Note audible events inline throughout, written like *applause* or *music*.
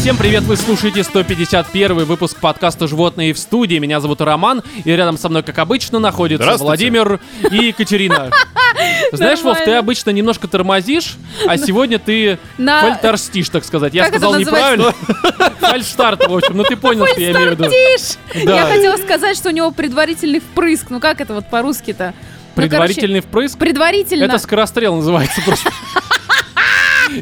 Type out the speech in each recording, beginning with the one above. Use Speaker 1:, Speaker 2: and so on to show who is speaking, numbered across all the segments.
Speaker 1: Всем привет, вы слушаете 151 выпуск подкаста «Животные в студии». Меня зовут Роман, и рядом со мной, как обычно, находятся
Speaker 2: Здравствуйте.
Speaker 1: Владимир и Екатерина. Знаешь, Вов, ты
Speaker 3: Нормально.
Speaker 1: обычно немножко тормозишь, а сегодня ты
Speaker 3: На-
Speaker 1: фальтарстишь, так сказать. Я
Speaker 3: Как это
Speaker 1: сказал неправильно.
Speaker 3: называется? *laughs*
Speaker 1: Фальштарт, в общем, ну ты понял, что я имею в виду.
Speaker 3: Тиш!
Speaker 1: Да.
Speaker 3: Я хотела сказать, что у него предварительный впрыск. Ну как это вот по-русски-то? Ну, короче,
Speaker 1: Предварительный впрыск.
Speaker 3: Предварительно.
Speaker 1: Это скорострел называется
Speaker 3: *laughs*
Speaker 1: просто.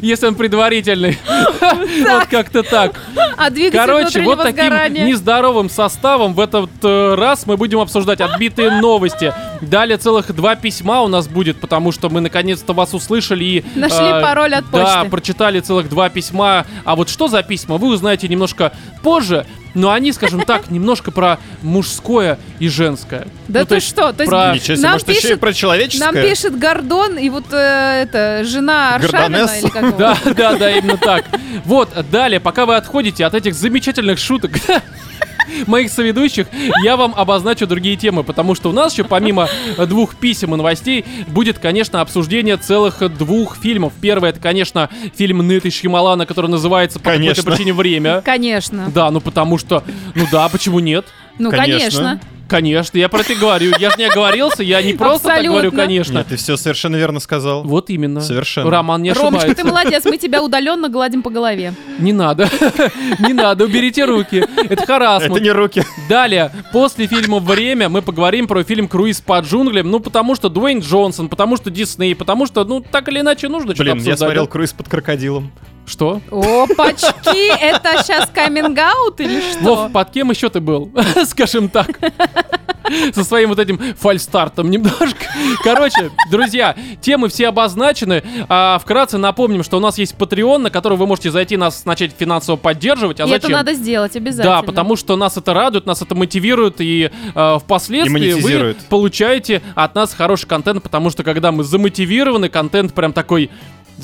Speaker 1: Если он предварительный. Вот как-то так.
Speaker 3: А двигатель
Speaker 1: Короче,
Speaker 3: внутреннего
Speaker 1: вот таким
Speaker 3: сгорания.
Speaker 1: нездоровым составом в этот э, раз мы будем обсуждать отбитые
Speaker 3: *laughs*
Speaker 1: новости. Далее целых два письма у нас будет, потому что мы наконец-то вас услышали и... э,
Speaker 3: Нашли пароль от
Speaker 1: Да,
Speaker 3: почты.
Speaker 1: прочитали целых два письма. А вот что за письма, вы узнаете немножко позже. Но они, скажем так, немножко про мужское и женское.
Speaker 3: Да
Speaker 1: Ну,
Speaker 3: ты что? То есть
Speaker 1: про-
Speaker 2: Ничего себе,
Speaker 3: А, нам
Speaker 2: может, еще и
Speaker 3: пишет-
Speaker 2: про человеческое?
Speaker 3: Нам пишет Гордон, и вот э, это, жена Аршавина,
Speaker 2: Гордонесса?
Speaker 3: или как
Speaker 1: *laughs*
Speaker 3: его?
Speaker 1: Да, да, да, именно так. Вот, далее, пока вы отходите от этих замечательных шуток *laughs* моих соведущих, я вам обозначу другие темы, потому что у нас еще помимо двух писем и новостей будет, конечно, обсуждение целых двух фильмов. Первый это, конечно, фильм Ныты Шьямалана, который называется по какой-то
Speaker 2: Конечно.
Speaker 1: причине время.
Speaker 3: Конечно.
Speaker 1: Да, ну потому что, ну да, почему нет?
Speaker 3: Ну,
Speaker 2: Конечно.
Speaker 3: конечно.
Speaker 1: Конечно, я про это и говорю. Я же не оговорился, я не просто так говорю,
Speaker 3: Абсолютно.
Speaker 1: конечно.
Speaker 2: Нет, ты все совершенно верно сказал.
Speaker 1: Вот именно.
Speaker 2: Совершенно.
Speaker 1: Роман не
Speaker 3: Ромочка,
Speaker 1: ошибается. *laughs*
Speaker 3: ты молодец, мы тебя удаленно гладим по голове.
Speaker 1: Не надо. *laughs* Не надо, уберите руки. Это
Speaker 2: Это
Speaker 1: харасмент.
Speaker 2: не руки.
Speaker 1: Далее, после фильма «Время» мы поговорим про фильм «Круиз по джунглям». Ну, потому что Дуэйн Джонсон, потому что Дисней, потому что, ну, так или иначе нужно что-то
Speaker 2: Блин, я
Speaker 1: обсуждать,
Speaker 2: смотрел
Speaker 1: да?
Speaker 2: круиз под крокодилом.
Speaker 1: Что?
Speaker 3: Опачки, это сейчас каминг-аут или что?
Speaker 1: Вов, под кем еще ты был? *laughs* Скажем так. Со своим вот этим фальстартом немножко. Короче, друзья, темы все обозначены. А, вкратце напомним, что у нас есть Patreon, на который вы можете зайти нас начать финансово поддерживать. А
Speaker 3: И это
Speaker 1: зачем?
Speaker 3: надо сделать обязательно.
Speaker 1: Да, потому что нас это радует, нас это мотивирует, и э,
Speaker 2: И
Speaker 1: впоследствии вы
Speaker 2: монетизирует.
Speaker 1: получаете от нас хороший контент, потому что когда мы замотивированы, контент прям такой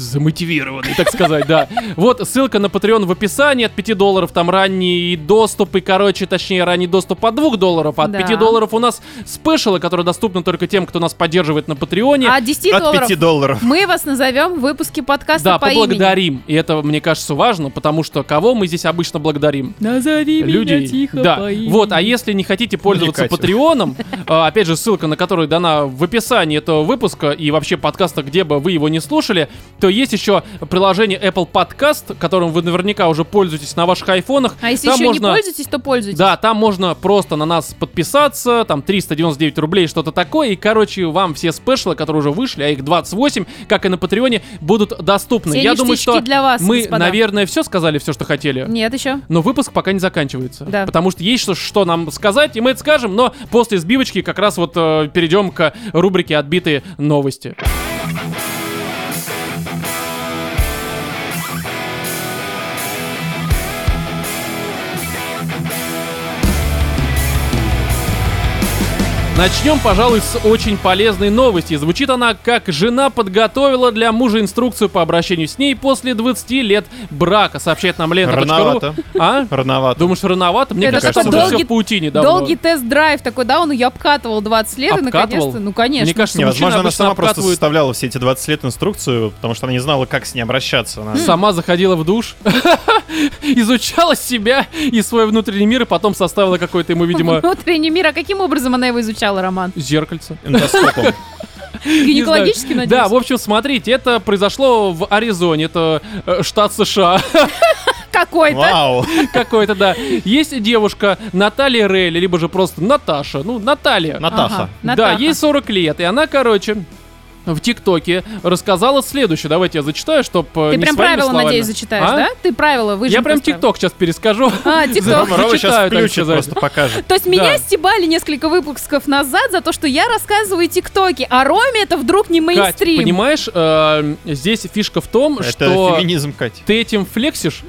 Speaker 1: замотивированный, так сказать,
Speaker 2: *laughs*
Speaker 1: да. Вот, ссылка на Patreon в описании, от 5 долларов там ранний доступ, и, короче, точнее, ранний доступ от 2 долларов, а от
Speaker 3: Да.
Speaker 1: 5 долларов у нас спешалы, которые доступны только тем, кто нас поддерживает на Патреоне.
Speaker 3: А 10
Speaker 2: От
Speaker 3: долларов
Speaker 2: 5 долларов.
Speaker 3: мы вас назовем в выпуске подкаста
Speaker 1: Да,
Speaker 3: по имени.
Speaker 1: поблагодарим. И это, мне кажется, важно, потому что кого мы здесь обычно благодарим?
Speaker 3: Назови
Speaker 1: людей. да. Вот, а если не хотите пользоваться
Speaker 2: Катю.
Speaker 1: Патреоном, *laughs* а, опять же, ссылка на которую дана в описании этого выпуска и вообще подкаста, где бы вы его не слушали, то есть еще приложение Apple Podcast, которым вы наверняка уже пользуетесь на ваших айфонах.
Speaker 3: А если
Speaker 1: Там
Speaker 3: еще
Speaker 1: можно-
Speaker 3: не пользуетесь, то пользуйтесь.
Speaker 1: Да, там можно просто на нас подписаться, там 399 рублей, что-то такое, и, короче, вам все спешлы, которые уже вышли, а их 28, как и на Патреоне, будут доступны.
Speaker 3: Все
Speaker 1: Я думаю,
Speaker 3: ништячки
Speaker 1: что
Speaker 3: для вас,
Speaker 1: мы,
Speaker 3: господа.
Speaker 1: наверное, все сказали, все, что хотели.
Speaker 3: Нет, еще.
Speaker 1: Но выпуск пока не заканчивается.
Speaker 3: Да.
Speaker 1: Потому что есть что, что нам сказать, и мы это скажем, но после сбивочки как раз вот э, перейдем к рубрике «Отбитые новости». Начнем, пожалуй, с очень полезной новости. Звучит она, как жена подготовила для мужа инструкцию по обращению с ней после 20 лет брака, сообщает нам лента.ру.
Speaker 2: Рановато.
Speaker 1: А?
Speaker 2: Рановато.
Speaker 1: Думаешь, рановато? Мне
Speaker 3: Это
Speaker 1: кажется,
Speaker 2: такой
Speaker 1: это
Speaker 3: долгий-
Speaker 1: все в паутине давно.
Speaker 3: Долгий тест-драйв такой, да, он ее обкатывал 20 лет, и
Speaker 1: Обкатывал?
Speaker 3: наконец-то, ну конечно.
Speaker 1: Мне кажется,
Speaker 2: Не, возможно,
Speaker 1: мужчины
Speaker 2: она
Speaker 1: обычно
Speaker 2: сама просто
Speaker 1: обкатывают.
Speaker 2: составляла все эти 20 лет инструкцию, потому что она не знала, как с ней обращаться. Она- *laughs*
Speaker 1: Сама заходила в душ, *laughs* изучала себя и свой внутренний мир, и потом составила какое-то ему, видимо,
Speaker 3: *laughs* Внутренний мир, а каким образом она его изучала, Роман?
Speaker 1: зеркальце.
Speaker 2: эндоскопом.
Speaker 1: *laughs* Не знаю.
Speaker 3: Гинекологически, надеюсь?
Speaker 1: Да, в общем, смотрите, это произошло в Аризоне, это э, штат США *laughs*
Speaker 3: Какой-то.
Speaker 2: Вау.
Speaker 1: какой-то, да. Есть девушка Наталья Рейли, либо же просто Наташа, ну, Наталья.
Speaker 2: Натаха.
Speaker 3: Ага, Натаха.
Speaker 1: Да, ей 40 лет, и она, короче, в ТикТоке рассказала следующее. Давайте я зачитаю, э, чтобы
Speaker 3: Ты прям правила, надеюсь, зачитаешь, да? Ты правила
Speaker 1: А?
Speaker 3: выжимка.
Speaker 1: Я прям ТикТок сейчас перескажу.
Speaker 3: *laughs* А,
Speaker 1: Зачитаю,
Speaker 3: ТикТок.
Speaker 2: Рома, Рома сейчас
Speaker 1: так
Speaker 2: включит,
Speaker 1: сказать.
Speaker 2: просто покажет.
Speaker 3: То есть меня
Speaker 1: Да.
Speaker 3: стебали несколько выпусков назад за то, что я рассказываю тиктоки, а Роме это вдруг не
Speaker 1: Кать,
Speaker 3: мейнстрим.
Speaker 1: понимаешь, э, здесь фишка в том,
Speaker 2: Это
Speaker 1: Ну что
Speaker 2: феминизм,
Speaker 1: *laughs*
Speaker 2: Катя.
Speaker 1: ты этим флексишь,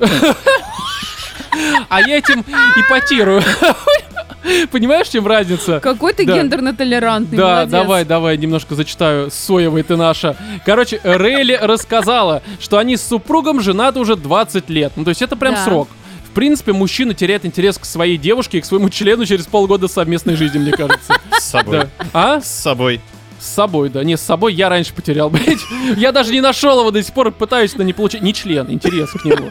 Speaker 1: а я этим ипотирую. *laughs* Понимаешь, в чем разница?
Speaker 3: Какой ты
Speaker 1: Да.
Speaker 3: гендерно-толерантный,
Speaker 1: Да,
Speaker 3: молодец.
Speaker 1: давай, давай, немножко зачитаю. Соевый ты наша. Короче, Рейли рассказала, что они с супругом женаты уже 20 лет. Ну, то есть это прям
Speaker 3: Да.
Speaker 1: срок. В принципе, мужчина теряет интерес к своей девушке и к своему члену через полгода совместной жизни, мне кажется.
Speaker 2: С собой.
Speaker 1: Да. А?
Speaker 2: С собой.
Speaker 1: С собой, да. Не, с собой я раньше *laughs* потерял, блядь. Я даже не нашел его до сих пор, пытаюсь, но не получить. Не член, интерес к нему.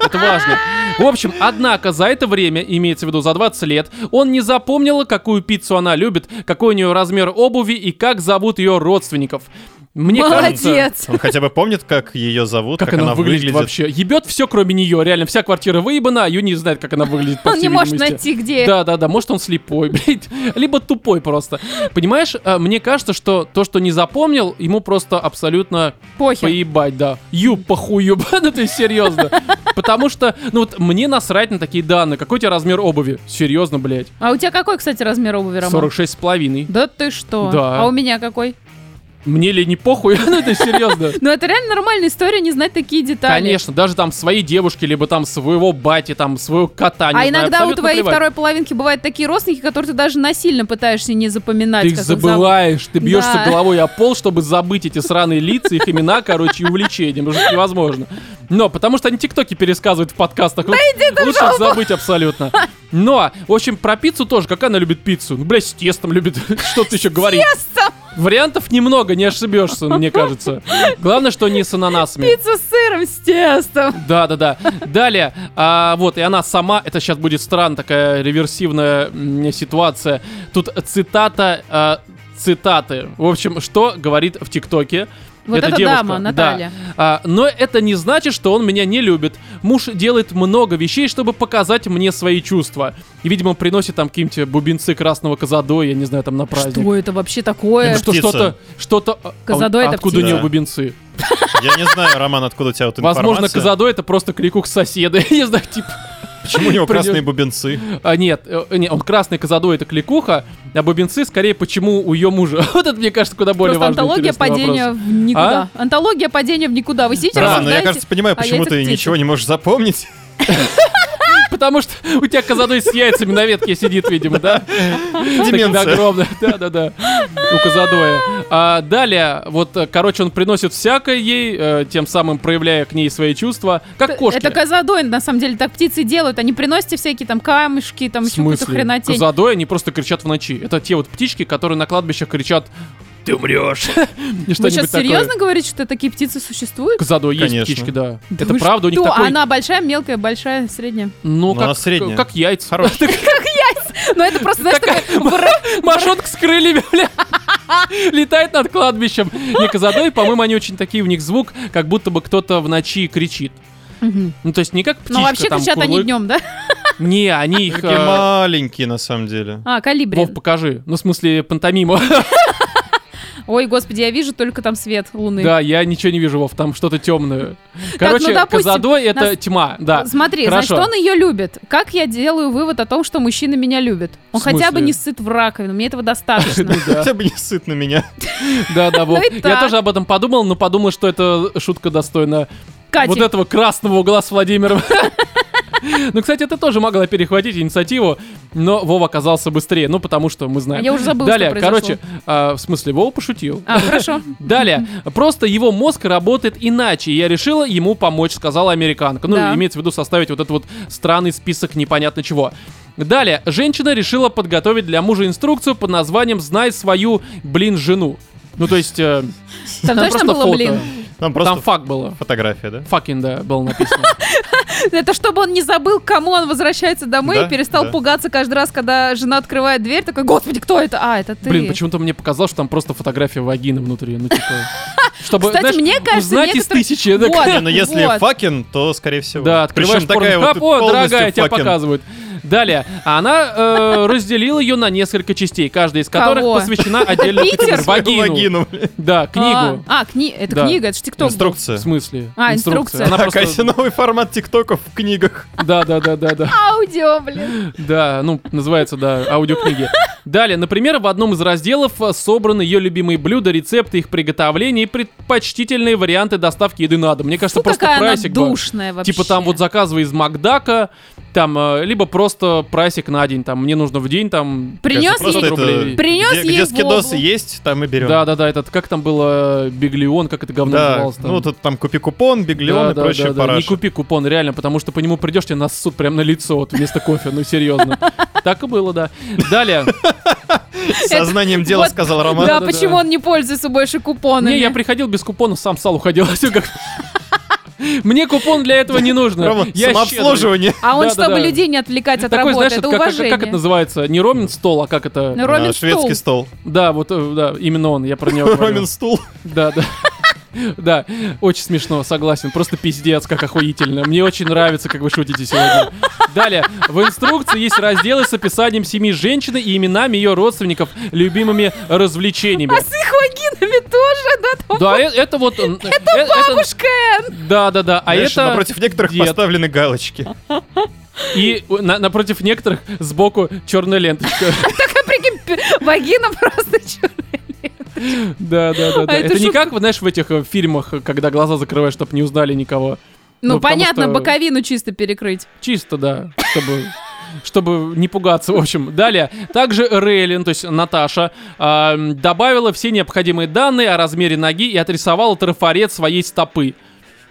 Speaker 1: Это важно. В общем, однако за это время, имеется в виду за 20 лет, он не запомнил, какую пиццу она любит, какой у нее размер обуви и как зовут ее родственников. Мне кажется,
Speaker 3: Молодец.
Speaker 2: Он хотя бы помнит, как ее зовут,
Speaker 1: как,
Speaker 2: как,
Speaker 1: она, выглядит, вообще. Ебет все, кроме нее. Реально, вся квартира выебана, а ее не знает, как она выглядит. по
Speaker 3: Он не
Speaker 1: всей
Speaker 3: может
Speaker 1: видимости.
Speaker 3: найти, где.
Speaker 1: Да, да, да, может он слепой, *laughs* блядь, либо тупой просто. Понимаешь, э, мне кажется, что то, что не запомнил, ему просто абсолютно
Speaker 3: Похер.
Speaker 1: поебать, да. Ю, похую, ну *laughs* ты серьезно. Потому что, ну вот мне насрать на такие данные. Какой у тебя размер обуви? Серьезно, блядь.
Speaker 3: А у тебя какой, кстати, размер обуви, Роман?
Speaker 1: 46 с половиной.
Speaker 3: Да ты что?
Speaker 1: Да.
Speaker 3: А у меня какой?
Speaker 1: Мне ли не похуй? *laughs* Ну это серьезно.
Speaker 3: Ну это реально нормальная история, не знать такие детали.
Speaker 1: Конечно, даже там своей девушки, либо там своего бати, там своего кота. не
Speaker 3: а
Speaker 1: знаю,
Speaker 3: иногда у
Speaker 1: абсолютно
Speaker 3: твоей
Speaker 1: плевать.
Speaker 3: второй половинки бывают такие родственники, которые ты даже насильно пытаешься не запоминать.
Speaker 1: Ты их
Speaker 3: как их зовут.
Speaker 1: забываешь, ты бьешься
Speaker 3: Да.
Speaker 1: головой о пол, чтобы забыть эти сраные лица, их имена, короче, и увлечения, потому что это невозможно. Но, потому что они тиктоки пересказывают в подкастах. Лучше- Лучше их забыть абсолютно. Но, в общем, про пиццу тоже. Как она любит пиццу? Ну, блядь, с тестом любит. *laughs* Что ты еще говоришь?
Speaker 3: Тестом!
Speaker 1: Вариантов немного, не ошибешься, мне кажется. Главное, что не с ананасами.
Speaker 3: Пицца с сыром с тестом.
Speaker 1: Да, да, да. Далее, а, вот, и она сама, это сейчас будет странная такая реверсивная м, ситуация. Тут цитата, а, цитаты. В общем, что говорит в ТикТоке?
Speaker 3: Вот
Speaker 1: эта
Speaker 3: эта
Speaker 1: девушка,
Speaker 3: дама,
Speaker 1: да.
Speaker 3: Наталья.
Speaker 1: А, но это не значит, что он меня не любит. Муж делает много вещей, чтобы показать мне свои чувства. И, видимо, приносит там какие-нибудь бубенцы красного казадоя, я не знаю, там на праздник.
Speaker 3: Что это вообще такое?
Speaker 2: Это
Speaker 1: Что,
Speaker 2: Птица.
Speaker 1: что-то, что-то... а,
Speaker 3: Казадой
Speaker 1: а
Speaker 3: это
Speaker 1: Откуда у
Speaker 2: птица.
Speaker 1: нее
Speaker 2: Да.
Speaker 1: бубенцы?
Speaker 2: Я не знаю, Роман, откуда у тебя вот информация.
Speaker 1: Возможно, Казадой это просто крикух соседа. *laughs* Я не знаю, типа...
Speaker 2: Почему у него
Speaker 1: Придёт.
Speaker 2: красные бубенцы?
Speaker 1: А, нет, э, не, он красный казадой, это кликуха, а бубенцы скорее почему у ее мужа. *laughs* Вот это, мне кажется, куда более
Speaker 3: Просто
Speaker 1: важный
Speaker 3: антология
Speaker 1: интересный
Speaker 3: падения
Speaker 1: вопрос. А?
Speaker 3: в никуда. Антология падения в никуда. Вы сидите,
Speaker 2: Роман, ну я,
Speaker 3: рассуждаете,
Speaker 2: кажется, понимаю,
Speaker 3: а
Speaker 2: почему
Speaker 3: яйца
Speaker 2: ты
Speaker 3: птицы.
Speaker 2: ничего не
Speaker 1: *laughs*
Speaker 2: можешь запомнить.
Speaker 1: Потому что у тебя казадой с яйцами на ветке сидит, видимо, да?
Speaker 2: *laughs*
Speaker 1: Таким
Speaker 2: Деменция.
Speaker 1: огромным. *laughs* Да-да-да. У казадоя. А, далее, вот, э, короче, он приносит всякое ей, э, тем самым проявляя к ней свои чувства, как кошки.
Speaker 3: Это казадой, на самом деле, так птицы делают. Они приносят всякие там камешки, там
Speaker 1: в
Speaker 3: еще какую-то
Speaker 1: смысле?
Speaker 3: хренотень.
Speaker 1: Казадои, они просто кричат в ночи. Это те вот птички, которые на кладбищах кричат «Ты умрешь!» *laughs* И
Speaker 3: Вы
Speaker 1: что-нибудь
Speaker 3: сейчас
Speaker 1: такое.
Speaker 3: серьезно говорите, что такие птицы существуют?
Speaker 1: Казадой есть
Speaker 2: Конечно.
Speaker 1: птички, да.
Speaker 3: Да
Speaker 1: это
Speaker 3: вы
Speaker 1: правда, у них
Speaker 3: Кто?
Speaker 1: такой...
Speaker 3: Она большая, мелкая,
Speaker 1: *laughs*
Speaker 3: большая, средняя.
Speaker 1: Ну,
Speaker 2: Ну, она
Speaker 1: как,
Speaker 2: средняя.
Speaker 1: как яйца. *laughs*
Speaker 3: Но Ну, это просто, знаешь, такой вра-
Speaker 1: Машонка с крыльями, бля. *laughs* Летает над кладбищем. Не казадой, по-моему, они очень такие, у них звук, как будто бы кто-то в ночи кричит.
Speaker 3: Мгм.
Speaker 1: Ну, то есть не как птичка
Speaker 3: Ну, вообще
Speaker 1: там
Speaker 3: кричат они
Speaker 1: курлык.
Speaker 3: днем, да?
Speaker 1: Не, они их...
Speaker 2: Такие
Speaker 1: э,
Speaker 2: маленькие, на самом деле.
Speaker 3: А, калибри.
Speaker 1: Вов, покажи. Ну, в смысле, пантомима.
Speaker 3: Ой, господи, я вижу только там свет луны.
Speaker 1: Да, я ничего не вижу, Вов, там что-то темное. Короче,
Speaker 3: ну, допустим,
Speaker 1: казадой — это
Speaker 3: нас-
Speaker 1: тьма,
Speaker 3: *laughs*
Speaker 1: да.
Speaker 3: Смотри,
Speaker 1: Хорошо.
Speaker 3: значит, он ее любит. Как я делаю вывод о том, что мужчина меня любит? Он
Speaker 1: В смысле?
Speaker 3: хотя бы не сыт в раковину, мне этого
Speaker 1: *laughs*
Speaker 3: достаточно.
Speaker 1: Ну да.
Speaker 2: Хотя бы не сыт на меня.
Speaker 1: Да, да, Вов.
Speaker 3: Ну и
Speaker 1: Я
Speaker 3: так.
Speaker 1: тоже об этом подумал, но подумал, что это шутка достойна
Speaker 3: Катя,
Speaker 1: вот этого красного угла с Владимиром. *laughs* Ну, кстати, это тоже могла перехватить инициативу, но Вова оказался быстрее, ну, потому что мы
Speaker 3: а
Speaker 1: знаем.
Speaker 3: я уже забыла,
Speaker 1: Далее,
Speaker 3: что произошло.
Speaker 1: короче, а, в смысле, Вова пошутил.
Speaker 3: А, хорошо.
Speaker 1: Далее, просто его мозг работает иначе, и я решила ему помочь, сказала американка. Ну,
Speaker 3: Да.
Speaker 1: имеется в виду составить вот этот вот странный список непонятно чего. Далее, женщина решила подготовить для мужа инструкцию под названием «Знай свою, блин, жену». Ну, то есть... э,
Speaker 3: Там
Speaker 1: просто
Speaker 3: точно было,
Speaker 1: фото.
Speaker 3: блин.
Speaker 1: Там
Speaker 2: Там просто
Speaker 1: факт было. *laughs*
Speaker 2: фотография, да?
Speaker 1: Факин, да, было написано.
Speaker 3: Это чтобы он не забыл, к кому он возвращается домой
Speaker 2: Да,
Speaker 3: и перестал
Speaker 2: да.
Speaker 3: пугаться каждый раз, когда жена открывает дверь. Такой, господи, кто это? А, это ты.
Speaker 1: Блин, почему-то мне показалось, что там просто фотография вагины внутри, ну типа...
Speaker 3: *laughs*
Speaker 1: Чтобы,
Speaker 3: Кстати,
Speaker 1: знаешь,
Speaker 3: мне кажется,
Speaker 1: узнать из
Speaker 3: некоторые-
Speaker 1: тысячи. я так-
Speaker 3: Вот,
Speaker 2: Не, ну если
Speaker 3: вот.
Speaker 2: факин, то скорее
Speaker 1: *laughs*
Speaker 2: всего.
Speaker 1: Да, открываешь
Speaker 2: Причем такая вот
Speaker 1: Pornhub, о,
Speaker 2: полностью
Speaker 1: дорогая, тебя
Speaker 2: «факин».
Speaker 1: показывают. Далее, А она э, *laughs* разделила ее на несколько частей, каждая из которых
Speaker 3: Кого?
Speaker 1: посвящена отдельно
Speaker 3: Питер?
Speaker 1: категории.
Speaker 2: Свою
Speaker 1: Вагину.
Speaker 2: вагину, блин.
Speaker 1: Да,
Speaker 3: А,
Speaker 1: книгу.
Speaker 3: А, кни... это
Speaker 1: Да.
Speaker 3: книга, это же тикток. был.
Speaker 1: В
Speaker 2: Инструкция.
Speaker 1: смысле?
Speaker 3: А, инструкция.
Speaker 1: Она
Speaker 2: А,
Speaker 1: просто- А
Speaker 2: Катя, новый формат тиктоков в книгах.
Speaker 1: Да, да, да, да, да.
Speaker 3: Аудио, блин.
Speaker 1: Да, ну, называется, да, аудиокниги. Далее, например, в одном из разделов э, собраны ее любимые блюда, рецепты их приготовления и предпочтительные варианты доставки еды на дом. Мне кажется,
Speaker 3: Фу,
Speaker 1: просто
Speaker 3: какая она
Speaker 1: прайсик бы.
Speaker 3: душная вообще.
Speaker 1: Типа там вот заказывай из Макдака, там, э, либо просто прайсик на день, там, мне нужно в день, там...
Speaker 3: Принес
Speaker 2: Просто
Speaker 3: ей...
Speaker 1: это- рублей.
Speaker 3: Принёс
Speaker 2: где-
Speaker 3: ей
Speaker 2: Где скидосы
Speaker 3: воблу.
Speaker 2: есть, там и берем.
Speaker 1: Да-да-да, этот, как там было, э, Биглион, как это говно
Speaker 2: Да,
Speaker 1: называлось там?
Speaker 2: ну тут там купи купон, биглион и
Speaker 1: Да-да-да-да,
Speaker 2: прочее
Speaker 1: не
Speaker 2: параша.
Speaker 1: купи купон, реально, потому что по нему придешь, тебе насут прям на лицо вот вместо кофе, ну серьезно. Так и было, да. Далее,
Speaker 2: Сознанием дела
Speaker 3: вот-
Speaker 2: сказал Роман.
Speaker 3: Да,
Speaker 1: Да-да-да.
Speaker 3: почему он не пользуется больше купонами?
Speaker 1: не, я приходил без купона, сам сал уходил. Всё как- а Мне купон для этого не нужно.
Speaker 2: Рома,
Speaker 1: Я щедрый.
Speaker 2: самообслуживание.
Speaker 3: А он,
Speaker 1: Да, да,
Speaker 3: чтобы
Speaker 1: да.
Speaker 3: людей не отвлекать от
Speaker 1: Такой,
Speaker 3: работы,
Speaker 1: знаешь,
Speaker 3: это
Speaker 1: как- как,
Speaker 3: уважение.
Speaker 1: как это называется? Не Ромин стол, а как это?
Speaker 3: Ну, Ромин
Speaker 2: А, Шведский
Speaker 3: стул.
Speaker 2: стол.
Speaker 1: Да, вот, э, да, именно он, я про него говорю.
Speaker 2: *laughs* Ромин стул.
Speaker 1: Да, да. *laughs* Да, очень смешно, согласен. Просто пиздец, как охуительно. Мне очень нравится, как вы шутите сегодня. Далее. В инструкции есть разделы с описанием семьи женщины и именами ее родственников, любимыми развлечениями.
Speaker 3: А с их вагинами тоже, да? Там
Speaker 1: Да, э- это вот...
Speaker 3: *laughs*
Speaker 1: Это
Speaker 3: бабушка Энн.
Speaker 1: Да, да, да. А
Speaker 2: Знаешь,
Speaker 1: это...
Speaker 2: напротив некоторых
Speaker 1: дед. *laughs*
Speaker 2: поставлены галочки.
Speaker 1: И на- напротив некоторых сбоку черная
Speaker 3: *laughs*
Speaker 1: ленточка.
Speaker 3: Такая, прикинь, пи- вагина *laughs* просто черная.
Speaker 1: Да, да, да. да.
Speaker 3: А это
Speaker 1: Это не
Speaker 3: шутка.
Speaker 1: как, знаешь, в этих э, фильмах, когда глаза закрываешь, чтобы не узнали никого.
Speaker 3: Ну,
Speaker 1: Ну, потому
Speaker 3: понятно,
Speaker 1: что-
Speaker 3: боковину чисто перекрыть.
Speaker 1: Чисто, да, чтобы чтобы не пугаться, в общем. Далее. Также Рейлин, то есть Наташа, а, м, добавила все необходимые данные о размере ноги и отрисовала трафарет своей стопы.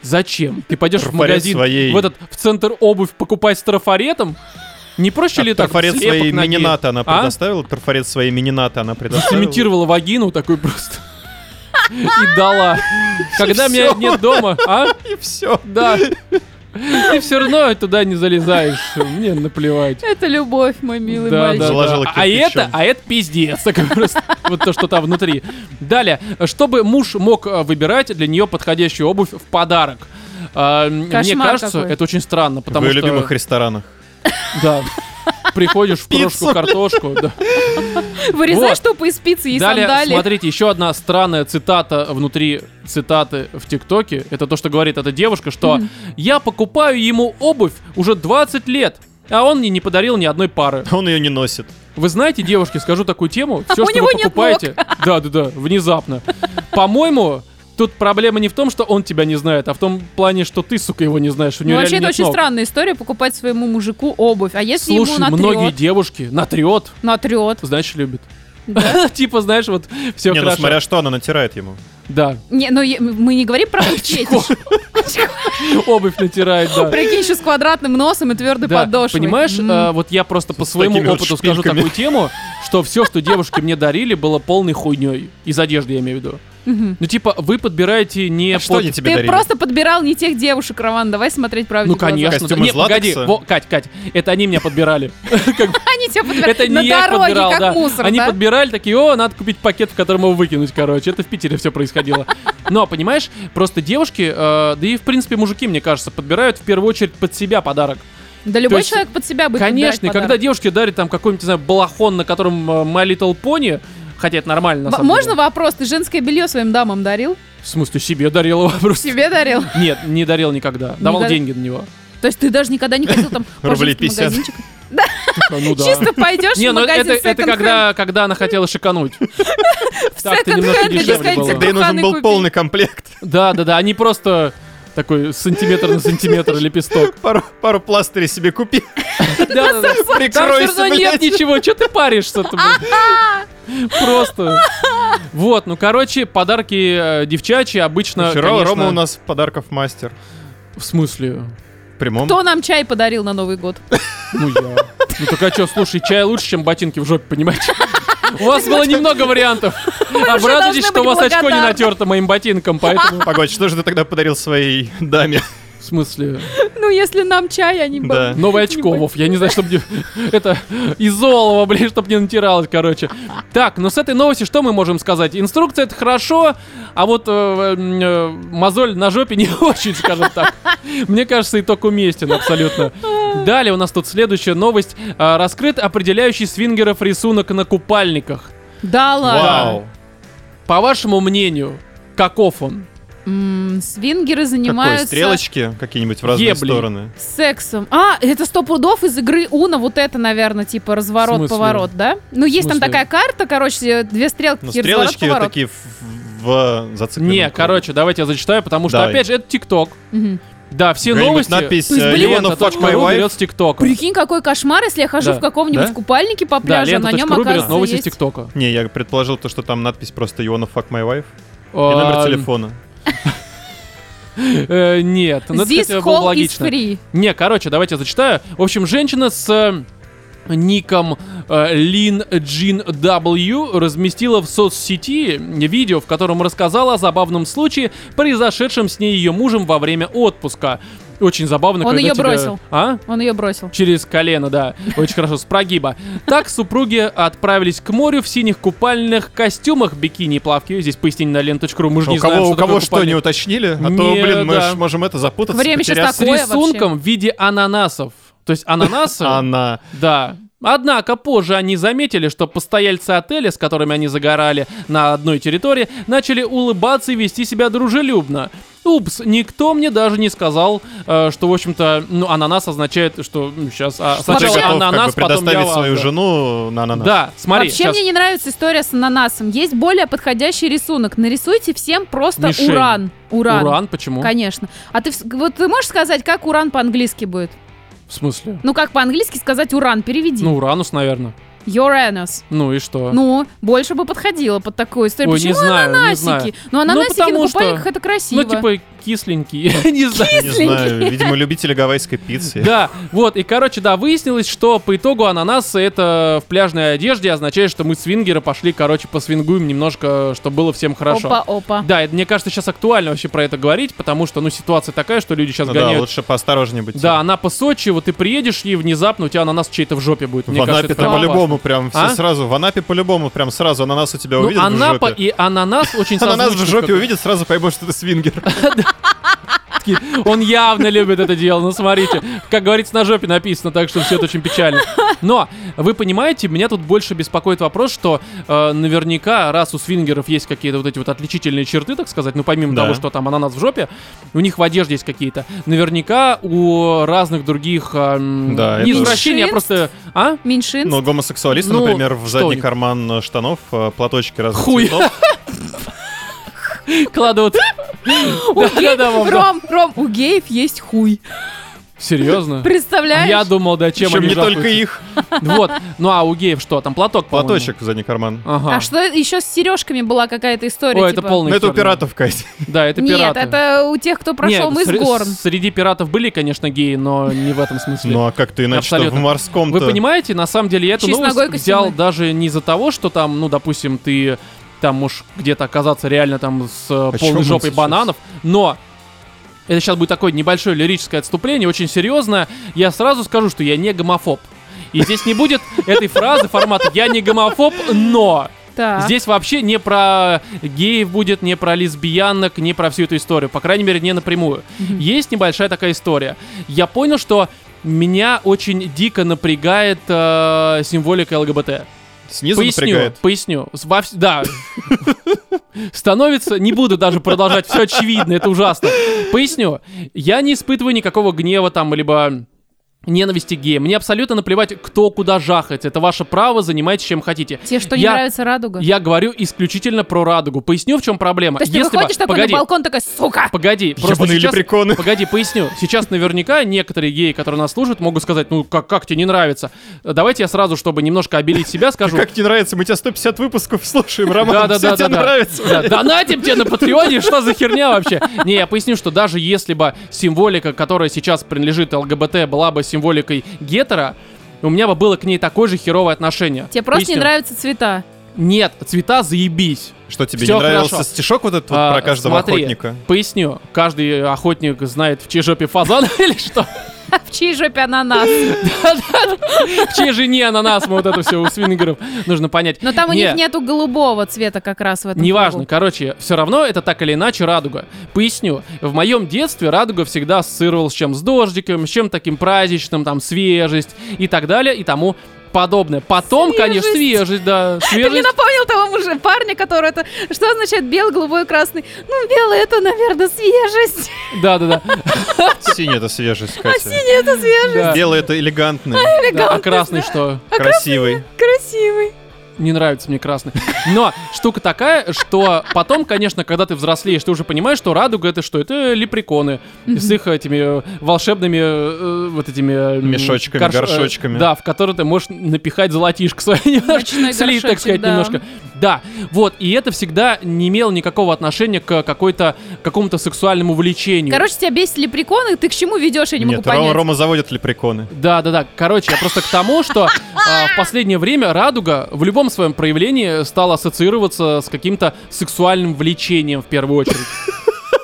Speaker 1: Зачем? Ты пойдешь в
Speaker 2: Трафарет
Speaker 1: магазин,
Speaker 2: своей.
Speaker 1: в этот, в центр обувь покупать с трафаретом? Не проще ли так?
Speaker 2: А Трафарет
Speaker 1: вот слепок
Speaker 2: своей
Speaker 1: ноги?
Speaker 2: мининаты она
Speaker 1: А?
Speaker 2: предоставила. Трафарет своей мининаты она предоставила.
Speaker 1: Сымитировала вагину такой просто. И дала. Когда меня
Speaker 2: всё.
Speaker 1: нет дома, а?
Speaker 2: И все.
Speaker 1: Да. Ты все равно туда не залезаешь. Мне наплевать.
Speaker 3: Это любовь, мой милый
Speaker 1: Да, да,
Speaker 3: мальчик.
Speaker 2: Заложила
Speaker 1: да. А
Speaker 2: кирпичом.
Speaker 1: это, а это пиздец, *laughs* такой просто. вот то, что там внутри. Далее, чтобы муж мог э, выбирать для нее подходящую обувь в подарок. Э, Мне
Speaker 3: Кошмар
Speaker 1: кажется,
Speaker 3: какой.
Speaker 1: это очень странно,
Speaker 2: В
Speaker 1: потому
Speaker 2: ее
Speaker 1: что
Speaker 2: любимых ресторанах.
Speaker 1: да, приходишь
Speaker 3: *laughs*
Speaker 1: в
Speaker 2: Пиццу,
Speaker 1: прошку
Speaker 2: блин.
Speaker 1: картошку. да.
Speaker 3: Вырезаешь
Speaker 1: Вот.
Speaker 3: тупые спицы *laughs* и
Speaker 1: Далее,
Speaker 3: сандали.
Speaker 1: смотрите, еще одна странная цитата внутри цитаты в ТикТоке. Это то, что говорит эта девушка, что я покупаю ему обувь уже 20 лет, а он мне не подарил ни одной пары.
Speaker 2: Он ее не носит.
Speaker 1: Вы знаете, девушки, скажу такую тему. Все,
Speaker 3: А у
Speaker 1: что
Speaker 3: него
Speaker 1: вы
Speaker 3: нет
Speaker 1: покупаете, *laughs* да, да, да, внезапно. По-моему, тут проблема не в том, что он тебя не знает, а в том плане, что ты, сука, его не знаешь. У
Speaker 3: Ну,
Speaker 1: него
Speaker 3: вообще, это
Speaker 1: реально нет
Speaker 3: очень
Speaker 1: ног.
Speaker 3: странная история покупать своему мужику обувь. А если
Speaker 1: Слушай,
Speaker 3: ему
Speaker 1: многие
Speaker 3: натрет?
Speaker 1: девушки натрет,
Speaker 3: Натрет.
Speaker 1: значит, любит. *laughs* Типа, знаешь, вот все
Speaker 2: Не, ну
Speaker 1: хорошо.
Speaker 2: смотря что она натирает ему.
Speaker 1: Да.
Speaker 3: Не, ну е- мы не говорим про фетиш.
Speaker 1: *laughs* Обувь натирает,
Speaker 3: *laughs*
Speaker 1: да.
Speaker 3: Прикинь, еще с квадратным носом и твердой
Speaker 1: Да,
Speaker 3: подошвой.
Speaker 1: понимаешь,
Speaker 3: М.
Speaker 1: э, вот я просто по своему
Speaker 2: такими вот
Speaker 1: опыту скажу
Speaker 2: шпильками.
Speaker 1: такую тему, что все, что девушки мне дарили, было полной хуйней. Из одежды, я имею в виду.
Speaker 3: Мгм.
Speaker 1: Ну, типа, вы подбираете не
Speaker 2: А что
Speaker 1: под-
Speaker 2: они тебе
Speaker 3: Ты
Speaker 2: дарили?
Speaker 3: просто подбирал не тех девушек, Роман, давай смотреть правду.
Speaker 1: Ну, конечно. да.
Speaker 2: Костюм
Speaker 1: Не,
Speaker 2: из латекса?
Speaker 1: погоди. Во, Кать, Кать, это они меня подбирали.
Speaker 3: Они тебя подбирали
Speaker 1: Это
Speaker 3: *laughs* на
Speaker 1: не я их
Speaker 3: дороге,
Speaker 1: подбирал,
Speaker 3: как
Speaker 1: да.
Speaker 3: мусор,
Speaker 1: Они
Speaker 3: да?
Speaker 1: подбирали такие, о, надо купить пакет, в котором его выкинуть, короче. Это в Питере все происходило. *laughs* Но, понимаешь, просто девушки, э, да и, в принципе, мужики, мне кажется, подбирают в первую очередь под себя подарок.
Speaker 3: Да любой
Speaker 1: есть-
Speaker 3: человек под себя будет
Speaker 1: Конечно, и
Speaker 3: подбирать
Speaker 1: когда
Speaker 3: подарок.
Speaker 1: девушке дарят там какой-нибудь, не знаю, балахон, на котором э, My Little Pony, хотя это нормально, на
Speaker 3: Б-
Speaker 1: самом
Speaker 3: Можно
Speaker 1: деле.
Speaker 3: вопрос? Ты женское белье своим дамам дарил?
Speaker 1: В смысле, себе дарил его просто?
Speaker 3: Себе дарил?
Speaker 1: Нет, не дарил никогда. Давал
Speaker 3: дарил.
Speaker 1: деньги на него.
Speaker 3: То есть ты даже никогда не ходил
Speaker 2: *laughs*
Speaker 3: там по
Speaker 2: Рублей
Speaker 3: женским
Speaker 2: 50.
Speaker 3: магазинчикам?
Speaker 1: А, Ну да.
Speaker 3: *laughs* Чисто пойдешь
Speaker 1: Не,
Speaker 3: в
Speaker 1: ну это,
Speaker 3: магазин
Speaker 1: это
Speaker 3: секонд-хенд,
Speaker 1: когда, когда она хотела шикануть.
Speaker 3: в
Speaker 1: так-то немножко
Speaker 3: секонд-хенде
Speaker 1: дешевле
Speaker 3: сходить
Speaker 1: было.
Speaker 3: за
Speaker 2: Когда ей нужен
Speaker 3: буханы
Speaker 2: был
Speaker 3: купить.
Speaker 2: полный комплект. *laughs*
Speaker 1: Да, да, да, они просто такой сантиметр на сантиметр лепесток.
Speaker 2: Пару, пару пластырей себе
Speaker 3: *laughs*
Speaker 2: купи.
Speaker 1: Да, да, да. Там все
Speaker 2: Прикройся,
Speaker 1: равно нет
Speaker 2: блядь.
Speaker 1: ничего, что ты паришься-то, блин? Просто. Вот, ну, короче, подарки э, девчачьи обычно,
Speaker 2: Вчера
Speaker 1: конечно-
Speaker 2: Рома у нас подарков мастер.
Speaker 1: В смысле?
Speaker 2: В прямом. *laughs*
Speaker 3: Кто нам чай подарил на Новый год? *laughs*
Speaker 1: Ну, я. Ну, так а что, слушай, чай лучше, чем ботинки в жопе, понимаете? У вас было немного вариантов. Обрадуйтесь,
Speaker 3: должны
Speaker 1: что у
Speaker 3: быть
Speaker 1: вас очко не
Speaker 3: благодарны.
Speaker 1: натерто моим ботинком, поэтому...
Speaker 2: Погодь, что же ты тогда подарил своей даме?
Speaker 1: В смысле?
Speaker 3: Ну, если нам чай, а не баб-
Speaker 2: Да.
Speaker 1: Новое очко,
Speaker 3: Не
Speaker 1: Вов, я не *laughs* знаю, чтобы... Это изолово, блин, чтобы не натиралось, короче. Так, ну с этой новости что мы можем сказать? Инструкция — это хорошо, а вот э, м, э, мозоль на жопе не *laughs* очень, скажем так. Мне кажется, итог уместен абсолютно. Далее у нас тут следующая новость. А, Раскрыт определяющий свингеров рисунок на купальниках.
Speaker 3: Да ладно.
Speaker 2: Вау.
Speaker 1: По вашему мнению, каков он?
Speaker 3: М, Свингеры
Speaker 2: Какой?
Speaker 3: занимаются
Speaker 2: Стрелочки какие-нибудь в разные
Speaker 1: Ебли.
Speaker 2: стороны?
Speaker 3: сексом. А, это сто пудов из игры Уна, вот это, наверное, типа
Speaker 1: В смысле?
Speaker 3: разворот-поворот, да? Ну, есть там
Speaker 1: смысле?
Speaker 3: такая карта, короче, две стрелки,
Speaker 2: Ну, стрелочки вот
Speaker 3: разворот-поворот.
Speaker 2: такие в- в э, зацикленном
Speaker 1: Не,
Speaker 2: круге.
Speaker 1: короче, давайте я зачитаю, потому что,
Speaker 2: Давай.
Speaker 1: опять же, это ТикТок.
Speaker 3: Мгм.
Speaker 1: Да, все
Speaker 2: Какая-нибудь
Speaker 1: новости...
Speaker 2: надпись
Speaker 3: То есть,
Speaker 2: э,
Speaker 3: блин,
Speaker 2: «Елена, fuck my
Speaker 1: Лена.ру
Speaker 2: wife».
Speaker 1: а берет с ТикТока.
Speaker 3: Прикинь, какой кошмар, если я хожу
Speaker 1: Да.
Speaker 3: в каком-нибудь
Speaker 2: Да?
Speaker 3: купальнике по
Speaker 1: Да,
Speaker 3: пляжу, а на нем
Speaker 1: лента.ру берет
Speaker 3: оказывается
Speaker 1: новости с
Speaker 3: есть...
Speaker 1: ТикТока.
Speaker 2: Не, я предположил то, что там надпись просто «Иона, fuck my wife»
Speaker 1: И
Speaker 2: и номер телефона.
Speaker 1: Нет, ну это
Speaker 3: This
Speaker 1: хотя бы было
Speaker 3: hall is
Speaker 1: Ну, логично.
Speaker 3: free.
Speaker 1: Не, короче, давайте я зачитаю. В общем, женщина с э, ником э, Lin Джин W разместила в соцсети видео, в котором рассказала о забавном случае, произошедшем с ней и ее мужем во время отпуска. Очень забавно,
Speaker 3: Он
Speaker 1: когда
Speaker 3: её
Speaker 1: тебя-
Speaker 3: бросил.
Speaker 1: А?
Speaker 3: Он ее бросил.
Speaker 1: Через колено, да. Очень хорошо, с прогиба. Так супруги отправились к морю в синих купальных костюмах, бикини и плавки. Здесь пояснение на ленту.ру. Мы же
Speaker 2: у
Speaker 1: не
Speaker 2: кого,
Speaker 1: знаем,
Speaker 2: у кого
Speaker 1: такое
Speaker 2: что, не
Speaker 1: купальник.
Speaker 2: уточнили? А то,
Speaker 1: Не,
Speaker 2: блин, мы
Speaker 1: да.
Speaker 2: ж можем это запутаться.
Speaker 3: Время щас
Speaker 2: потеряться.
Speaker 1: С
Speaker 3: такое вообще?
Speaker 1: рисунком в виде ананасов. То есть ананасы...
Speaker 2: Она.
Speaker 1: Да. Однако позже они заметили, что постояльцы отеля, с которыми они загорали на одной территории, начали улыбаться и вести себя дружелюбно. Упс, никто мне даже не сказал, э, что, в общем-то, ну, ананас означает, что ну, сейчас...
Speaker 2: Что ты
Speaker 3: Вообще-
Speaker 2: готов как бы
Speaker 1: ананас, потом я
Speaker 2: предоставить
Speaker 1: вам,
Speaker 2: свою
Speaker 1: да.
Speaker 2: жену на ананас?
Speaker 1: Да, смотри,
Speaker 3: Вообще
Speaker 1: щас.
Speaker 3: мне не нравится история с ананасом. Есть более подходящий рисунок. Нарисуйте всем просто
Speaker 1: Мишень.
Speaker 3: уран. Уран.
Speaker 1: уран. Ну. почему?
Speaker 3: Конечно. А ты вс- вот ты можешь сказать, как уран по-английски будет?
Speaker 1: В смысле?
Speaker 3: Ну как по-английски сказать уран? Переведи.
Speaker 1: Ну, уранус, наверное.
Speaker 3: Uranus.
Speaker 1: Ну и что?
Speaker 3: Ну, больше бы подходило под такую историю.
Speaker 1: Ой,
Speaker 3: Почему
Speaker 1: не знаю, не знаю.
Speaker 3: ананасики? Ну, ананасики
Speaker 1: потому
Speaker 3: на
Speaker 1: что-
Speaker 3: купальниках это красиво.
Speaker 1: Ну, типа, кисленький. *laughs* Не знаю.
Speaker 2: Не знаю, видимо, любители гавайской пиццы.
Speaker 1: Да, вот, и, короче, да, выяснилось, что по итогу ананасы это в пляжной одежде означает, что мы свингеры пошли, короче, посвингуем немножко, чтобы было всем хорошо.
Speaker 3: Опа, опа.
Speaker 1: Да, это, мне кажется, сейчас актуально вообще про это говорить, потому что, ну, ситуация такая, что люди сейчас
Speaker 2: Ну да,
Speaker 1: гоняют.
Speaker 2: лучше поосторожнее быть.
Speaker 1: Да, она по Сочи, вот ты приедешь, и внезапно у тебя ананас чей-то в жопе будет. Мне
Speaker 2: В Анапе
Speaker 1: кажется, это
Speaker 2: там
Speaker 1: опасно.
Speaker 2: по-любому прям все
Speaker 1: А?
Speaker 2: сразу. В Анапе по-любому прям сразу ананас у тебя
Speaker 1: Ну,
Speaker 2: увидят в
Speaker 1: Анапа
Speaker 2: жопе.
Speaker 1: и ананас очень
Speaker 2: *laughs* Ананас в
Speaker 1: созвучны
Speaker 2: жопе
Speaker 1: как-то.
Speaker 2: увидит, сразу поймут, что ты свингер.
Speaker 1: Такие, Он явно любит это дело, ну смотрите. Как говорится, на жопе написано, так что все это очень печально. Но, вы понимаете, меня тут больше беспокоит вопрос, что э, наверняка, раз у свингеров есть какие-то вот эти вот отличительные черты, так сказать, ну помимо
Speaker 2: Да.
Speaker 1: того, что там ананас в жопе, у них в одежде есть какие-то. Наверняка у разных других... эм,
Speaker 2: Да,
Speaker 1: не
Speaker 2: это-
Speaker 1: извращения, а просто... А?
Speaker 3: Меньшинств.
Speaker 2: Но гомосексуалисты,
Speaker 1: Ну,
Speaker 2: например, в
Speaker 1: что у
Speaker 2: задний
Speaker 1: них?
Speaker 2: карман э, штанов э, платочки разных
Speaker 1: Хуй. *laughs*
Speaker 2: цветов.
Speaker 1: Кладут.
Speaker 3: У геев-
Speaker 1: Да-да-да, Вов, да.
Speaker 3: Ром, Ром, у геев есть хуй.
Speaker 1: Серьезно?
Speaker 3: Представляешь?
Speaker 1: А Я думал, да, чем
Speaker 2: Причем
Speaker 1: они
Speaker 2: не только
Speaker 1: жахаются.
Speaker 2: их.
Speaker 1: Вот. Ну а у геев что? Там платок, по-моему.
Speaker 2: Платочек в задний карман.
Speaker 1: Ага.
Speaker 3: А что еще с сережками была какая-то история?
Speaker 1: Ой, это
Speaker 3: типа?
Speaker 1: полный
Speaker 2: Ну это у
Speaker 1: хер, да.
Speaker 2: пиратов, Кать.
Speaker 1: Да, это
Speaker 3: Нет,
Speaker 1: пираты.
Speaker 3: это у тех, кто прошел
Speaker 1: Нет,
Speaker 3: мыс
Speaker 1: сре-
Speaker 3: Горн.
Speaker 1: Среди пиратов были, конечно, геи, но не в этом смысле.
Speaker 2: Ну а как ты иначе в
Speaker 1: Абсолютно.
Speaker 2: морском-то?
Speaker 1: Вы понимаете, на самом деле я эту
Speaker 3: Чьи с ногой
Speaker 1: новость
Speaker 3: костяной.
Speaker 1: взял даже не из-за того, что там, ну, допустим, ты там можешь где-то оказаться реально там с э,
Speaker 2: чём
Speaker 1: полной
Speaker 2: мы
Speaker 1: жопой
Speaker 2: сейчас?
Speaker 1: бананов, но это сейчас будет такое небольшое лирическое отступление, очень серьезное. Я сразу скажу, что я не гомофоб. И здесь не будет этой фразы формата «я не гомофоб, но...»
Speaker 3: Так.
Speaker 1: Здесь вообще не про геев будет, не про лесбиянок, не про всю эту историю. По крайней мере, не напрямую. Есть небольшая такая история. Я понял, что меня очень дико напрягает э, символика ЛГБТ.
Speaker 2: Снизу
Speaker 1: поясню,
Speaker 2: напрягает. А
Speaker 1: поясню. С- во вс- Да. Становится, не буду даже продолжать, все очевидно, это ужасно. Поясню. Я не испытываю никакого гнева там, либо ненависти к геям. Мне абсолютно наплевать, кто куда жахать. Это ваше право, занимайтесь чем хотите.
Speaker 3: Те, что не
Speaker 1: Я-
Speaker 3: нравится радуга.
Speaker 1: я говорю исключительно про радугу. Поясню, в чем проблема.
Speaker 3: То есть ты
Speaker 1: Если бы-
Speaker 3: выходишь такой
Speaker 1: Погоди,
Speaker 3: на балкон, такой, сука!
Speaker 1: погоди. Просто
Speaker 2: Ёбаные
Speaker 1: сейчас...
Speaker 2: лепреконы.
Speaker 1: Погоди, поясню. Сейчас наверняка некоторые геи, которые нас служат, могут сказать, ну как, как тебе не нравится. Давайте я сразу, чтобы немножко обелить себя, скажу.
Speaker 2: *laughs* Как тебе нравится? Мы тебя 150 выпусков слушаем, Роман.
Speaker 1: Да, да,
Speaker 2: Всё
Speaker 1: да,
Speaker 2: тебе
Speaker 1: да, да.
Speaker 2: нравится.
Speaker 1: Да, донатим тебе на Патреоне, что за херня вообще? Не, я поясню, что даже если бы символика, которая сейчас принадлежит ЛГБТ, была бы символикой гетера, у меня бы было к ней такое же херовое отношение.
Speaker 3: Тебе просто не
Speaker 1: Поясню.
Speaker 3: нравятся цвета. *laughs*
Speaker 1: Нет, цвета заебись.
Speaker 2: Что тебе
Speaker 1: Всё
Speaker 2: не нравился
Speaker 1: хорошо.
Speaker 2: стишок вот этот вот
Speaker 1: А,
Speaker 2: про каждого
Speaker 1: смотри,
Speaker 2: охотника?
Speaker 1: Поясню. Каждый охотник знает, в чьей жопе фазан *laughs* или что.
Speaker 3: А В чьей
Speaker 1: *laughs*
Speaker 3: жопе ананас?
Speaker 1: В чьей жене ананас, мы вот это все у свингеров нужно понять.
Speaker 3: Но там у них
Speaker 1: Не,
Speaker 3: нету голубого цвета как раз в этом.
Speaker 1: Неважно,
Speaker 3: кругу.
Speaker 1: короче, все равно это так или иначе радуга. Поясню, в моем детстве радуга всегда ассоциировалась с чем с дождиком, с чем таким праздничным, там, свежесть и так далее и тому подобное. Потом, конечно, свежесть, да,
Speaker 3: *laughs* Ты мне
Speaker 1: свежесть.
Speaker 3: напомнил того мужа, парня, который это... Что означает белый, голубой, красный? Ну, белый это, наверное, свежесть. *laughs*
Speaker 1: Да-да-да.
Speaker 2: Синий это свежесть,
Speaker 3: А
Speaker 2: Катя.
Speaker 3: синий это свежесть.
Speaker 1: да,
Speaker 2: Белый это элегантный,
Speaker 1: да. А красный что?
Speaker 2: красивый.
Speaker 3: Красивый.
Speaker 1: не нравится мне красный. Но штука такая, что потом, конечно, когда ты взрослеешь, ты уже понимаешь, что радуга это что? Это лепреконы с их этими э, волшебными э, вот этими... э, м,
Speaker 2: Мешочками,
Speaker 1: корж- э,
Speaker 2: горшочками.
Speaker 1: Да, в которые ты можешь напихать золотишко свое немножко.
Speaker 3: Ночной
Speaker 1: Слить, так
Speaker 3: горшочек,
Speaker 1: сказать,
Speaker 3: да.
Speaker 1: немножко. Да, вот, и это всегда не имело никакого отношения к какой-то, какому-то сексуальному влечению.
Speaker 3: Короче, тебя бесит лепреконы, ты к чему ведешь, я не могу
Speaker 2: Нет, Рома,
Speaker 3: понять.
Speaker 2: Рома заводит лепреконы.
Speaker 1: Да, да, да. Короче, я просто к тому, что а, в последнее время радуга в любом своем проявлении стала ассоциироваться с каким-то сексуальным влечением в первую очередь.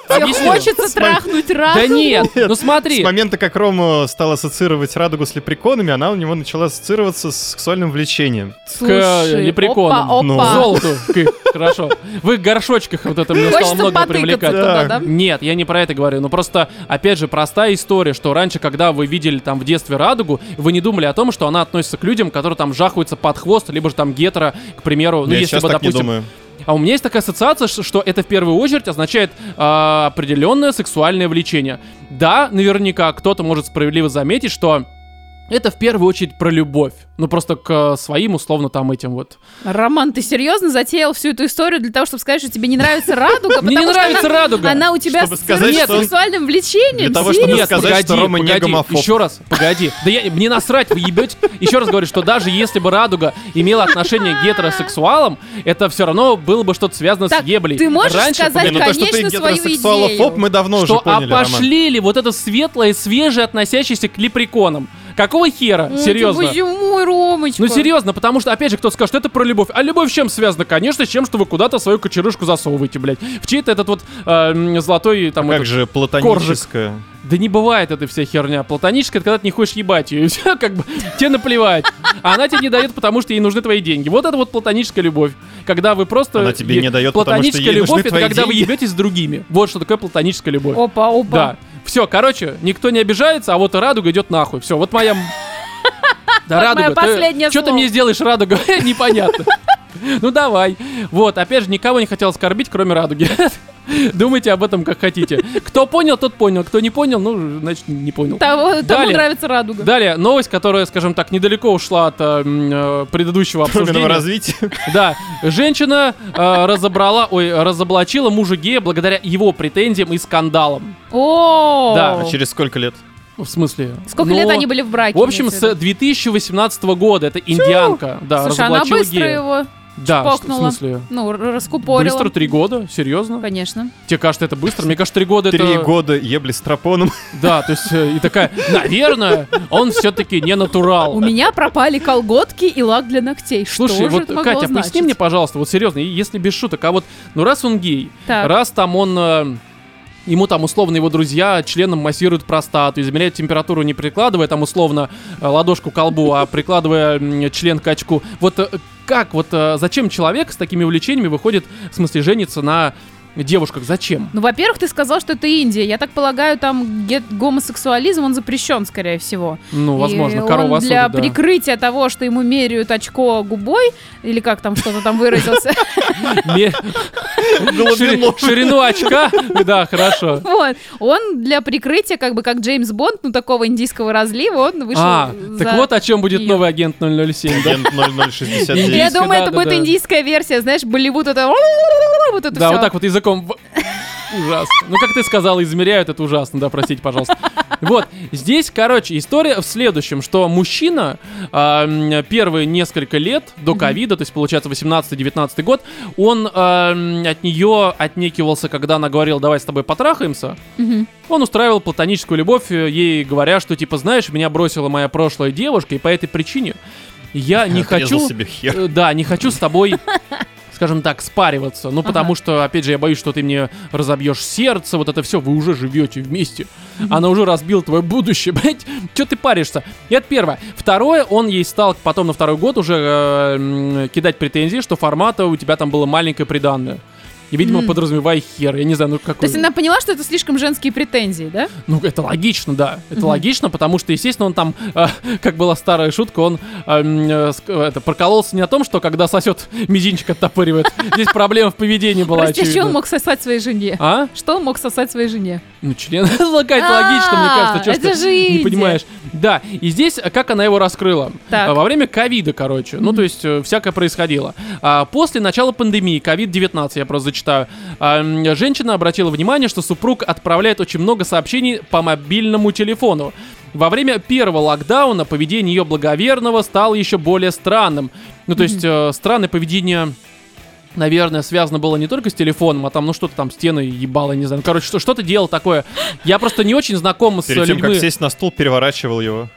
Speaker 3: Тебе
Speaker 1: Объясню.
Speaker 3: хочется трахнуть разум?
Speaker 1: Да нет, ну
Speaker 2: С
Speaker 1: смотри.
Speaker 2: момента, как Рома стал ассоциировать радугу с лепреконами, она у него начала ассоциироваться с сексуальным влечением.
Speaker 3: Слушай,
Speaker 1: лепреконам.
Speaker 3: опа,
Speaker 2: Ну.
Speaker 3: опа.
Speaker 1: Золоту. К- Хорошо. В их горшочках вот это мне стало
Speaker 3: Хочется
Speaker 1: много
Speaker 3: потыкаться
Speaker 1: привлекать.
Speaker 3: туда,
Speaker 2: Да.
Speaker 3: да?
Speaker 1: Нет, я не про это говорю. Ну просто, опять же, простая история, что раньше, когда вы видели там в детстве радугу, вы не думали о том, что она относится к людям, которые там жахаются под хвост, либо же там гетера, к примеру. Ну,
Speaker 2: я
Speaker 1: если
Speaker 2: сейчас
Speaker 1: бы,
Speaker 2: так не
Speaker 1: допустим,
Speaker 2: думаю.
Speaker 1: А у меня есть такая ассоциация, ш- что это в первую очередь означает а, определенное сексуальное влечение. Да, наверняка кто-то может справедливо заметить, что это в первую очередь про любовь. Ну просто к э, своим, условно, там этим вот.
Speaker 3: Роман, ты серьезно затеял всю эту историю для того, чтобы сказать, что тебе не нравится радуга?
Speaker 1: Мне не
Speaker 3: потому что
Speaker 1: нравится
Speaker 3: она-
Speaker 1: радуга.
Speaker 3: Она у тебя
Speaker 2: Чтобы сказать,
Speaker 3: ассоциируется
Speaker 2: что
Speaker 3: с
Speaker 2: он-
Speaker 3: сексуальным влечением?
Speaker 2: Для того, чтобы
Speaker 3: Серьезно?
Speaker 2: сказать, что Рома не гомофоб.
Speaker 1: Еще раз, погоди. Да я, мне насрать, вы ебете. Еще раз говорю, что даже если бы радуга имела отношение
Speaker 3: *laughs*
Speaker 1: к гетеросексуалам, это все равно было бы что-то связано
Speaker 3: Так,
Speaker 1: с еблей.
Speaker 3: ты можешь
Speaker 1: Раньше,
Speaker 3: сказать,
Speaker 2: Не, ну то, что ты
Speaker 3: конечно, свою
Speaker 2: гетеросексуалофоб,
Speaker 3: идею.
Speaker 2: мы давно
Speaker 1: что а
Speaker 2: уже поняли, Роман.
Speaker 1: опошлили вот это светлое, свежее, относящееся к лепреконам. Какого хера?
Speaker 3: Ой, Ну, ты
Speaker 1: серьезно.
Speaker 3: боже мой, Ромочка.
Speaker 1: Ну серьезно, потому что, опять же, кто скажет, что это про любовь. А любовь с чем связана? Конечно, с тем, что вы куда-то свою кочерышку засовываете, блядь. В чей-то этот вот э, м, золотой там...
Speaker 2: А Как
Speaker 1: этот-
Speaker 2: же платоническое.
Speaker 1: Да не бывает этой вся херня. Платоническая, это когда ты не хочешь ебать *laughs* ее. Все, как бы, тебе наплевать. А она тебе не дает, потому что ей нужны твои деньги. Вот это вот платоническая любовь. Когда вы просто...
Speaker 2: Она тебе
Speaker 1: е-
Speaker 2: не дает, потому что
Speaker 1: Платоническая
Speaker 2: ей
Speaker 1: любовь,
Speaker 2: нужны
Speaker 1: это
Speaker 2: твои
Speaker 1: когда вы
Speaker 2: деньги.
Speaker 1: ебетесь с другими. Вот что такое платоническая любовь.
Speaker 3: Опа, опа.
Speaker 1: Да. Все, короче, никто не обижается, а вот радуга идет нахуй. Все, вот
Speaker 3: *laughs*
Speaker 1: моя. м- Да,
Speaker 3: Вот мое последнее
Speaker 1: Что ты
Speaker 3: слово.
Speaker 1: мне сделаешь, радуга? *laughs* Непонятно. Ну давай. Вот, опять же, никого не хотел оскорбить, кроме радуги. *laughs* Думайте об этом как хотите. Кто понял, тот понял. Кто не понял, ну, значит, не понял.
Speaker 3: Того- Тому
Speaker 1: Далее.
Speaker 3: нравится радуга.
Speaker 1: Далее, новость, которая, скажем так, недалеко ушла от э, м, э, предыдущего
Speaker 2: Роминого
Speaker 1: обсуждения.
Speaker 2: развития.
Speaker 1: Да, женщина э, разобрала, ой, разоблачила мужа гея благодаря его претензиям и скандалам.
Speaker 3: О,
Speaker 1: Да,
Speaker 2: А через сколько лет?
Speaker 1: В смысле?
Speaker 3: сколько
Speaker 1: Ну,
Speaker 3: лет они были в браке?
Speaker 1: В общем,
Speaker 3: имеется в
Speaker 1: с
Speaker 3: виду?
Speaker 1: 2018 года. Это индианка. Да,
Speaker 3: Слушай, она
Speaker 1: разоблачила
Speaker 3: быстро
Speaker 1: гея.
Speaker 3: его,
Speaker 1: Да, что- в
Speaker 3: чпокнула.
Speaker 1: смысле?
Speaker 3: ну, р- раскупорила.
Speaker 1: Быстро три года? Серьезно?
Speaker 3: Конечно.
Speaker 1: Тебе кажется, это быстро? Мне кажется, три года
Speaker 2: Три
Speaker 1: это...
Speaker 2: года ебли с тропоном.
Speaker 1: Да, то есть э, и такая, наверное, он все-таки не
Speaker 3: У
Speaker 1: натурал.
Speaker 3: меня пропали колготки и лак для ногтей.
Speaker 1: Слушай,
Speaker 3: что
Speaker 1: вот,
Speaker 3: же это могло
Speaker 1: Катя,
Speaker 3: значить?
Speaker 1: поясни мне, пожалуйста, вот серьезно, и если без шуток, а вот, ну раз он гей,
Speaker 3: Так.
Speaker 1: раз там он... э, Ему там условно его друзья членом массируют простату, измеряют температуру, не прикладывая там условно э, ладошку к колбу, а прикладывая м, член к очку. Вот э, как, вот э, зачем человек с такими увлечениями выходит, в смысле, женится на девушках? Зачем?
Speaker 3: Ну, во-первых, ты сказал, что это Индия. Я так полагаю, там ге- гомосексуализм, он запрещен, скорее всего.
Speaker 1: Ну,
Speaker 3: И
Speaker 1: возможно,
Speaker 3: он
Speaker 1: корова
Speaker 3: для
Speaker 1: осудит, да.
Speaker 3: прикрытия того, что ему меряют очко губой, или как там что-то
Speaker 1: *laughs*
Speaker 3: там выразился,
Speaker 1: Ме- шири- Ширину очка? Да, хорошо.
Speaker 3: вот, он для прикрытия, как бы, как Джеймс Бонд, ну, такого индийского разлива, он вышел
Speaker 1: А,
Speaker 3: за-
Speaker 1: так вот о чем будет
Speaker 3: её.
Speaker 1: новый агент 007, *laughs* да? *laughs*
Speaker 2: Агент 0069.
Speaker 3: Я
Speaker 1: индийский,
Speaker 3: думаю,
Speaker 1: да,
Speaker 3: это
Speaker 1: да,
Speaker 3: будет
Speaker 1: да.
Speaker 3: индийская версия, знаешь, Болливуд, это вот это
Speaker 1: Да,
Speaker 3: всё.
Speaker 1: вот так вот языком. в- Ужасно. Ну, как ты сказала, измеряют, это ужасно, да, простите, пожалуйста. Вот, здесь, короче, история в следующем, что мужчина а, м, первые несколько лет до ковида, то есть, получается, 18-19 год, он а, м, от нее отнекивался, когда она говорила, давай с тобой потрахаемся.
Speaker 3: Мгм.
Speaker 1: Он устраивал платоническую любовь, э, ей говоря, что, типа, знаешь, меня бросила моя прошлая девушка, и по этой причине я не
Speaker 2: Отрезал
Speaker 1: хочу...
Speaker 2: себе хер.
Speaker 1: Э, Да, не хочу с тобой, скажем так, спариваться. Ну, потому что, опять же, я боюсь, что ты мне разобьешь сердце, вот это все, вы уже живете вместе. Она уже разбила твое будущее, *laughs* блядь. Че ты паришься? И Это первое. Второе, он ей стал потом на второй год уже э, м, кидать претензии, что формата у тебя там было маленькое приданное. И, видимо,
Speaker 3: М.
Speaker 1: подразумевая хер. Я не знаю, ну
Speaker 3: То
Speaker 1: какой...
Speaker 3: есть она поняла, что это слишком женские претензии, да?
Speaker 1: Ну, это логично, да. Это
Speaker 3: Мгм.
Speaker 1: логично, потому что, естественно, он там, э, *laughs* как была старая шутка, он э, м, э, ск- э, это, прокололся не о том, что когда сосет, *laughs* мизинчик оттопыривает. Здесь проблема в поведении была,
Speaker 3: Прости, а что он
Speaker 1: очевидно.
Speaker 3: мог сосать своей жене?
Speaker 1: А?
Speaker 3: Что он мог сосать своей жене?
Speaker 1: *laughs* Ну, член лакает логично, мне кажется.
Speaker 3: А,
Speaker 1: Чё ж
Speaker 3: это
Speaker 1: ты
Speaker 3: же
Speaker 1: не
Speaker 3: Индия.
Speaker 1: понимаешь. Да, и здесь э, как она его раскрыла?
Speaker 3: Так.
Speaker 1: А, Во время ковида, короче. Ну, то есть, э, всякое происходило. А, после начала пандемии, ковид-19, я просто зачитаю, а, м, женщина обратила внимание, что супруг отправляет очень много сообщений по мобильному телефону. Во время первого локдауна поведение ее благоверного стало еще более странным. Ну, то есть, э, странное поведение наверное, связано было не только с телефоном, а там, ну, что-то там, стены ебало, не знаю. Ну, Короче, что- что-то делал такое. Я просто не очень знаком с
Speaker 2: Перед тем, как
Speaker 1: людьми.
Speaker 2: сесть на стул, переворачивал его.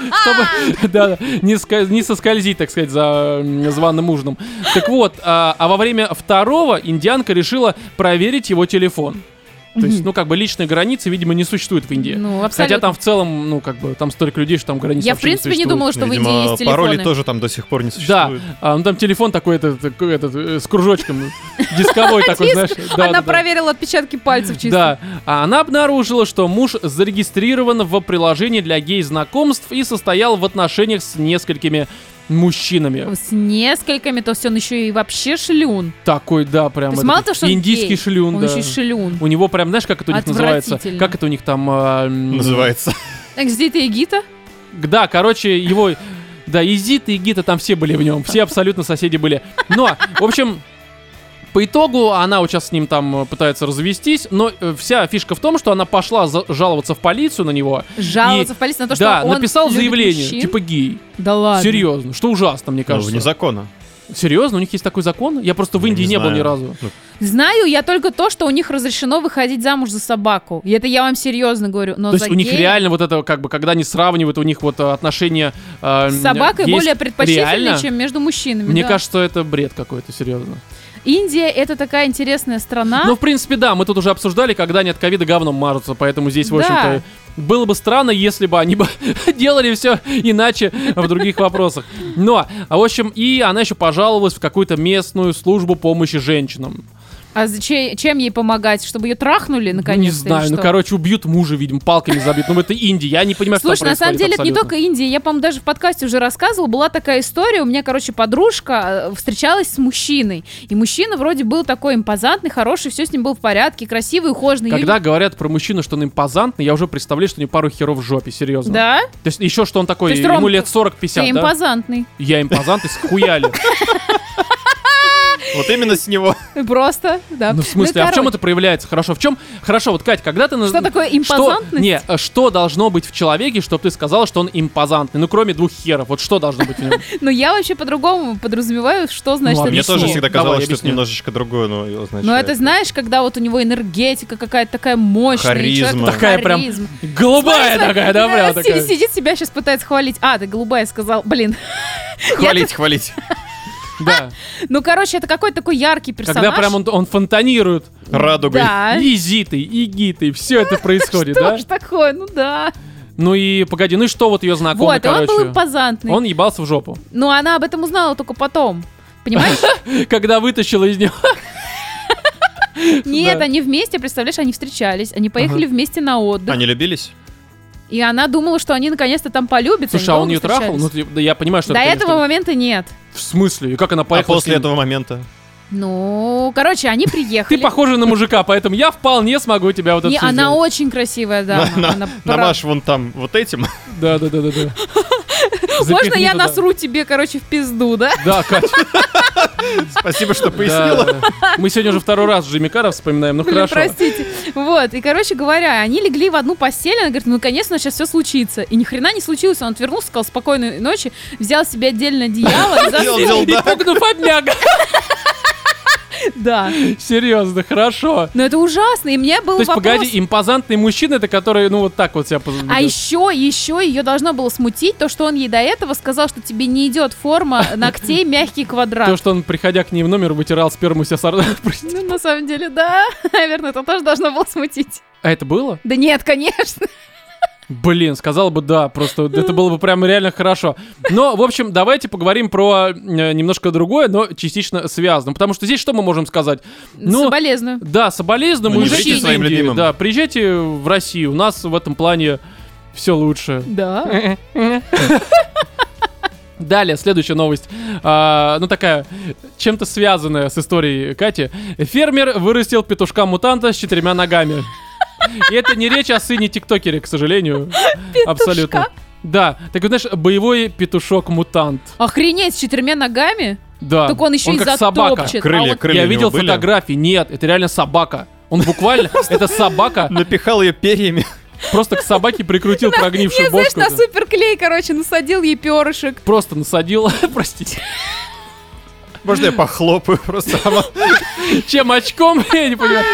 Speaker 1: чтобы *laughs* да, да, не, ска- не соскользить, так сказать, за м, званым ужином. Так вот, а, а во время второго индианка решила проверить его телефон. То есть, ну, как бы личные границы, видимо, не существует в Индии.
Speaker 3: Ну,
Speaker 1: Хотя
Speaker 3: абсолютно.
Speaker 1: там в целом, ну, как бы, там столько людей, что там границы
Speaker 3: Я, в
Speaker 1: вообще не
Speaker 3: принципе, не
Speaker 1: существует.
Speaker 3: думала, А что в Индии
Speaker 2: Видимо,
Speaker 3: есть телефоны.
Speaker 2: паролей тоже там до сих пор не
Speaker 1: Да,
Speaker 2: существует.
Speaker 1: а, ну там телефон такой этот, такой этот э, с кружочком, *laughs*
Speaker 3: *laughs*
Speaker 1: дисковой такой, знаешь. да, да, да.
Speaker 3: Она проверила отпечатки пальцев чисто.
Speaker 1: Да, а она обнаружила, что муж зарегистрирован в приложении для гей-знакомств и состоял в отношениях с несколькими мужчинами.
Speaker 3: С несколькими, то есть он еще и вообще шлюн.
Speaker 1: Такой, да,
Speaker 3: То
Speaker 1: прям
Speaker 3: есть
Speaker 1: этот
Speaker 3: мало того, что он
Speaker 1: индийский
Speaker 3: гей,
Speaker 1: шлюн,
Speaker 3: он
Speaker 1: да.
Speaker 3: еще и шлюн.
Speaker 1: У него прям, знаешь, как это у них называется?
Speaker 3: Отвратительно.
Speaker 1: Как это у них там... а, м,
Speaker 2: Называется. ну,
Speaker 3: Так, где ты, Эгита?
Speaker 1: Да, короче, его... Да, и Зит, и Гита там все были в нем. Все абсолютно соседи были. Но, в общем, по итогу она вот сейчас с ним там э, пытается развестись, но э, вся фишка в том, что она пошла за- жаловаться в полицию на него.
Speaker 3: Жаловаться в полицию на то, что
Speaker 1: да,
Speaker 3: он
Speaker 1: написал
Speaker 3: любит
Speaker 1: заявление,
Speaker 3: мужчин?
Speaker 1: типа гей.
Speaker 3: Да ладно.
Speaker 1: Серьезно, что ужасно, мне
Speaker 2: Ну,
Speaker 1: кажется.
Speaker 2: Вне закона.
Speaker 1: Серьезно, у них есть такой закон? Я просто в
Speaker 2: Я
Speaker 1: Индии
Speaker 2: не
Speaker 1: не, был ни
Speaker 2: знаю.
Speaker 1: разу.
Speaker 2: Ну,
Speaker 3: Знаю я только то, что у них разрешено выходить замуж за собаку. И это я вам серьезно говорю. Но
Speaker 1: То есть
Speaker 3: за
Speaker 1: у них
Speaker 3: геев
Speaker 1: реально вот это, как бы, когда они сравнивают, у них вот э, отношения... э,
Speaker 3: с собакой
Speaker 1: есть
Speaker 3: более предпочтительнее,
Speaker 1: реально?
Speaker 3: чем между мужчинами.
Speaker 1: Мне
Speaker 3: да.
Speaker 1: кажется, это бред какой-то, серьезно.
Speaker 3: Индия это такая интересная страна.
Speaker 1: Ну, в принципе, да, мы тут уже обсуждали, когда они от ковида говном мажутся, поэтому здесь, в
Speaker 3: Да.
Speaker 1: общем-то, было бы странно, если бы они бы *laughs* делали все иначе в других вопросах. Но, а, в общем, и она еще пожаловалась в какую-то местную службу помощи женщинам.
Speaker 3: А за чей- чем ей помогать? Чтобы ее трахнули
Speaker 1: Ну, не
Speaker 3: наконец-то? или
Speaker 1: знаю, ну,
Speaker 3: что?
Speaker 1: короче, убьют мужа, видимо, палками забьют. Ну, это Индия, я не понимаю,
Speaker 3: Слушай,
Speaker 1: что там
Speaker 3: на самом
Speaker 1: происходит
Speaker 3: деле это не
Speaker 1: абсолютно.
Speaker 3: только Индия. Я, по-моему, даже в подкасте уже рассказывала. Была такая история. У меня, короче, подружка э, встречалась с мужчиной. И мужчина вроде был такой импозантный, хороший, все с ним было в порядке, красивый, ухоженный. Её
Speaker 1: Когда говорят про мужчину, что он импозантный, я уже представляю, что у него пару херов в жопе,
Speaker 3: не-
Speaker 1: серьезно.
Speaker 3: Да?
Speaker 1: То есть еще что он такой,
Speaker 3: То есть,
Speaker 1: ему
Speaker 3: Ром,
Speaker 1: лет
Speaker 3: Ты
Speaker 1: 40-50, да?
Speaker 3: импозантный. *laughs*
Speaker 1: Я импозант, и схуяли.
Speaker 2: Вот именно с него.
Speaker 3: Просто, да.
Speaker 1: Ну, в смысле, а в чем
Speaker 3: короче.
Speaker 1: это проявляется? Хорошо, в чем? Хорошо, вот, Кать, когда ты... наз-
Speaker 3: Что такое импозантность?
Speaker 1: не, э, что должно быть в человеке, чтобы ты сказала, что он импозантный? Ну, кроме двух херов, вот что должно быть в
Speaker 3: *laughs*
Speaker 1: нем?
Speaker 3: Но ну, я вообще по-другому подразумеваю, что значит
Speaker 1: ладно,
Speaker 3: это
Speaker 2: Мне
Speaker 1: Объясни.
Speaker 2: тоже всегда
Speaker 1: Давай,
Speaker 2: казалось, что это
Speaker 1: объясни.
Speaker 2: немножечко другое, но э, означает.
Speaker 3: Но Ну, это знаешь, когда вот у него энергетика какая-то такая мощная. и человек
Speaker 2: Харизма.
Speaker 3: вот
Speaker 1: Такая прям
Speaker 3: харизма.
Speaker 1: Голубая *laughs*
Speaker 3: Смотри,
Speaker 1: такая, да,
Speaker 3: смотри,
Speaker 1: прям
Speaker 3: Василий
Speaker 1: такая.
Speaker 3: сидит, себя сейчас пытается хвалить. А, ты голубая сказал, блин. *laughs*
Speaker 2: Хвалить, хвалить.
Speaker 1: Да.
Speaker 3: Ну, короче, это какой-то такой яркий персонаж.
Speaker 1: Когда прям он, он фонтанирует
Speaker 2: Радугой.
Speaker 3: Да. *laughs*
Speaker 1: и зитой, и гитой, все это происходит,
Speaker 3: А? Что
Speaker 1: да?
Speaker 3: ж такое, ну да.
Speaker 1: Ну и погоди, ну и что вот ее знакомый,
Speaker 3: Вот, и он
Speaker 1: короче?
Speaker 3: был импозантный.
Speaker 1: Он ебался в жопу.
Speaker 3: Но она об этом узнала только потом.
Speaker 1: *laughs*
Speaker 3: Понимаешь?
Speaker 1: Когда вытащила из него...
Speaker 3: Нет,
Speaker 1: Да.
Speaker 3: они вместе, представляешь, они встречались, они поехали вместе на отдых.
Speaker 2: Они любились?
Speaker 3: И она думала, что они наконец-то там полюбятся.
Speaker 1: Слушай, а
Speaker 3: они
Speaker 1: он
Speaker 3: долго
Speaker 1: ее трахал? Ну,
Speaker 3: встречались.
Speaker 1: ты- да я понимаю, что
Speaker 3: До
Speaker 1: это, конечно,
Speaker 3: этого момента нет.
Speaker 1: В смысле? И как она
Speaker 2: А
Speaker 1: поехала? с
Speaker 2: после
Speaker 1: ним?
Speaker 2: этого момента?
Speaker 3: Ну, короче, они
Speaker 1: Ты
Speaker 3: приехали.
Speaker 1: похожа на мужика, поэтому я вполне смогу тебя вот это
Speaker 3: Не, а
Speaker 1: всё
Speaker 3: она
Speaker 1: сделать.
Speaker 3: очень красивая дама. Она прав-
Speaker 2: Намажь вон там вот этим. *laughs*
Speaker 1: Да, да, да, да,
Speaker 3: *laughs*
Speaker 1: да.
Speaker 3: Можно
Speaker 1: Запихни
Speaker 3: я
Speaker 1: туда.
Speaker 3: насру тебе, короче, в пизду, да?
Speaker 1: Да, Катя,
Speaker 2: Спасибо, что
Speaker 1: да,
Speaker 2: *laughs* пояснила.
Speaker 1: да. Мы сегодня уже второй раз Джимми Карра вспоминаем, ну
Speaker 3: Блин,
Speaker 1: хорошо.
Speaker 3: простите. Вот, и, короче говоря, они легли в одну постель, она говорит, ну, конечно, сейчас все случится. И ни хрена не случилось, он отвернулся, сказал спокойной ночи, взял себе
Speaker 1: *laughs*
Speaker 3: отдельно одеяло и
Speaker 2: Взял,
Speaker 3: заснул.
Speaker 2: взял,
Speaker 1: И
Speaker 2: да.
Speaker 1: пугнув обмяк.
Speaker 3: *laughs* Да.
Speaker 1: Серьезно, хорошо.
Speaker 3: Но это ужасно, и мне был
Speaker 1: То есть,
Speaker 3: вопрос.
Speaker 1: погоди, импозантный мужчина, это который, ну, вот так вот себя поз-
Speaker 3: А
Speaker 1: ведёт.
Speaker 3: еще, еще ее должно было смутить то, что он ей до этого сказал, что тебе не
Speaker 1: *laughs*
Speaker 3: идет форма ногтей мягкий квадрат.
Speaker 1: То, что он, приходя к ней в номер, вытирал сперму себя сор... *laughs* А Прости.
Speaker 3: Ну, на самом деле, да. *laughs* Наверное, это тоже должно было смутить.
Speaker 1: А это было?
Speaker 3: Да нет, конечно.
Speaker 1: Блин, сказал бы да, просто это было бы прям реально хорошо. Но, в общем, давайте поговорим про э, немножко другое, но частично связано. Потому что здесь что мы можем сказать? Ну,
Speaker 3: Соболезную.
Speaker 1: Да, соболезную.
Speaker 2: Ну,
Speaker 1: Мы
Speaker 2: не
Speaker 1: уже
Speaker 2: вредите
Speaker 1: из
Speaker 2: своим
Speaker 1: Индии,
Speaker 2: любимым.
Speaker 1: Да, приезжайте в Россию. У нас в этом плане все лучше.
Speaker 3: Да.
Speaker 1: Далее, следующая новость. А, ну, такая, чем-то связанная с историей Кати. Фермер вырастил петушка-мутанта с четырьмя ногами. И это не речь о сыне тиктокере, к сожалению. Абсолютно. Да, так вот, знаешь, боевой петушок-мутант.
Speaker 3: Охренеть, с четырьмя ногами?
Speaker 1: Да.
Speaker 3: Так он еще и
Speaker 1: как собака.
Speaker 3: затопчет.
Speaker 2: Крылья,
Speaker 3: А вот-
Speaker 2: крылья
Speaker 1: Я
Speaker 2: у
Speaker 1: видел
Speaker 2: него были?
Speaker 1: фотографии. Нет, это реально собака. Он буквально, это собака,
Speaker 2: Напихал ее перьями.
Speaker 1: просто к собаке прикрутил
Speaker 3: *laughs* Не,
Speaker 1: прогнившую
Speaker 3: знаешь,
Speaker 1: бошку.
Speaker 3: на суперклей, короче, насадил ей перышек.
Speaker 1: Просто насадил, *laughs* простите.
Speaker 2: *laughs* Можно я похлопаю просто сама
Speaker 1: Чем очком, *laughs* я не понимаю.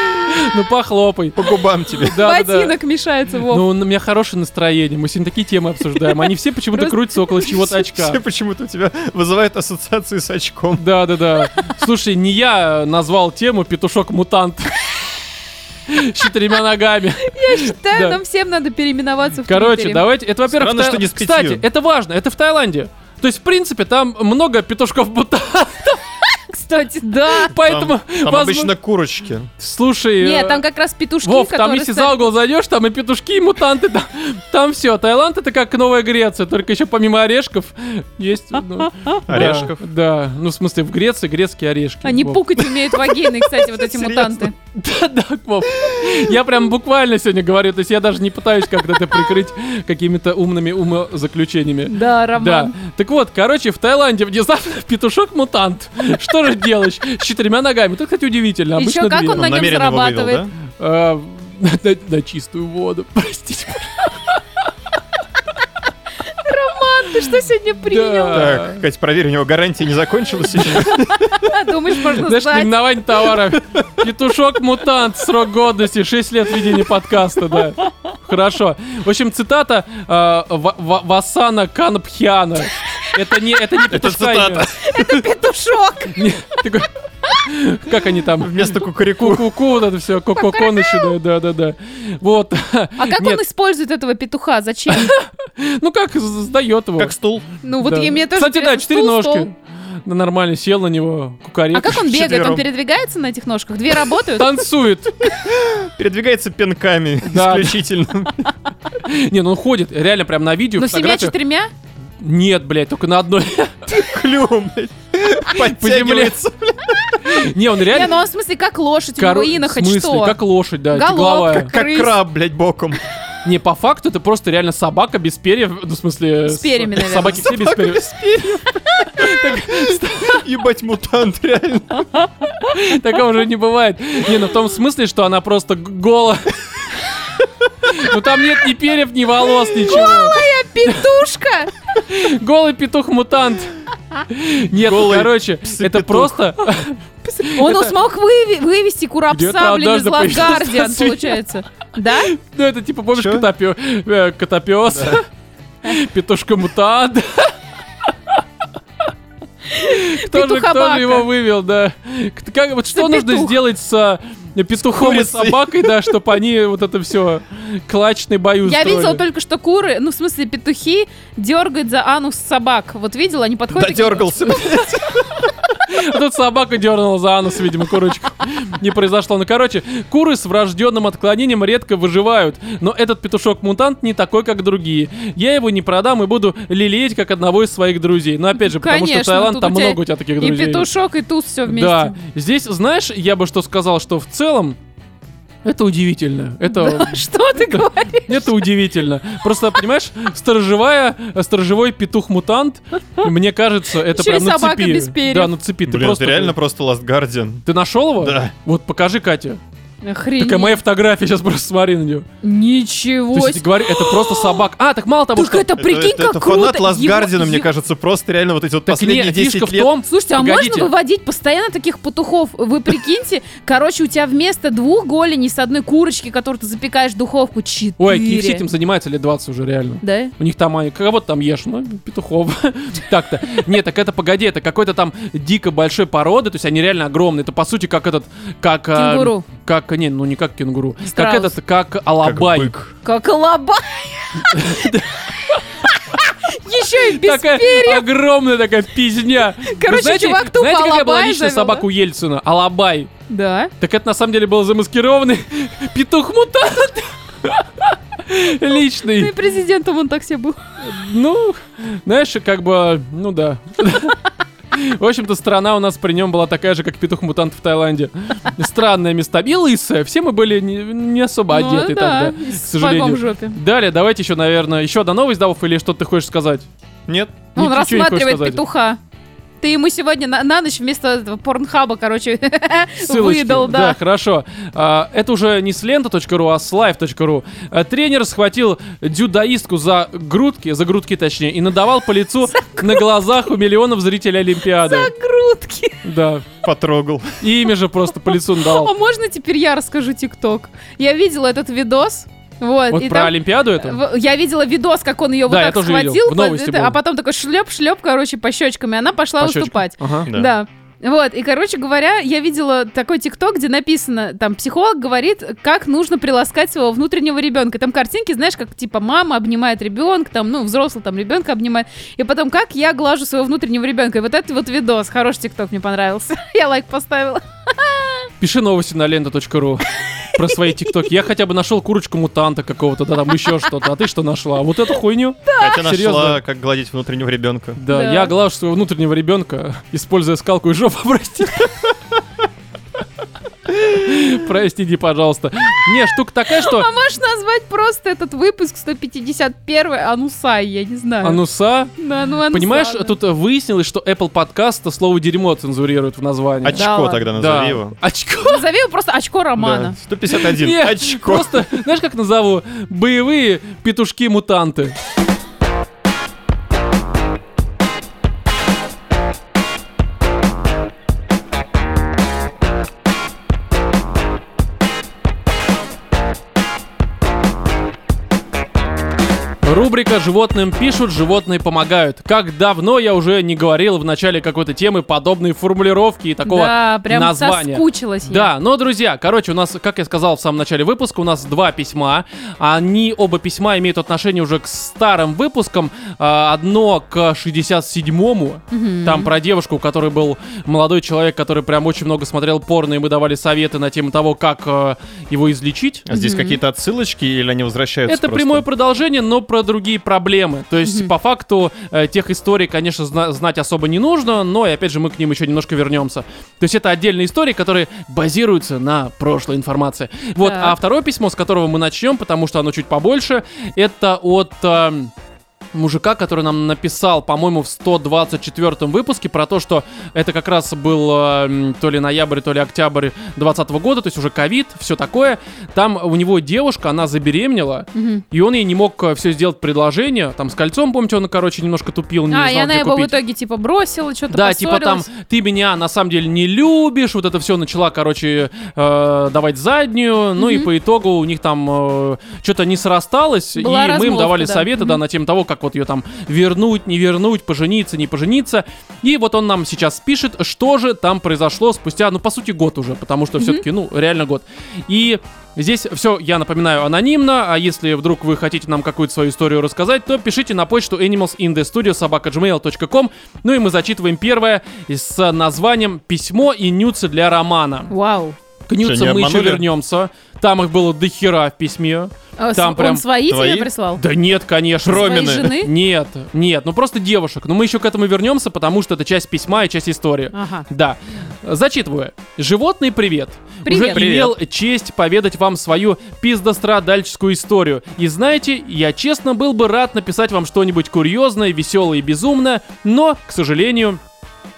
Speaker 1: Ну, похлопай.
Speaker 2: по губам *laughs* тебе?
Speaker 1: Да, да, да.
Speaker 3: Ботинок мешается, Вов.
Speaker 1: Ну, у меня хорошее настроение. Мы сегодня такие темы обсуждаем. Они все почему-то
Speaker 3: Просто-
Speaker 1: крутятся около чего-то очка.
Speaker 2: Все почему-то у тебя вызывает ассоциации с очком.
Speaker 1: Да, да, да. Слушай, не я назвал тему петушок-мутант. С четырьмя ногами.
Speaker 3: Да,
Speaker 1: да.
Speaker 3: нам всем надо переименоваться в
Speaker 1: Короче,
Speaker 3: Твиттере.
Speaker 1: давайте. Это, во-первых,
Speaker 2: Странно,
Speaker 1: в Та-
Speaker 2: что не с пятью.
Speaker 1: кстати, это важно, это в Таиланде. То есть, в принципе, там много петушков-мутантов,
Speaker 3: Кстати,
Speaker 1: *laughs*
Speaker 3: да.
Speaker 1: поэтому...
Speaker 2: Там, там
Speaker 1: возможно-
Speaker 2: обычно курочки.
Speaker 1: Слушай,
Speaker 3: Нет,
Speaker 1: э,
Speaker 3: там как раз петушки,
Speaker 1: Вов, там
Speaker 3: которые
Speaker 1: если
Speaker 3: стали-
Speaker 1: за угол зайдешь, там и петушки, и мутанты, там, все. Таиланд это как Новая Греция, только еще помимо орешков есть...
Speaker 3: *laughs*
Speaker 1: ну,
Speaker 2: Орешков.
Speaker 1: Да, да. ну в смысле в Греции грецкие орешки.
Speaker 3: Они
Speaker 1: Вов.
Speaker 3: пукать умеют вагины, кстати, вот эти мутанты.
Speaker 1: *laughs* Да, Вов. Я прям буквально сегодня говорю, то есть я даже не пытаюсь как-то это прикрыть какими-то умными умозаключениями.
Speaker 3: Да,
Speaker 1: Да.
Speaker 3: Роман.
Speaker 1: Так вот, короче, в Таиланде внезапно *laughs* петушок-мутант. Что же делаешь? С четырьмя ногами. Это, кстати, удивительно.
Speaker 3: И
Speaker 1: Обычно
Speaker 3: чё, как
Speaker 1: две.
Speaker 3: он на нем
Speaker 2: намеренно его вывел,
Speaker 3: зарабатывает.
Speaker 2: да?
Speaker 1: А, *laughs* на, на- на чистую воду, простите.
Speaker 3: Роман, ты что сегодня принял?
Speaker 1: Да.
Speaker 2: Так, Катя, проверь, у него гарантия не закончилась еще.
Speaker 3: А, Думаешь, можно
Speaker 1: Знаешь,
Speaker 3: сдать?
Speaker 1: наименование товара. Петушок-мутант, срок годности, 6 лет ведения подкаста, да. Хорошо. В общем, цитата а, Ва- Ва- Васана Канпхиана. Это не, это не петушка.
Speaker 2: цитата.
Speaker 3: Петушок.
Speaker 1: имя. Не, такой, Как они там?
Speaker 2: *laughs* Вместо кукареку.
Speaker 1: Ку-ку-ку, вот это все, ку-ку-кон еще, да, да, да, да. Вот.
Speaker 3: А как
Speaker 1: Нет.
Speaker 3: он использует этого петуха? Зачем?
Speaker 1: Ну как сдает его.
Speaker 2: Как стул.
Speaker 3: *laughs* Ну вот
Speaker 1: Да.
Speaker 3: я- мне тоже
Speaker 1: Кстати, да,
Speaker 3: интересно,
Speaker 1: четыре
Speaker 3: стул,
Speaker 1: ножки.
Speaker 3: стол.
Speaker 1: Да, нормально, сел на него, кукарек.
Speaker 3: А как он бегает?
Speaker 2: Четвером.
Speaker 3: Он передвигается на этих ножках?
Speaker 1: *laughs*
Speaker 3: Две работают?
Speaker 1: Танцует.
Speaker 2: Передвигается пинками
Speaker 1: Да.
Speaker 2: исключительно.
Speaker 1: Не, ну он ходит, реально прям на видео,
Speaker 3: Но Ну, семья
Speaker 1: фотографию.
Speaker 3: четырьмя?
Speaker 1: Нет, блядь, только на одной.
Speaker 2: Клювом, блядь. Подтягивается.
Speaker 1: Не, он
Speaker 3: Не, ну
Speaker 1: реально...
Speaker 3: он в смысле как лошадь, у
Speaker 1: Коро-
Speaker 3: него
Speaker 1: Э, В
Speaker 3: инок, хоть
Speaker 1: смысле,
Speaker 3: что?
Speaker 1: как лошадь, да,
Speaker 3: Головка.
Speaker 1: тягловая.
Speaker 2: Как
Speaker 3: Крыс.
Speaker 2: краб, блядь, боком.
Speaker 1: Не, по факту это просто реально собака без перьев, ну, в смысле...
Speaker 3: С перьями, наверное.
Speaker 1: Собаки все без перьев.
Speaker 2: Ебать, мутант, реально.
Speaker 1: Такого уже не бывает. Не, ну в том смысле, что она просто г- гола. *laughs* Ну там нет ни перьев, ни волос, ничего.
Speaker 3: Голая петушка!
Speaker 1: Голый петух-мутант. Нет, ну,
Speaker 2: Голый
Speaker 1: короче, это
Speaker 2: псепетух.
Speaker 1: просто... *laughs*
Speaker 3: Он уж смог выви- вывести
Speaker 1: Где-то
Speaker 3: курапсаблин из
Speaker 1: однажды появился
Speaker 3: Лагардиан,
Speaker 1: свинья.
Speaker 3: получается.
Speaker 1: *laughs*
Speaker 3: Да?
Speaker 1: Ну это типа, помнишь,
Speaker 2: Чё?
Speaker 1: котопё- э, котопёс? *laughs* Петушка-мутант. Кто же, кто
Speaker 3: Петухобака.
Speaker 1: же его вывел, да? К- как- вот что
Speaker 3: Это
Speaker 1: нужно
Speaker 3: петух.
Speaker 1: сделать с э, петухом и
Speaker 2: курицей.
Speaker 1: собакой, да, чтобы они вот это все клачный бою
Speaker 3: Я
Speaker 1: устроили?
Speaker 3: видела только что куры, ну в смысле петухи, дергают за анус собак. Вот видела, они подходят. и-
Speaker 2: Додергался.
Speaker 1: А Тут собака дернула за анус, видимо, курочку. Не произошло. Ну, короче, куры с врожденным отклонением редко выживают. Но этот петушок-мутант не такой, как другие. Я его не продам и буду лелеять, как одного из своих друзей. Ну, опять же, потому
Speaker 3: Конечно,
Speaker 1: что Таиланд,
Speaker 3: тут
Speaker 1: там
Speaker 3: у тебя
Speaker 1: много у тебя таких
Speaker 3: И
Speaker 1: друзей.
Speaker 3: петушок, и туз все вместе. *laughs*
Speaker 1: Да. Здесь, знаешь, я бы что сказал, что в целом это удивительно. Это,
Speaker 3: Да, Что ты говоришь?
Speaker 1: это удивительно. Просто, понимаешь, сторожевая, сторожевой петух-мутант, мне кажется, это
Speaker 3: Ещё и
Speaker 1: прям на
Speaker 3: собака
Speaker 1: цепи.
Speaker 3: без перьев.
Speaker 1: Да, на цепи. ты
Speaker 2: Блин,
Speaker 1: просто
Speaker 2: ты реально просто Last Guardian.
Speaker 1: ты нашел его?
Speaker 2: Да.
Speaker 1: Вот покажи, Катя.
Speaker 3: Охренеть.
Speaker 1: Такая а моя фотография, сейчас просто смотри на нее. То
Speaker 3: Ничего
Speaker 1: есть,
Speaker 3: себе.
Speaker 1: говорю, это просто собак. А, так мало того,
Speaker 3: Так
Speaker 1: что...
Speaker 3: это прикинь,
Speaker 2: это,
Speaker 3: как
Speaker 2: это
Speaker 3: круто.
Speaker 2: фанат Last
Speaker 3: Его-
Speaker 2: Guardian, мне
Speaker 3: его-
Speaker 2: кажется, просто реально вот эти вот
Speaker 1: Так
Speaker 2: последние
Speaker 1: нет,
Speaker 2: 10
Speaker 1: фишка
Speaker 2: лет.
Speaker 1: в том...
Speaker 3: Слушайте, а
Speaker 1: Погодите.
Speaker 3: можно выводить постоянно таких петухов? Вы прикиньте, короче, у тебя вместо двух голеней с одной курочки, которую ты запекаешь в духовку, четыре.
Speaker 1: Ой, KFC этим занимается лет 20 уже, реально.
Speaker 3: Да?
Speaker 1: У них там, они- кого-то там ешь, ну, петухов. *laughs* Так-то. Нет, так это, погоди, это какой-то там дико большой породы, то есть они реально огромные. Это, по сути, как этот, как... а,
Speaker 3: Кенгуру.
Speaker 1: Как, не, ну не как кенгуру. Как
Speaker 3: Страус.
Speaker 1: этот, как
Speaker 3: а
Speaker 2: Как
Speaker 1: алабай.
Speaker 2: бык.
Speaker 3: Как лоба. Еще и без
Speaker 1: такая
Speaker 3: перьев.
Speaker 1: огромная такая пизня. Вы
Speaker 3: Короче,
Speaker 1: знаете,
Speaker 3: чувак тупо
Speaker 1: знаете, какая была
Speaker 3: алабай
Speaker 1: личная
Speaker 3: завел, да?
Speaker 1: собаку Ельцина? Алабай.
Speaker 3: Да.
Speaker 1: Так это на самом деле был замаскированный *laughs* петух-мутант. *laughs*
Speaker 3: Ну и
Speaker 1: Личный.
Speaker 3: президентом он так себе был.
Speaker 1: Ну, знаешь, как бы, ну да. В общем-то, страна у нас при нем была такая же, как петух-мутант в Таиланде. Странное место. И лысая. Все мы были не, не особо
Speaker 3: Ну,
Speaker 1: одеты
Speaker 3: да,
Speaker 1: тогда,
Speaker 3: и
Speaker 1: к
Speaker 3: с пайком
Speaker 1: сожалению.
Speaker 3: в жопе.
Speaker 1: Далее, давайте еще, наверное, еще одна новость, Давов, или что ты хочешь сказать?
Speaker 2: Нет?
Speaker 1: Ну,
Speaker 3: Он
Speaker 1: ты чё не хочешь
Speaker 3: рассматривает
Speaker 1: сказать?
Speaker 3: петуха. Ты ему сегодня на, на ночь вместо этого порнхаба, короче, *laughs*
Speaker 1: Ссылочки.
Speaker 3: выдал, да.
Speaker 1: хорошо. А, это уже не с лента.ру, а с live.ru. А, тренер схватил дюдаистку за грудки, за грудки точнее, и надавал по лицу на глазах у миллионов зрителей Олимпиады.
Speaker 3: За грудки.
Speaker 1: Да.
Speaker 2: Потрогал.
Speaker 1: И ими же просто по лицу
Speaker 3: А
Speaker 1: надавал.
Speaker 3: можно теперь я расскажу ТикТок? Я видела этот видос. Вот,
Speaker 1: Вот
Speaker 3: и
Speaker 1: про
Speaker 3: там-
Speaker 1: Олимпиаду это?
Speaker 3: В- Я видела видос, как он ее вот
Speaker 1: Да, я
Speaker 3: так
Speaker 1: тоже видел,
Speaker 3: схватил,
Speaker 1: в новости
Speaker 3: под-
Speaker 1: было.
Speaker 3: а потом такой шлеп-шлеп, короче, по щечкам, и она пошла
Speaker 1: По щечкам.
Speaker 3: выступать.
Speaker 1: Ага.
Speaker 3: Да. Вот, и, короче говоря, я видела такой тикток, где написано, там, психолог говорит, как нужно приласкать своего внутреннего ребенка. Там картинки, знаешь, как, типа, мама обнимает ребенка, там, ну, взрослый там ребенка обнимает. И потом, как я глажу своего внутреннего ребенка. И вот этот вот видос, хороший тикток, мне понравился. *laughs* Я лайк поставила.
Speaker 1: Пиши новости на лента.ру про свои тиктоки. Я хотя бы нашел курочку-мутанта какого-то, да, там еще что-то. А ты что нашла? Вот эту хуйню?
Speaker 2: Хотя нашла,
Speaker 1: Серьезно?
Speaker 2: как гладить внутреннего ребенка.
Speaker 1: Да,
Speaker 3: Да.
Speaker 1: я глажу своего внутреннего ребенка, используя скалку и жопу, *laughs* прости. Простите, пожалуйста. Не, штука такая, что
Speaker 3: А можешь назвать просто этот выпуск 151 Анусай, А ну, я не знаю.
Speaker 1: ануса...
Speaker 3: Да, ну, Ануса,
Speaker 1: А Понимаешь,
Speaker 3: да.
Speaker 1: тут э, выяснилось, что Apple подкаста слово «дерьмо» цензурирует в названии.
Speaker 3: Да
Speaker 2: Очко
Speaker 3: ладно.
Speaker 2: тогда
Speaker 1: Да.
Speaker 2: назови его.
Speaker 1: Очко.
Speaker 3: Назови его просто очко
Speaker 2: Да.
Speaker 3: Романа.
Speaker 2: 151.
Speaker 1: Нет,
Speaker 2: Очко.
Speaker 1: просто, знаешь, как назову? Боевые петушки-мутанты. Рубрика «Животным пишут, животные помогают». Как давно я уже не говорил в начале какой-то темы подобные формулировки и такого
Speaker 3: да, прям
Speaker 1: названия.
Speaker 3: соскучилась я.
Speaker 1: Да, но, друзья, короче, у нас, как я сказал в самом начале выпуска, у нас два письма. Они, оба письма, имеют отношение уже к старым выпускам. А, Одно к 67-му.
Speaker 3: Мгм.
Speaker 1: Там про девушку, у которой был молодой человек, который прям очень много смотрел порно, и мы давали советы на тему того, как э, его излечить.
Speaker 2: А Здесь какие-то отсылочки или они возвращаются
Speaker 1: Это
Speaker 2: просто?
Speaker 1: прямое продолжение, но про другие проблемы. То есть, по факту, э, тех историй, конечно, зна- знать особо не нужно, но, и опять же, мы к ним еще немножко вернемся. То есть, это отдельные истории, которые базируются на прошлой информации. Вот,
Speaker 3: Так.
Speaker 1: а второе письмо, с которого мы начнем, потому что оно чуть побольше, это от... эм, мужика, который нам написал, по-моему, в 124 выпуске про то, что это как раз был э, м, то ли ноябрь, то ли октябрь 2020 года, то есть уже ковид, все такое. Там у него девушка, она забеременела,
Speaker 3: Мгм.
Speaker 1: и он ей не мог все сделать предложение. Там с кольцом, помните, он, короче, немножко тупил, не
Speaker 3: А,
Speaker 1: знал,
Speaker 3: и она
Speaker 1: где
Speaker 3: его в
Speaker 1: купить.
Speaker 3: итоге типа бросила, что-то
Speaker 1: Да, типа там ты меня на самом деле не любишь, вот это все начала, короче, э, давать заднюю, ну и
Speaker 3: Мгм.
Speaker 1: по итогу у них там что-то не срасталось,
Speaker 3: Была
Speaker 1: и мы им
Speaker 3: размолвка,
Speaker 1: давали
Speaker 3: да.
Speaker 1: советы, да,
Speaker 3: Мгм.
Speaker 1: на тему того, как вот ее там вернуть, не вернуть, пожениться, не пожениться. И вот он нам сейчас пишет, что же там произошло спустя, ну по сути год уже, потому что все-таки, ну реально год. И Здесь все, я напоминаю, анонимно, а если вдруг вы хотите нам какую-то свою историю рассказать, то пишите на почту animalsinthestudio.gmail.com Ну и мы зачитываем первое с названием «Письмо и нюцы для романа».
Speaker 3: Вау.
Speaker 1: К
Speaker 2: Что,
Speaker 1: нюцам
Speaker 2: не
Speaker 1: мы еще
Speaker 2: обманули?
Speaker 1: вернемся. Там их было до хера в письме.
Speaker 3: А, с-
Speaker 1: Там прям
Speaker 3: Он свои
Speaker 2: твои?
Speaker 3: тебе прислал?
Speaker 1: Да нет, конечно.
Speaker 2: Кроме
Speaker 3: Своей
Speaker 2: Ромины.
Speaker 3: жены?
Speaker 1: Нет, нет, ну просто девушек. Но мы еще к этому вернемся, потому что это часть письма и часть истории.
Speaker 3: Ага.
Speaker 1: Да. Зачитываю. Животный привет.
Speaker 3: Привет.
Speaker 1: Уже
Speaker 2: Привет.
Speaker 1: имел честь поведать вам свою пиздострадальческую историю. И знаете, я честно был бы рад написать вам что-нибудь курьезное, веселое и безумное, но, к сожалению,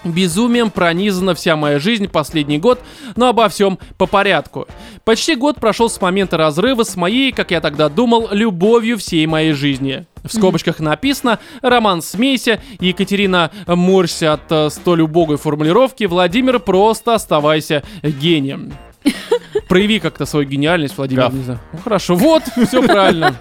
Speaker 1: Безумием пронизана вся моя жизнь последний год, но обо всем по порядку. Почти год прошел с момента разрыва с моей, как я тогда думал, любовью всей моей жизни. В скобочках написано «Роман смейся», Екатерина морся от э, столь убогой формулировки, Владимир просто оставайся гением. Прояви как-то свою гениальность, Владимир.
Speaker 2: Гав.
Speaker 1: не знаю. Ну, хорошо, вот, все правильно.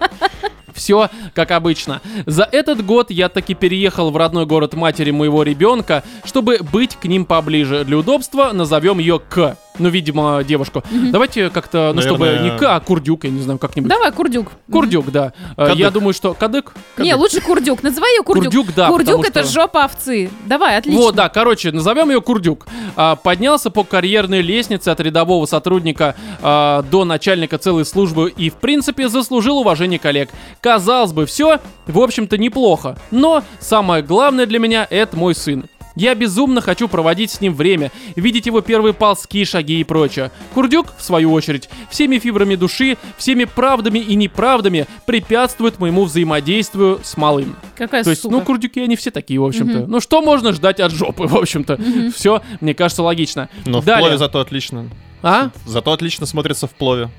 Speaker 1: Все как обычно. За этот год я таки переехал в родной город матери моего ребенка, чтобы быть к ним поближе. Для удобства назовем ее К. Ну, видимо, девушку. Давайте как-то, ну, чтобы
Speaker 2: Наверное,
Speaker 1: не К, а Курдюк, я не знаю, как-нибудь.
Speaker 3: Давай, Курдюк.
Speaker 1: Курдюк, да. Э,
Speaker 2: Кадык.
Speaker 1: Я думаю, что Кадык.
Speaker 3: Не, лучше Курдюк. Называй ее Курдюк.
Speaker 1: Курдюк, да, потому
Speaker 3: Курдюк это
Speaker 1: что-
Speaker 3: жопа овцы. Давай, отлично.
Speaker 1: Вот, да, короче, назовем ее Курдюк. А, поднялся по карьерной лестнице от рядового сотрудника а, до начальника целой службы и, в принципе, заслужил уважение коллег. Казалось бы, все, в общем-то, неплохо. Но самое главное для меня — это мой сын. Я безумно хочу проводить с ним время, видеть его первые ползки, шаги и прочее. Курдюк, в свою очередь, всеми фибрами души, всеми правдами и неправдами препятствует моему взаимодействию с малым.
Speaker 3: Какая
Speaker 1: То есть,
Speaker 3: сука.
Speaker 1: ну, курдюки, они все такие, в общем-то.
Speaker 3: Э, Мгм.
Speaker 1: Ну, что можно ждать от жопы, *laughs* в общем-то?
Speaker 3: Мгм.
Speaker 1: Все, мне кажется, логично.
Speaker 2: Но в
Speaker 1: Далее.
Speaker 2: плове зато отлично.
Speaker 1: А?
Speaker 2: Зато отлично смотрится в плове.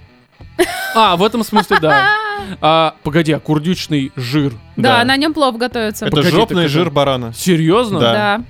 Speaker 1: А, в этом смысле,
Speaker 3: *laughs*
Speaker 1: да. А, погоди, а курдючный жир.
Speaker 3: Да,
Speaker 2: Да.
Speaker 3: на нем плов готовится.
Speaker 2: Это
Speaker 1: Погоди,
Speaker 2: жопный
Speaker 1: так это-
Speaker 2: жир
Speaker 1: *laughs*
Speaker 2: барана.
Speaker 1: Серьезно?
Speaker 2: Да.
Speaker 3: Да.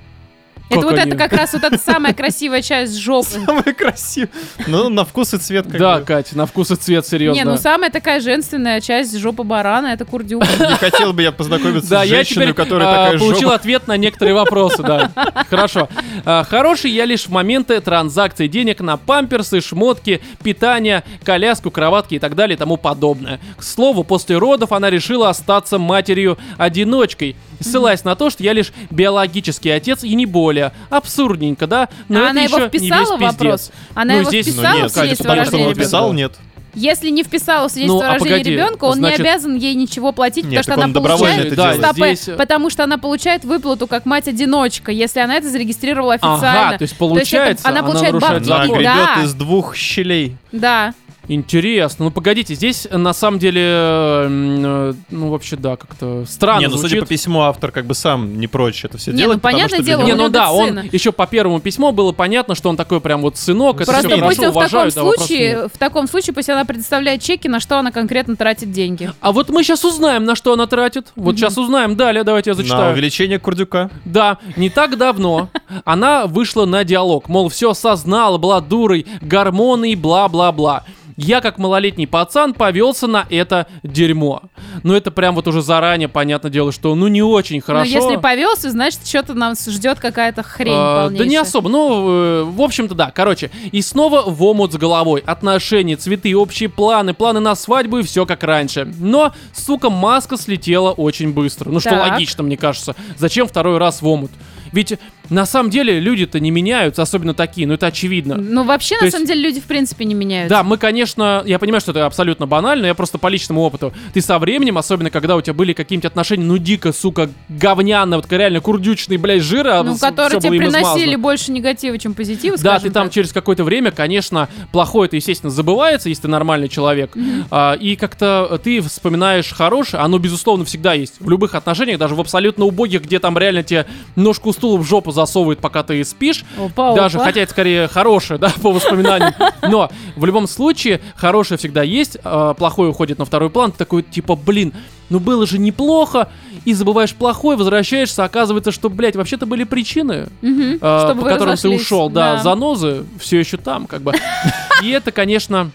Speaker 1: Как
Speaker 3: Это вот
Speaker 1: они?
Speaker 3: это как раз вот эта
Speaker 1: *laughs*
Speaker 3: самая красивая часть жопы.
Speaker 2: Самый красивый. Ну, на вкус и цвет как
Speaker 1: Да,
Speaker 2: бы.
Speaker 1: Катя, на вкус и цвет, серьезно.
Speaker 3: Не, ну самая такая женственная часть жопы барана это курдюк.
Speaker 2: Не хотел бы я познакомиться
Speaker 1: Да,
Speaker 2: с
Speaker 1: я
Speaker 2: женщиной,
Speaker 1: теперь
Speaker 2: у которой
Speaker 1: а,
Speaker 2: такая
Speaker 1: получил
Speaker 2: жопа.
Speaker 1: ответ на некоторые вопросы, да. Хорошо. А, Хороший я лишь в моменты транзакций денег на памперсы, шмотки, питание, коляску, кроватки и так далее и тому подобное. К слову, после родов она решила остаться матерью-одиночкой, ссылаясь на то, что я лишь биологический отец и не более. Абсурдненько, да? Но
Speaker 3: А
Speaker 1: это
Speaker 3: она его
Speaker 1: еще не
Speaker 3: вписала
Speaker 1: весь
Speaker 3: в
Speaker 1: пиздец.
Speaker 3: вопрос? Она
Speaker 1: Ну,
Speaker 3: его
Speaker 1: здесь-
Speaker 3: вписала
Speaker 1: Ну,
Speaker 2: нет,
Speaker 3: в
Speaker 1: Катя,
Speaker 3: свидетельство
Speaker 2: потому что
Speaker 3: о
Speaker 2: он
Speaker 3: рождении
Speaker 1: его
Speaker 3: ребенка?
Speaker 2: писал, нет.
Speaker 3: Если не вписала в свидетельство
Speaker 1: Ну, а
Speaker 3: о рождении
Speaker 1: погоди,
Speaker 3: ребенка, он
Speaker 1: значит-
Speaker 3: не обязан ей ничего
Speaker 2: Нет,
Speaker 3: платить, потому
Speaker 2: так
Speaker 3: что
Speaker 2: он
Speaker 3: она
Speaker 2: добровольно
Speaker 3: получает...
Speaker 2: это
Speaker 1: Да,
Speaker 2: делает.
Speaker 3: Стоп,
Speaker 1: здесь... э,
Speaker 3: Потому что она получает выплату как мать-одиночка, если она это зарегистрировала официально.
Speaker 1: Ага, то есть
Speaker 3: это
Speaker 1: получается,
Speaker 3: она
Speaker 1: она,
Speaker 3: получает
Speaker 1: нарушает
Speaker 3: бабки.
Speaker 2: Она
Speaker 1: закон.
Speaker 3: Да.
Speaker 2: гребет из двух щелей.
Speaker 3: Да.
Speaker 1: Интересно. Ну, погодите, здесь э, на самом деле, э, м, э, ну, вообще, да, как-то странно
Speaker 2: не, ну, судя
Speaker 1: звучит.
Speaker 2: по письму, автор как бы сам не прочь это все
Speaker 3: Не,
Speaker 2: делать.
Speaker 3: ну,
Speaker 2: потому
Speaker 3: понятное
Speaker 2: что
Speaker 3: дело,
Speaker 1: не,
Speaker 2: беременна.
Speaker 1: ну
Speaker 3: любит
Speaker 1: да, он
Speaker 3: сына.
Speaker 1: еще по первому письму было понятно, что он такой прям вот сынок, это
Speaker 3: Просто
Speaker 1: все
Speaker 3: Путин
Speaker 1: хорошо,
Speaker 3: в таком
Speaker 1: уважаю, да, вопросов нет.
Speaker 3: случае, в таком случае, пусть она предоставляет чеки, на что она конкретно тратит деньги.
Speaker 1: А вот мы сейчас узнаем, на что она тратит. Вот
Speaker 3: Мгм.
Speaker 1: сейчас узнаем. Далее, давайте я
Speaker 2: На
Speaker 1: зачитаю.
Speaker 2: увеличение курдюка.
Speaker 1: Да, не так давно она вышла на диалог, мол, все сознала, была дурой, гормоны и бла-бла-бла. Я, как малолетний пацан, повелся на это дерьмо. Ну, это прям вот уже заранее, понятное дело, что ну не очень хорошо.
Speaker 3: Но если повелся, значит, что-то нас ждет какая-то хрень
Speaker 1: А, Да
Speaker 3: полнейшая.
Speaker 1: не особо, ну, э, в общем-то, да. Короче, и снова в омут с головой. Отношения, цветы, общие планы, планы на свадьбу и все как раньше. Но, сука, маска слетела очень быстро. Ну, что
Speaker 3: Так.
Speaker 1: логично, мне кажется. Зачем второй раз в омут? Ведь на самом деле люди-то не меняются, особенно такие, ну это очевидно.
Speaker 3: Ну, вообще,
Speaker 1: То
Speaker 3: на
Speaker 1: есть-
Speaker 3: самом деле, люди, в принципе, не меняются.
Speaker 1: Да, мы, конечно, я понимаю, что это абсолютно банально, я просто по личному опыту. Ты со временем, особенно когда у тебя были какие-нибудь отношения, ну дико, сука, говняно, вот реально курдючный, блядь, жира,
Speaker 3: Ну,
Speaker 1: с-
Speaker 3: которые
Speaker 1: всё
Speaker 3: тебе
Speaker 1: было им измазано.
Speaker 3: приносили больше негатива, чем позитива,
Speaker 1: Да,
Speaker 3: скажем
Speaker 1: ты там
Speaker 3: так.
Speaker 1: через какое-то время, конечно, плохое это, естественно, забывается, если ты нормальный человек. А, и как-то ты вспоминаешь хорошее, оно, безусловно, всегда есть. В любых отношениях, даже в абсолютно убогих, где там реально тебе ножку стула в жопу засовывают, пока ты спишь.
Speaker 3: Опа,
Speaker 1: Даже,
Speaker 3: опа.
Speaker 1: хотя это скорее хорошее, да, по воспоминаниям. Но в любом случае, хорошее всегда есть, а плохое уходит на второй план. Ты такой, типа, блин, ну было же неплохо, и забываешь плохое, возвращаешься, оказывается, что, блядь, вообще-то были причины
Speaker 3: Мгм.
Speaker 1: э,
Speaker 3: Чтобы
Speaker 1: по
Speaker 3: вы
Speaker 1: которым ты
Speaker 3: разошлись.
Speaker 1: ушел, да, занозы все еще там, как бы. И это, конечно,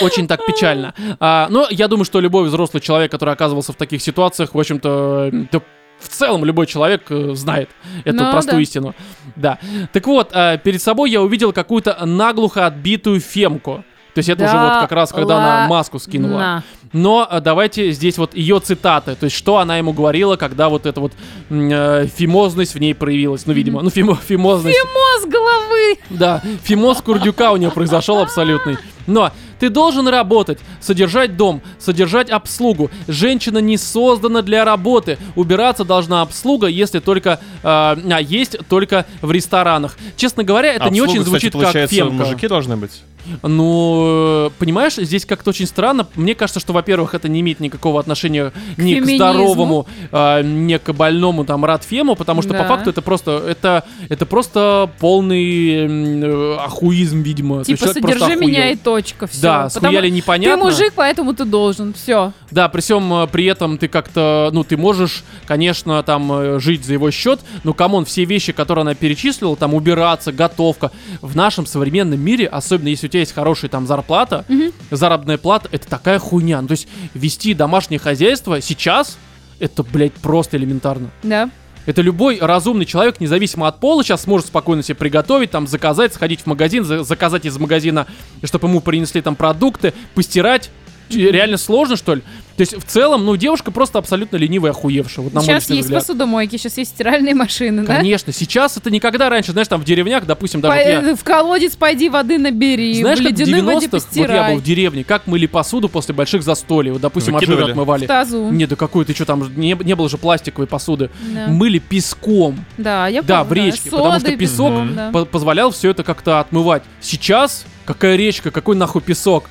Speaker 1: очень так печально. А, но я думаю, что любой взрослый человек, который оказывался в таких ситуациях, в общем-то, да в целом любой человек э, знает эту
Speaker 3: Ну,
Speaker 1: простую
Speaker 3: да.
Speaker 1: истину. Да. Так вот, э, перед собой я увидел какую-то наглухо отбитую фемку. То есть это уже вот как раз, когда она
Speaker 3: Да
Speaker 1: маску скинула.
Speaker 3: На.
Speaker 1: Но э, давайте здесь вот ее цитаты, то есть что она ему говорила, когда вот эта вот м, э, фимозность в ней проявилась, ну, видимо, ну, фимо- фимозность,
Speaker 3: Мозг головы!
Speaker 1: да, фимоз курдюка у нее произошел абсолютный. Но ты должен работать, содержать дом, содержать обслугу. Женщина не создана для работы. Убираться должна обслуга, если только... э, а, есть только в ресторанах. Честно говоря, это не
Speaker 2: А Обслуга,
Speaker 1: очень
Speaker 2: кстати,
Speaker 1: звучит как
Speaker 2: получается,
Speaker 1: фемка.
Speaker 2: мужики должны быть.
Speaker 1: Ну, э, понимаешь, здесь как-то очень странно. Мне кажется, что, во-первых, это не имеет никакого отношения ни к
Speaker 3: феминизму.
Speaker 1: здоровому, э, ни к больному там радфему, потому что по
Speaker 3: Да.
Speaker 1: факту это просто это это просто полный м, э, ахуизм, видимо. То есть
Speaker 3: Типа,
Speaker 1: человек просто
Speaker 3: содержи меня
Speaker 1: охуел.
Speaker 3: и точка. Все.
Speaker 1: Да, схуяли
Speaker 3: Ты
Speaker 1: непонятно.
Speaker 3: мужик, поэтому ты должен. Все.
Speaker 1: Да, при всем э, при этом ты как-то, ну, ты можешь, конечно, там э, жить за его счет, но камон, все вещи, которые она перечислила, там убираться, готовка, в нашем современном мире, особенно если у тебя есть хорошая там зарплата, заработная плата, это такая хуйня. Ну, то есть вести домашнее хозяйство сейчас это, блядь, просто элементарно.
Speaker 3: Да.
Speaker 1: Это любой разумный человек, независимо от пола, сейчас сможет спокойно себе приготовить, там, заказать, сходить в магазин, за- заказать из магазина, чтобы ему принесли там продукты, постирать. Ч- Реально сложно, что ли? То есть в целом, ну, девушка просто абсолютно ленивая, охуевшая. Вот на мой
Speaker 3: Сейчас
Speaker 1: личный
Speaker 3: есть
Speaker 1: взгляд.
Speaker 3: посудомойки, сейчас есть стиральные машины, да?
Speaker 1: Конечно, сейчас это никогда раньше, знаешь, там в деревнях, допустим, даже
Speaker 3: По-
Speaker 1: вот я-
Speaker 3: В колодец пойди воды набери,
Speaker 1: Знаешь,
Speaker 3: в
Speaker 1: как в
Speaker 3: ледяной воде
Speaker 1: 90-х, вот я
Speaker 3: постирай.
Speaker 1: был в деревне, как мыли посуду после больших застолий, вот, допустим,
Speaker 2: Выкидывали.
Speaker 1: обжиры
Speaker 3: в
Speaker 1: отмывали.
Speaker 3: тазу.
Speaker 1: Не, да какой ты что там, не, не было же пластиковой посуды.
Speaker 3: Да.
Speaker 1: Мыли песком,
Speaker 3: Да, я
Speaker 1: Да,
Speaker 3: помню,
Speaker 1: в речке, потому что
Speaker 3: Соды,
Speaker 1: песок
Speaker 3: песком, да.
Speaker 1: по- позволял все это как-то отмывать. Сейчас какая речка, какой нахуй песок?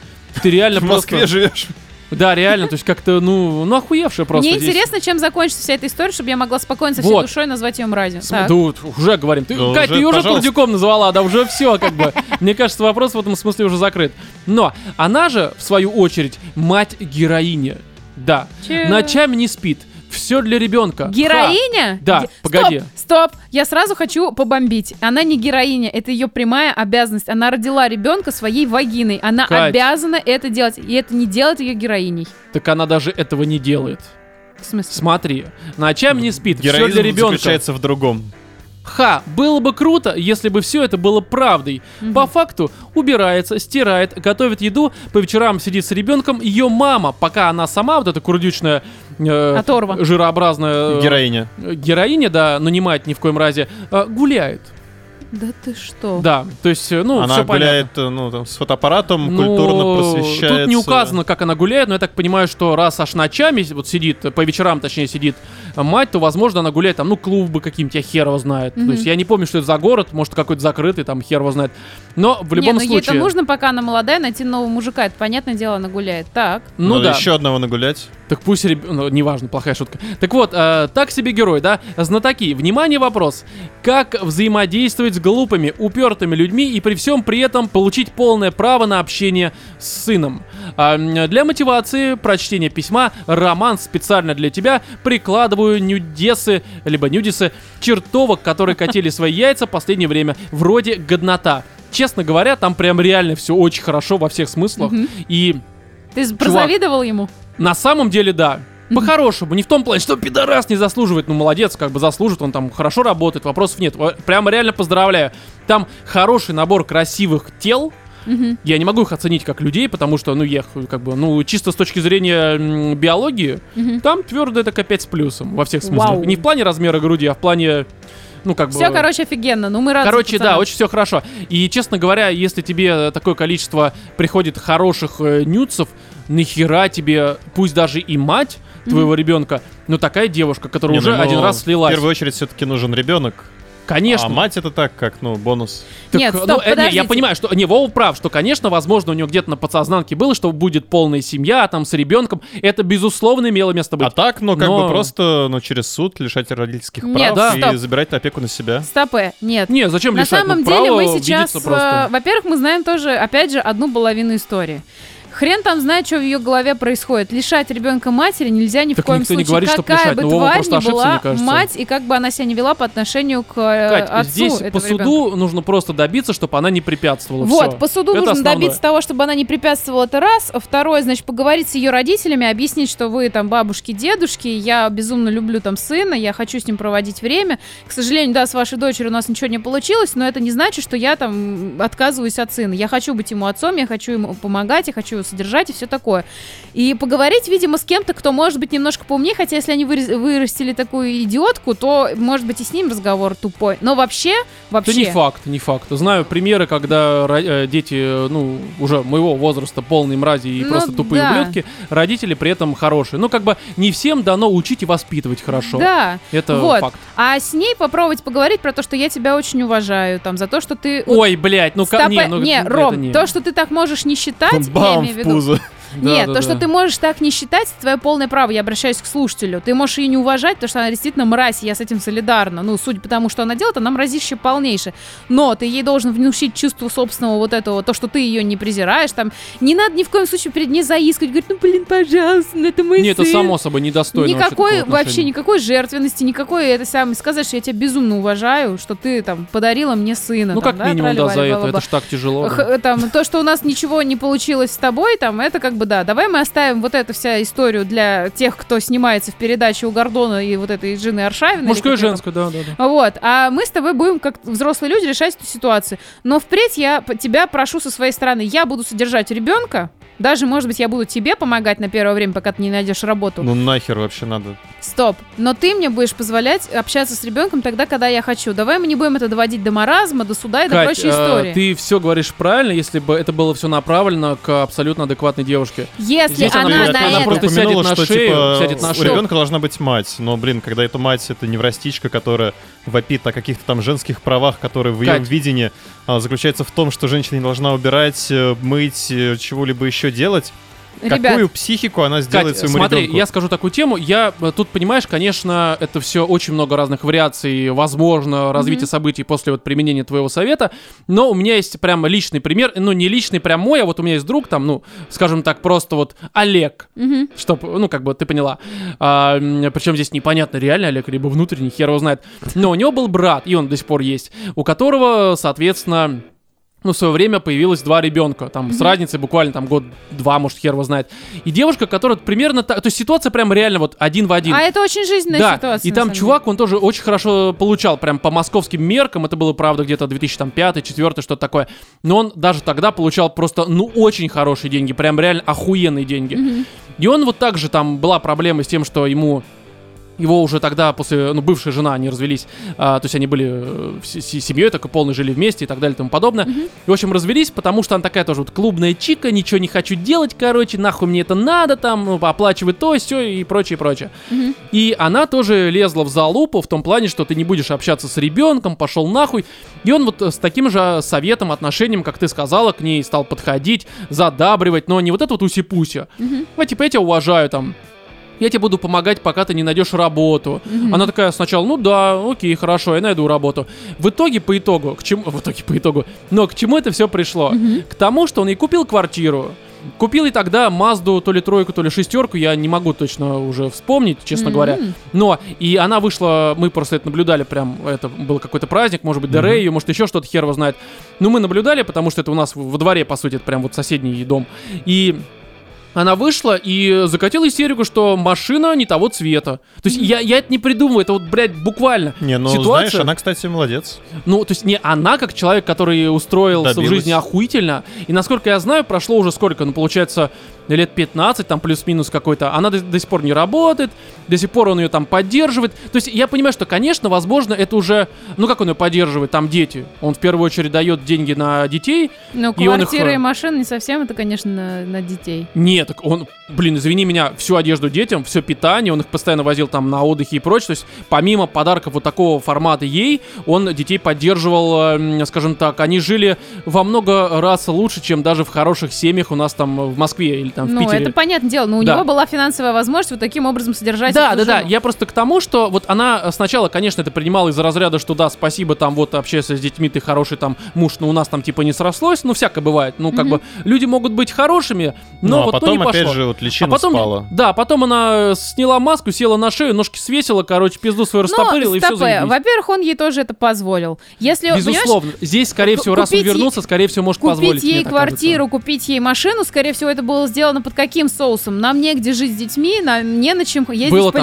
Speaker 1: Ты реально
Speaker 2: *laughs* В
Speaker 1: просто...
Speaker 2: Москве живешь.
Speaker 1: Да, реально, то есть как-то, ну, ну охуевшая просто.
Speaker 3: Мне
Speaker 1: здесь.
Speaker 3: интересно, чем закончится вся эта история, чтобы я могла спокойно со всей
Speaker 1: Вот.
Speaker 3: душой назвать ее мразью.
Speaker 1: См-
Speaker 3: Так.
Speaker 1: Да вот уже говорим. Ты,
Speaker 2: Да
Speaker 1: Кать, ты
Speaker 2: уже,
Speaker 1: ее уже
Speaker 2: пожалуйста.
Speaker 1: Турдюком назвала, да уже все, как бы. *laughs* Мне кажется, вопрос в этом смысле уже закрыт. Но она же, в свою очередь, мать героини. Да.
Speaker 3: Че?
Speaker 1: Ночами не спит. Все для ребенка.
Speaker 3: Героиня?
Speaker 1: Да,
Speaker 3: Ге-
Speaker 1: погоди.
Speaker 3: Стоп, стоп, я сразу хочу побомбить. Она не героиня, это ее прямая обязанность. Она родила ребенка своей вагиной. Она
Speaker 1: Кать.
Speaker 3: обязана это делать, и это не делает ее героиней.
Speaker 1: Так она даже этого не делает.
Speaker 3: В смысле?
Speaker 1: Смотри, ночами не спит, все
Speaker 2: Героизм
Speaker 1: для ребенка.
Speaker 2: заключается в другом.
Speaker 1: Ха, было бы круто, если бы все это было правдой. По факту убирается, стирает, готовит еду, по вечерам сидит с ребенком ее мама, пока она сама, вот эта курдючная, э,
Speaker 3: Оторва.
Speaker 1: жирообразная э,
Speaker 2: Героиня.
Speaker 1: героиня, да, но не мать ни в коем разе, э, гуляет.
Speaker 3: Да ты что?
Speaker 1: Да, то есть, э, ну,
Speaker 2: Она
Speaker 1: все понятно.
Speaker 2: гуляет э, ну, там, с фотоаппаратом,
Speaker 1: Ну,
Speaker 2: культурно просвещается.
Speaker 1: Тут не указано, как она гуляет, но я так понимаю, что раз аж ночами вот сидит, по вечерам, точнее, сидит мать, то, возможно, она гуляет там, ну, клубы какие-нибудь, я хер его знает.
Speaker 3: Мгм.
Speaker 1: То есть я не помню, что это за город, может, какой-то закрытый, там, хер его знает. Но в любом
Speaker 3: не, ну
Speaker 1: случае...
Speaker 3: ей-то нужно, пока она молодая, найти нового мужика. Это, понятное дело, она гуляет. Так.
Speaker 1: Ну
Speaker 2: Надо
Speaker 1: да,
Speaker 2: еще одного нагулять.
Speaker 1: так пусть реб... ну, неважно, плохая шутка. Так вот, э, так себе герой, да? Знатоки, внимание, вопрос. Как взаимодействовать с глупыми, упертыми людьми и при всем при этом получить полное право на общение с сыном? А, м, для мотивации прочтения письма «Роман специально для тебя» прикладываю нюдесы, либо нюдисы, чертовок, которые катили свои яйца в последнее время, вроде «Годнота». Честно говоря, там прям реально все очень хорошо во всех смыслах.
Speaker 3: Мгм.
Speaker 1: И
Speaker 3: Ты прозавидовал ему?
Speaker 1: на самом деле, да.
Speaker 3: Мгм.
Speaker 1: По-хорошему, не в том плане, что пидорас не заслуживает, ну молодец, как бы заслужит, он там хорошо работает, вопросов нет. Во- Прямо реально поздравляю. Там хороший набор красивых тел.
Speaker 3: Мгм.
Speaker 1: Я не могу их оценить как людей, потому что, ну, я их, как бы, ну, чисто с точки зрения м, биологии,
Speaker 3: Мгм.
Speaker 1: там твердая такая 5 с плюсом во всех смыслах.
Speaker 3: Вау.
Speaker 1: Не в плане размера груди, а в плане, ну, как бы...
Speaker 3: Все, короче, офигенно. Ну, мы рады. за
Speaker 1: Короче, да,
Speaker 3: пацана.
Speaker 1: очень все хорошо. И, честно говоря, если тебе э, такое количество приходит хороших э, нюцев, нахера тебе, пусть даже и мать твоего ребенка, но такая девушка, которая
Speaker 2: Не,
Speaker 1: уже
Speaker 2: ну,
Speaker 1: один раз слилась.
Speaker 2: В первую очередь все-таки нужен ребенок.
Speaker 1: Конечно.
Speaker 2: А мать это так, как, ну, бонус.
Speaker 1: Так,
Speaker 3: Нет, стоп,
Speaker 1: ну, э, не, я
Speaker 3: подождите.
Speaker 1: понимаю, что не Вова прав, что, конечно, возможно, у него где-то на подсознанке было, что будет полная семья, а там с ребенком. Это безусловно имело место быть.
Speaker 2: А так, ну, как
Speaker 1: Но-
Speaker 2: бы просто, ну, через суд лишать родительских
Speaker 3: Нет,
Speaker 2: прав
Speaker 3: да.
Speaker 2: и
Speaker 3: стоп.
Speaker 2: забирать опеку на себя.
Speaker 3: Стопэ, э, нет.
Speaker 1: Не, зачем
Speaker 3: На
Speaker 1: лишать? Ну,
Speaker 3: самом деле
Speaker 1: право
Speaker 3: мы сейчас,
Speaker 1: видеться просто.
Speaker 3: э, во-первых, мы знаем тоже, опять же, одну половину истории. Хрен там знает, что в ее голове происходит. Лишать ребенка матери нельзя ни
Speaker 1: Так
Speaker 3: в коем
Speaker 1: никто не
Speaker 3: случае.
Speaker 1: говорит, чтоб
Speaker 3: Какая
Speaker 1: лишать.
Speaker 3: бы
Speaker 1: Ну, Вова
Speaker 3: тварь
Speaker 1: просто
Speaker 3: ни
Speaker 1: ошибся, мне
Speaker 3: была
Speaker 1: кажется.
Speaker 3: мать, и как бы она себя не вела по отношению к э,
Speaker 1: Кать,
Speaker 3: отцу
Speaker 1: здесь по
Speaker 3: этого
Speaker 1: суду
Speaker 3: ребенка.
Speaker 1: нужно просто добиться, чтобы она не препятствовала.
Speaker 3: Вот,
Speaker 1: Всё.
Speaker 3: по суду
Speaker 1: Это
Speaker 3: нужно
Speaker 1: основное.
Speaker 3: добиться того, чтобы она не препятствовала, это раз. А Второе, значит, поговорить с ее родителями, объяснить, что вы там бабушки, дедушки, я безумно люблю там сына, я хочу с ним проводить время. К сожалению, да, с вашей дочерью у нас ничего не получилось, но это не значит, что я там отказываюсь от сына. Я хочу быть ему отцом, я хочу ему помогать, я хочу его содержать и все такое. И поговорить, видимо, с кем-то, кто может быть немножко поумнее, хотя если они вырез- вырастили такую идиотку, то, может быть, и с ним разговор тупой. Но вообще, вообще...
Speaker 1: Это не факт, не факт. Знаю примеры, когда ро- э, дети, э, ну, уже моего возраста полные мрази и
Speaker 3: Ну
Speaker 1: просто тупые
Speaker 3: да.
Speaker 1: ублюдки, родители при этом хорошие. Ну, как бы не всем дано учить и воспитывать хорошо.
Speaker 3: Да.
Speaker 1: Это
Speaker 3: Вот.
Speaker 1: факт.
Speaker 3: А с ней попробовать поговорить про то, что я тебя очень уважаю, там, за то, что ты... вот,
Speaker 1: Ой, блядь, ну как
Speaker 3: стопэ-
Speaker 1: не, ну это
Speaker 3: Ром,
Speaker 1: не.
Speaker 3: то, что ты так можешь не считать, я
Speaker 2: Бам
Speaker 3: имею в
Speaker 2: в
Speaker 3: виду...
Speaker 2: пузо.
Speaker 1: Да,
Speaker 3: Нет,
Speaker 1: да,
Speaker 3: то, что
Speaker 1: да.
Speaker 3: ты можешь так не считать, это твое полное право. Я обращаюсь к слушателю. Ты можешь ее не уважать, потому что она действительно мразь, и я с этим солидарна. Ну, судя по тому, что она делает, она мразище полнейшее. Но ты ей должен внушить чувство собственного вот этого, то, что ты ее не презираешь. Там не надо ни в коем случае перед ней заискать. Говорит, ну, блин, пожалуйста, ну, это мой
Speaker 1: Не, это
Speaker 3: сын».
Speaker 1: само собой недостойно.
Speaker 3: Никакой
Speaker 1: вообще,
Speaker 3: вообще никакой жертвенности, никакой это самое сказать, что я тебя безумно уважаю, что ты там подарила мне сына.
Speaker 1: Ну,
Speaker 3: там,
Speaker 1: как минимум, да,
Speaker 3: трали-вали,
Speaker 1: за это.
Speaker 3: бла-бла-бла. э,
Speaker 1: Это ж так тяжело. да.
Speaker 3: Х- там, то, что у нас ничего не получилось с тобой, там, это как бы бы да, давай мы оставим вот эту вся историю для тех, кто снимается в передаче у Гордона и вот этой Джины Аршавиной. или
Speaker 1: Мужское и
Speaker 3: как её там.
Speaker 1: женское, да, да, да.
Speaker 3: Вот, а мы с тобой будем, как взрослые люди, решать эту ситуацию. Но впредь я п- тебя прошу со своей стороны, я буду содержать ребенка, даже, может быть, я буду тебе помогать на первое время, пока ты не найдешь работу.
Speaker 2: Ну нахер вообще надо.
Speaker 3: Стоп. Но ты мне будешь позволять общаться с ребенком тогда, когда я хочу. Давай мы не будем это доводить до маразма, до суда и до
Speaker 1: Кать, э,
Speaker 3: прочей истории.
Speaker 1: ты все говоришь правильно, если бы это было все направлено к абсолютно адекватной девушке.
Speaker 3: Если
Speaker 1: здесь
Speaker 3: она,
Speaker 1: она будет-
Speaker 3: на
Speaker 1: она
Speaker 3: это...
Speaker 1: просто сядет
Speaker 2: упомянула,
Speaker 1: на
Speaker 2: что,
Speaker 1: шею,
Speaker 2: типа,
Speaker 1: сядет на
Speaker 2: у
Speaker 1: шею.
Speaker 2: ребенка должна быть мать, но, блин, когда эта мать, это неврастичка, которая вопит о каких-то там женских правах, которые в ее
Speaker 1: Кать.
Speaker 2: видении а, заключаются в том, что женщина не должна убирать, э, мыть, э, чего-либо еще делать.
Speaker 3: Ребят,
Speaker 2: Какую психику она сделает
Speaker 1: Кать,
Speaker 2: своему
Speaker 1: смотри,
Speaker 2: ребенку?
Speaker 1: я скажу такую тему. Я э, тут, понимаешь, конечно, это все очень много разных вариаций, возможно, развитие событий после вот применения твоего совета. Но у меня есть прям личный пример, ну не личный, прям мой, а вот у меня есть друг там, ну, скажем так, просто вот Олег.
Speaker 3: мгм.
Speaker 1: Чтоб, ну, как бы ты поняла. причем здесь непонятно, реально Олег, либо внутренний, хер его знает. Но у него был брат, и он до сих пор есть, у которого, соответственно, ну, в свое время появилось два ребенка, там, с разницей буквально, там, год-два, может, хер его знает. И девушка, которая примерно так, то есть ситуация прям реально вот один в один.
Speaker 3: А это очень жизненная
Speaker 1: Да,
Speaker 3: ситуация.
Speaker 1: и
Speaker 3: на
Speaker 1: там
Speaker 3: самом деле.
Speaker 1: чувак, он тоже очень хорошо получал, прям по московским меркам, это было, правда, где-то 2005-2004, что-то такое. Но он даже тогда получал просто, ну, очень хорошие деньги, прям реально охуенные деньги. И он вот так же, там была проблема с тем, что ему его уже тогда после, ну, бывшая жена, они развелись, а, то есть они были э, с- с- семьей такой полной, жили вместе и так далее и тому подобное. И, в общем, развелись, потому что она такая тоже вот клубная чика, ничего не хочу делать, короче, нахуй мне это надо, там, ну, оплачивать то, все и прочее, прочее. И она тоже лезла в залупу в том плане, что ты не будешь общаться с ребенком, пошел нахуй. И он вот э, с таким же советом, отношением, как ты сказала, к ней стал подходить, задабривать, но не вот это вот уси-пуси. А типа я тебя уважаю там, я тебе буду помогать, пока ты не найдешь работу. Она такая сначала, ну да, окей, хорошо, я найду работу. В итоге, по итогу, к чему, *laughs* в итоге, по итогу, но к чему это все пришло? К тому, что он и купил квартиру, купил и тогда Мазду то ли тройку, то ли шестерку, я не могу точно уже вспомнить, честно
Speaker 3: Мгм.
Speaker 1: говоря. Но, и она вышла, мы просто это наблюдали, прям, это был какой-то праздник, может быть, Дерею, может, еще что-то хер его знает. Но мы наблюдали, потому что это у нас в- во дворе, по сути, это прям вот соседний дом. И она вышла и закатила истерику, что машина не того цвета. То есть я, я это не придумываю, это вот, блядь, буквально.
Speaker 2: Не, ну
Speaker 1: ситуация...
Speaker 2: знаешь, она, кстати, молодец.
Speaker 1: Ну, то есть не она, как человек, который устроился в
Speaker 2: Добилась.
Speaker 1: жизни охуительно. И насколько я знаю, прошло уже сколько, ну, получается, лет 15, там плюс-минус какой-то. Она до, до сих пор не работает, до сих пор он ее там поддерживает. То есть я понимаю, что, конечно, возможно, это уже... Ну, как он ее поддерживает? Там дети. Он в первую очередь дает деньги на детей.
Speaker 3: Ну,
Speaker 1: и он их- э,
Speaker 3: квартиры и машины не совсем, это, конечно, на, на детей.
Speaker 1: Нет, так он, блин, извини меня, всю одежду детям, все питание, он их постоянно возил там на отдыхе и прочее. То есть, помимо подарков вот такого формата ей, он детей поддерживал, э, м, скажем так, они жили во много раз лучше, чем даже в хороших семьях у нас там э, в Москве или там в
Speaker 3: ну,
Speaker 1: Питере.
Speaker 3: это понятное дело, но у
Speaker 1: Да.
Speaker 3: него была финансовая возможность вот таким образом содержать
Speaker 1: Да,
Speaker 3: эту
Speaker 1: да, да.
Speaker 3: жену.
Speaker 1: Я просто к тому, что вот она э, сначала, конечно, это принимала из разряда, что да, спасибо, там вот общайся с детьми, ты хороший там муж, но у нас там типа не срослось, ну всякое бывает. Ну, как бы люди могут быть хорошими, но
Speaker 2: ну, а
Speaker 1: вот ну,
Speaker 2: потом,
Speaker 1: не
Speaker 2: опять
Speaker 1: пошло.
Speaker 2: же, вот личина спала.
Speaker 1: Да, А потом она э, сняла маску, села на шею, ножки свесила, короче, пизду свою растопырила
Speaker 3: Ну,
Speaker 1: и все
Speaker 3: стопэ, Во-первых, он ей тоже это позволил. Если, понимаешь,
Speaker 1: Безусловно. Здесь, скорее
Speaker 3: ку-
Speaker 1: всего, раз он
Speaker 3: купить ей-
Speaker 1: вернулся, скорее всего, может позволить.
Speaker 3: купить
Speaker 1: мне
Speaker 3: ей
Speaker 1: так кажется.
Speaker 3: квартиру, купить ей машину, скорее всего, это было сделано под каким соусом? Нам негде жить с детьми, нам не на чем ездить
Speaker 1: Было
Speaker 3: в
Speaker 1: там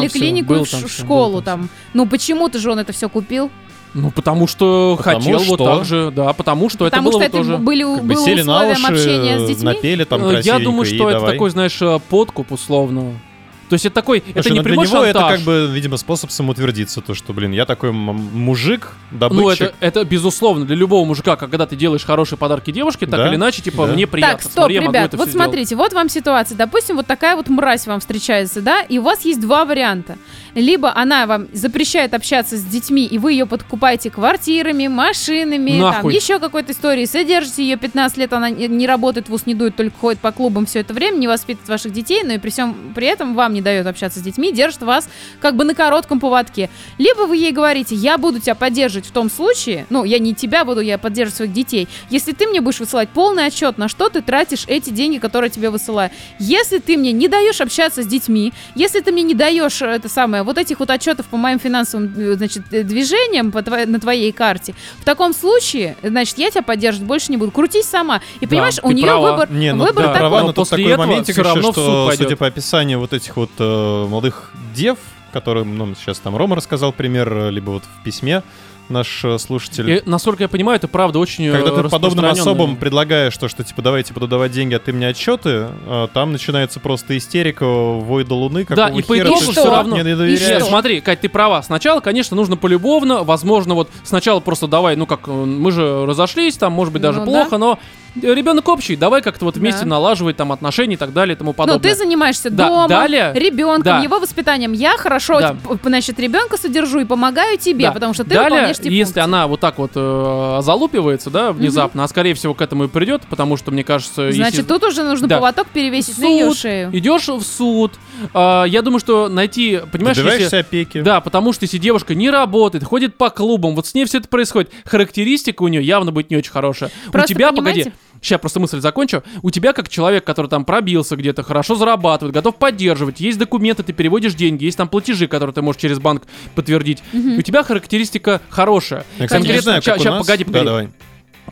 Speaker 1: всё,
Speaker 3: поликлинику и
Speaker 1: было
Speaker 3: в
Speaker 1: там
Speaker 3: ш-
Speaker 1: всё,
Speaker 3: школу
Speaker 1: было там
Speaker 3: там. Ну почему-то же он это все купил?
Speaker 1: Ну, потому что
Speaker 2: Потому
Speaker 1: хотел вот
Speaker 2: что?
Speaker 1: так же, да, потому что
Speaker 3: Потому
Speaker 1: это было
Speaker 3: что
Speaker 1: вот
Speaker 3: это
Speaker 1: тоже.
Speaker 3: были,
Speaker 2: Как бы
Speaker 3: было
Speaker 2: сели на
Speaker 3: условием общения с
Speaker 2: уши,
Speaker 3: детьми.
Speaker 2: напели там
Speaker 1: Э, Я
Speaker 2: красивенько
Speaker 1: думаю,
Speaker 2: и
Speaker 1: что это
Speaker 2: давай.
Speaker 1: такой, знаешь, э, подкуп условно. То есть это такой, это
Speaker 2: Слушай,
Speaker 1: не
Speaker 2: ну,
Speaker 1: прямой
Speaker 2: для него
Speaker 1: шантаж.
Speaker 2: это как бы, видимо, способ самоутвердиться, то, что, блин, я такой м- мужик, добытчик.
Speaker 1: Ну, это, это безусловно для любого мужика, когда ты делаешь хорошие подарки девушке, так
Speaker 2: Да,
Speaker 1: или иначе, типа,
Speaker 2: да.
Speaker 1: мне приятно.
Speaker 3: Так, стоп,
Speaker 1: Смотри, я могу
Speaker 3: ребят,
Speaker 1: это
Speaker 3: вот
Speaker 1: всё сделать.
Speaker 3: смотрите, вот вам ситуация. Допустим, вот такая вот мразь вам встречается, да, и у вас есть два варианта. Либо она вам запрещает общаться с детьми, и вы ее подкупаете квартирами, машинами, там,
Speaker 1: Нахуй.
Speaker 3: еще какой-то историей, содержите ее 15 лет, она не не работает в ус, не дует, только ходит по клубам все это время, не воспитывает ваших детей, но и при всем при этом вам не не дает общаться с детьми, держит вас как бы на коротком поводке. Либо вы ей говорите, я буду тебя поддерживать в том случае, ну, я не тебя буду, я поддерживаю своих детей, если ты мне будешь высылать полный отчет, на что ты тратишь эти деньги, которые я тебе высылаю. Если ты мне не даешь общаться с детьми, если ты мне не даешь э, это самое, вот этих вот отчетов по моим финансовым, э, значит, э, движениям по твоей- на твоей карте, в таком случае, э, значит, я тебя поддерживать больше не буду. Крутись сама. И понимаешь, у
Speaker 1: ты
Speaker 3: нее
Speaker 1: права.
Speaker 3: выбор,
Speaker 2: Не, ну
Speaker 3: выбор
Speaker 2: да,
Speaker 1: такой.
Speaker 2: права,
Speaker 1: Но
Speaker 2: но тут
Speaker 1: после
Speaker 2: такой
Speaker 1: этого
Speaker 2: моментик
Speaker 1: всё
Speaker 2: еще,
Speaker 1: равно в суд
Speaker 2: что,
Speaker 1: пойдет.
Speaker 2: судя по описанию вот этих вот э, молодых дев, которым, ну, сейчас там Рома рассказал пример, э, либо вот в письме наш э, слушатель.
Speaker 1: И, насколько я понимаю, это правда очень э,
Speaker 2: Когда ты подобным
Speaker 1: распространенное.
Speaker 2: особам предлагаешь то, что типа давайте буду давать деньги, а ты мне отчеты, а, там начинается просто истерика, вой до луны,
Speaker 1: Да,
Speaker 2: какого
Speaker 1: и по
Speaker 2: хера
Speaker 1: итогу
Speaker 2: ты
Speaker 1: всё равно.
Speaker 2: мне не
Speaker 3: И
Speaker 1: Нет,
Speaker 2: доверяешь.
Speaker 3: что?
Speaker 1: смотри, Кать, ты права. Сначала, конечно, нужно полюбовно. Возможно, вот сначала просто давай, ну как, э, мы же разошлись, там, может быть, даже
Speaker 3: Ну да.
Speaker 1: плохо, но ребенок общий, давай как-то вот вместе
Speaker 3: Да.
Speaker 1: налаживать там отношения и так далее и тому подобное.
Speaker 3: Ну, ты занимаешься
Speaker 1: Да,
Speaker 3: домом,
Speaker 1: далее-
Speaker 3: ребенком,
Speaker 1: да.
Speaker 3: его воспитанием. Я хорошо,
Speaker 1: Да.
Speaker 3: п- значит, ребенка содержу и помогаю тебе,
Speaker 1: Да.
Speaker 3: потому что ты
Speaker 1: Далее,
Speaker 3: выполняешь те
Speaker 1: если
Speaker 3: функции.
Speaker 1: она вот так вот э, залупивается, да, внезапно, а скорее всего к этому и придет, потому что, мне кажется,
Speaker 3: Значит,
Speaker 1: а, если
Speaker 3: тут уже нужно
Speaker 1: Да.
Speaker 3: поводок перевесить на
Speaker 1: Суд.
Speaker 3: ее шею.
Speaker 1: идешь в суд, а, я думаю, что найти, понимаешь, если...
Speaker 2: Добиваешься опеки.
Speaker 1: Да, потому что если девушка не работает, ходит по клубам, вот с ней все это происходит, характеристика у нее явно будет не очень хорошая.
Speaker 3: Просто
Speaker 1: у тебя,
Speaker 3: понимаете-
Speaker 1: погоди, сейчас просто мысль закончу. У тебя, как человек, который там пробился где-то, хорошо зарабатывает, готов поддерживать, есть документы, ты переводишь деньги, есть там платежи, которые ты можешь через банк подтвердить. У тебя характеристика хорошая.
Speaker 2: Я, кстати, не
Speaker 1: Конкретно-
Speaker 2: знаю,
Speaker 1: ща-
Speaker 2: как у
Speaker 1: ща,
Speaker 2: нас.
Speaker 1: погоди,
Speaker 2: Да,
Speaker 1: погоди.
Speaker 2: давай.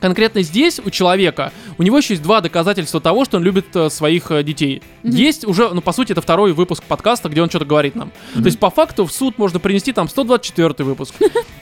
Speaker 1: Конкретно здесь у человека, у него еще есть два доказательства того, что он любит э, своих э, детей.
Speaker 3: Мгм.
Speaker 1: Есть уже, ну, по сути, это второй выпуск подкаста, где он что-то говорит нам. То есть, по факту, в суд можно принести там 124
Speaker 3: *laughs*
Speaker 1: выпуск,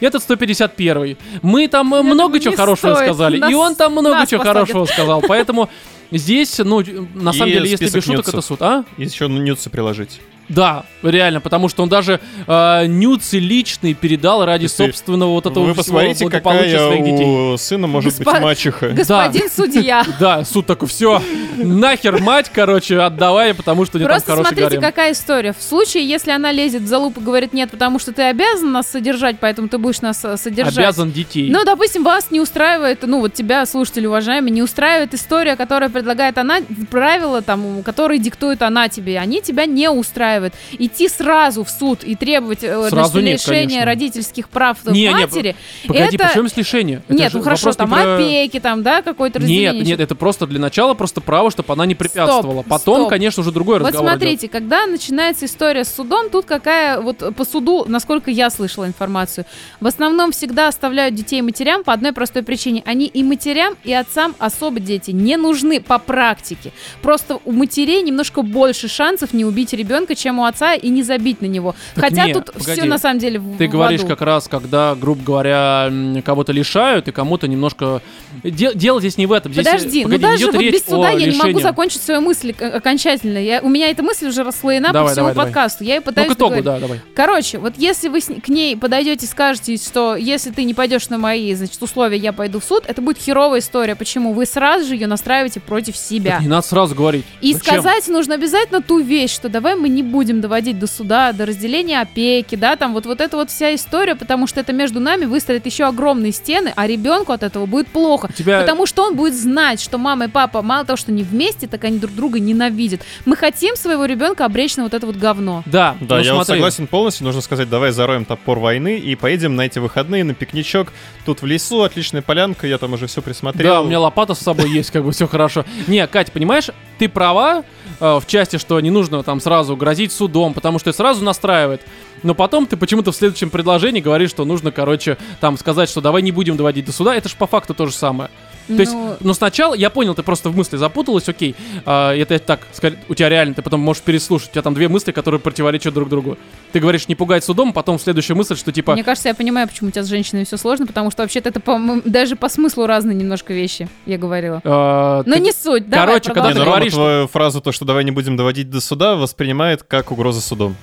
Speaker 1: этот 151. Мы там э,
Speaker 3: Я
Speaker 1: много
Speaker 3: думаю,
Speaker 1: чего
Speaker 3: Ну, не
Speaker 1: хорошего
Speaker 3: стоит.
Speaker 1: сказали, и
Speaker 3: Нас-
Speaker 1: он там много
Speaker 3: нас
Speaker 1: чего
Speaker 3: посадят.
Speaker 1: хорошего сказал, поэтому... Здесь, ну, на самом
Speaker 2: И
Speaker 1: деле, если без
Speaker 2: список
Speaker 1: шуток, это
Speaker 2: нюцев.
Speaker 1: суд, а?
Speaker 2: И еще нюцы приложить.
Speaker 1: Да, реально, потому что он даже э, нюцы личные передал ради
Speaker 2: Если
Speaker 1: собственного вот этого
Speaker 2: Вы
Speaker 1: А всего
Speaker 2: посмотрите,
Speaker 1: благополучия
Speaker 2: какая
Speaker 1: своих детей.
Speaker 2: у сына может быть
Speaker 3: Госпо-
Speaker 2: мачеха.
Speaker 3: Господин
Speaker 1: *laughs*
Speaker 3: судья.
Speaker 1: Да, суд такой, все, нахер мать, короче, отдавай, потому что не там
Speaker 3: Просто
Speaker 1: хороший
Speaker 3: смотрите,
Speaker 1: гарем.
Speaker 3: какая история. В случае, если она лезет в залуп и говорит нет, потому что ты обязан нас содержать, поэтому ты будешь нас э, содержать.
Speaker 1: Обязан детей.
Speaker 3: Ну, допустим, вас не устраивает, ну, вот тебя, слушатели уважаемые, не устраивает история, которая предлагает она, правила там, которые диктует она тебе, они тебя не устраивают. Идти сразу в суд и требовать э, значит,
Speaker 1: Сразу нет,
Speaker 3: лишения
Speaker 1: конечно.
Speaker 3: родительских прав
Speaker 1: Не, не,
Speaker 3: матери,
Speaker 1: Погоди,
Speaker 3: это-
Speaker 1: почему с лишение? Это
Speaker 3: нет,
Speaker 1: же
Speaker 3: ну хорошо,
Speaker 1: вопрос не
Speaker 3: там
Speaker 1: про-
Speaker 3: опеки, там, да, какой-то разделение.
Speaker 1: Нет, нет, это просто для начала просто право, чтобы она не препятствовала. Потом,
Speaker 3: стоп.
Speaker 1: конечно, уже другой
Speaker 3: Вот
Speaker 1: разговор идет.
Speaker 3: смотрите, когда начинается история с судом, тут какая вот э, по суду, насколько я слышала информацию, в основном всегда оставляют детей матерям по одной простой причине. Они и матерям, и отцам особо дети не нужны по практике. Просто у матерей немножко больше шансов не убить ребенка, чем у отца, и не забить на него.
Speaker 1: Так
Speaker 3: Хотя
Speaker 1: не,
Speaker 3: тут
Speaker 1: погоди.
Speaker 3: все на самом деле в-
Speaker 1: Ты
Speaker 3: в
Speaker 1: говоришь
Speaker 3: аду.
Speaker 1: как раз, когда, грубо говоря, м, кого-то лишают и кому-то немножко... Де- дело здесь не в этом. Здесь, э,
Speaker 3: Подожди,
Speaker 1: погоди,
Speaker 3: ну даже
Speaker 1: идет
Speaker 3: вот
Speaker 1: речь
Speaker 3: без суда
Speaker 1: о
Speaker 3: я не могу
Speaker 1: лишении. Ну,
Speaker 3: закончить свою мысль э, окончательно. Я, у меня эта мысль уже расслоена
Speaker 1: Давай,
Speaker 3: по всему
Speaker 1: давай, давай.
Speaker 3: подкасту. Я и
Speaker 1: Ну, к
Speaker 3: пытаюсь
Speaker 1: итогу,
Speaker 3: договорить.
Speaker 1: да, давай.
Speaker 3: Короче, вот если вы с ней- к ней подойдете и скажете, что если ты не пойдешь на мои, значит, условия, я пойду в суд, это будет херовая история. Почему? Вы сразу же ее настраиваете против себя.
Speaker 1: Так не надо сразу говорить.
Speaker 3: И
Speaker 1: Зачем?
Speaker 3: сказать нужно обязательно ту вещь, что давай мы не будем доводить до суда, до разделения опеки, да, там вот, вот эта вот вся история, потому что это между нами выстроит еще огромные стены, а ребенку от этого будет плохо.
Speaker 1: У тебя...
Speaker 3: Потому что он будет знать, что мама и папа мало того, что не вместе, так они друг друга ненавидят. Мы хотим своего ребенка обречь на вот это вот говно.
Speaker 1: Да,
Speaker 2: Да,
Speaker 1: ну,
Speaker 2: я вот
Speaker 1: смотри.
Speaker 2: согласен полностью. Нужно сказать, давай зароем топор войны и поедем на эти выходные на пикничок. Тут в лесу отличная полянка, я там уже все присмотрел.
Speaker 1: Да, у меня лопата с собой есть, как бы все хорошо. Не, Кать, понимаешь, ты права э, в части, что не нужно там сразу грозить судом, потому что это сразу настраивает. Но потом ты почему-то в следующем предложении говоришь, что нужно, короче, там сказать, что давай не будем доводить до суда. Это же по факту то же самое. То есть,
Speaker 3: Ну,
Speaker 1: но сначала, я понял, ты просто в мысли запуталась, окей, а, это я так, скорее, у тебя реально, ты потом можешь переслушать, у тебя там две мысли, которые противоречат друг другу. Ты говоришь, не пугать судом, потом следующая мысль, что типа,
Speaker 3: Мне кажется, я понимаю, почему у тебя с женщинами все сложно, потому что вообще-то это по-моему, даже по смыслу разные немножко вещи, я говорила.
Speaker 1: э,
Speaker 3: Но
Speaker 1: ты-
Speaker 3: Ну, не суть, давай,
Speaker 1: Короче, когда
Speaker 2: Не,
Speaker 1: ты
Speaker 2: ну,
Speaker 3: продолжай.
Speaker 2: Рома
Speaker 1: говоришь, что-
Speaker 2: твою фразу, то, что давай не будем доводить до суда, воспринимает как угроза судом.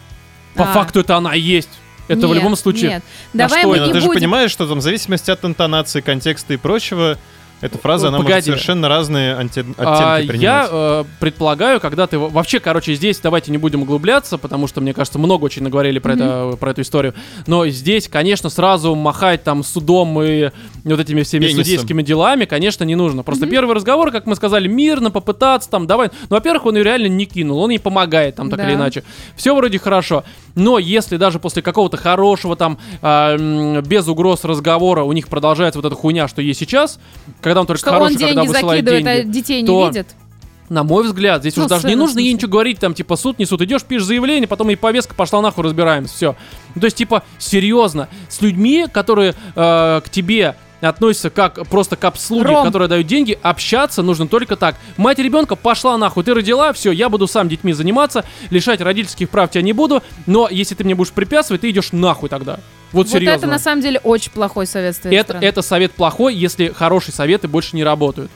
Speaker 1: по
Speaker 3: А.
Speaker 1: факту это она и есть. Это в
Speaker 3: Нет,
Speaker 1: любом случае.
Speaker 3: Нет,
Speaker 1: На
Speaker 3: давай
Speaker 1: что
Speaker 3: мы
Speaker 2: Ой, ну
Speaker 3: не
Speaker 2: ты же
Speaker 3: будем.
Speaker 2: понимаешь, что там в зависимости от интонации, контекста и прочего, Эта фраза, она может
Speaker 1: Э, Погоди.
Speaker 2: совершенно разные анти- оттенки
Speaker 1: А,
Speaker 2: принимать.
Speaker 1: я э, предполагаю, когда ты... во- Вообще, короче, здесь давайте не будем углубляться, потому что, мне кажется, много очень наговорили про, это, про эту историю. Но здесь, конечно, сразу махать там судом и вот этими всеми
Speaker 2: Пенисом.
Speaker 1: судейскими делами, конечно, не нужно. Просто первый разговор, как мы сказали, мирно попытаться там, давай... Ну, во-первых, он ее реально не кинул, он ей помогает там так
Speaker 3: Да.
Speaker 1: или иначе. Все вроде хорошо. Но если даже после какого-то хорошего там а, м, без угроз разговора у них продолжается вот эта хуйня, что есть сейчас, когда он только
Speaker 3: Что
Speaker 1: хороший,
Speaker 3: он
Speaker 1: когда
Speaker 3: деньги
Speaker 1: высылает
Speaker 3: закидывает,
Speaker 1: деньги.
Speaker 3: а детей не
Speaker 1: то-
Speaker 3: видит.
Speaker 1: На мой взгляд, здесь
Speaker 3: Ну,
Speaker 1: уже даже не
Speaker 3: сцена, в
Speaker 1: нужно ей
Speaker 3: смысле.
Speaker 1: ничего говорить, там типа суд не суд, идешь, пишешь заявление, потом и повестка пошла нахуй, разбираемся, все. Ну, то есть типа серьезно, с людьми, которые э, к тебе относятся как просто к обслуге,
Speaker 3: Ром.
Speaker 1: которые дают деньги, общаться нужно только так. Мать ребенка пошла нахуй, ты родила, все, я буду сам детьми заниматься, лишать родительских прав тебя не буду, но если ты мне будешь препятствовать, ты идешь нахуй тогда. Вот,
Speaker 3: Вот
Speaker 1: серьезно.
Speaker 3: это на самом деле очень плохой совет с твоей
Speaker 1: это,
Speaker 3: стороны.
Speaker 1: это совет плохой, если хорошие советы больше не работают,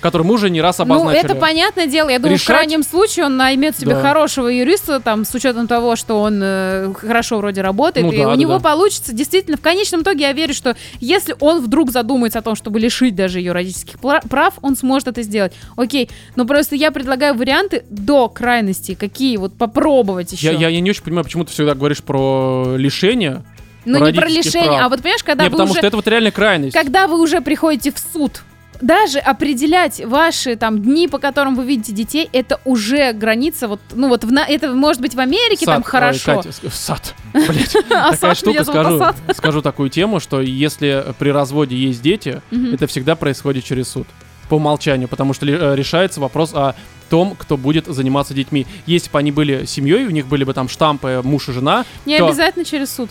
Speaker 1: которые мы уже не раз
Speaker 3: Ну,
Speaker 1: обозначили.
Speaker 3: это понятное дело. Я думаю, в
Speaker 1: Решать?
Speaker 3: крайнем случае он наймет себе
Speaker 1: Да.
Speaker 3: хорошего юриста, там, с учетом того, что он э, хорошо вроде работает,
Speaker 1: Ну
Speaker 3: и
Speaker 1: да,
Speaker 3: у
Speaker 1: да,
Speaker 3: него
Speaker 1: да.
Speaker 3: получится. Действительно, в конечном итоге я верю, что если он вдруг задумается о том, чтобы лишить даже ее родительских пла- прав, он сможет это сделать. Окей, но просто я предлагаю варианты до крайности, какие вот попробовать еще.
Speaker 1: Я, я, я не очень понимаю, почему ты всегда говоришь про лишение.
Speaker 3: ну, не про
Speaker 1: родительских
Speaker 3: лишение,
Speaker 1: прав.
Speaker 3: а вот понимаешь, когда
Speaker 1: не,
Speaker 3: вы
Speaker 1: потому
Speaker 3: уже
Speaker 1: что это вот реально крайность.
Speaker 3: когда вы уже приходите в суд, даже определять ваши там дни, по которым вы видите детей, это уже граница. Вот, ну вот в на- это может быть в Америке
Speaker 1: Сад,
Speaker 3: там хорошо. А
Speaker 1: ой,
Speaker 3: *laughs*
Speaker 1: Катя, с- сад. *laughs* Блядь, такая
Speaker 3: сад
Speaker 1: штука,
Speaker 3: меня зовут
Speaker 1: скажу,
Speaker 3: Асад.
Speaker 1: *laughs* скажу такую тему, что если при разводе есть дети,
Speaker 3: Мгм.
Speaker 1: это всегда происходит через суд. По умолчанию, потому что ли- э, решается вопрос о том, кто будет заниматься детьми. Если бы они были семьей, у них были бы там штампы муж и жена,
Speaker 3: Не
Speaker 1: то
Speaker 3: обязательно через суд.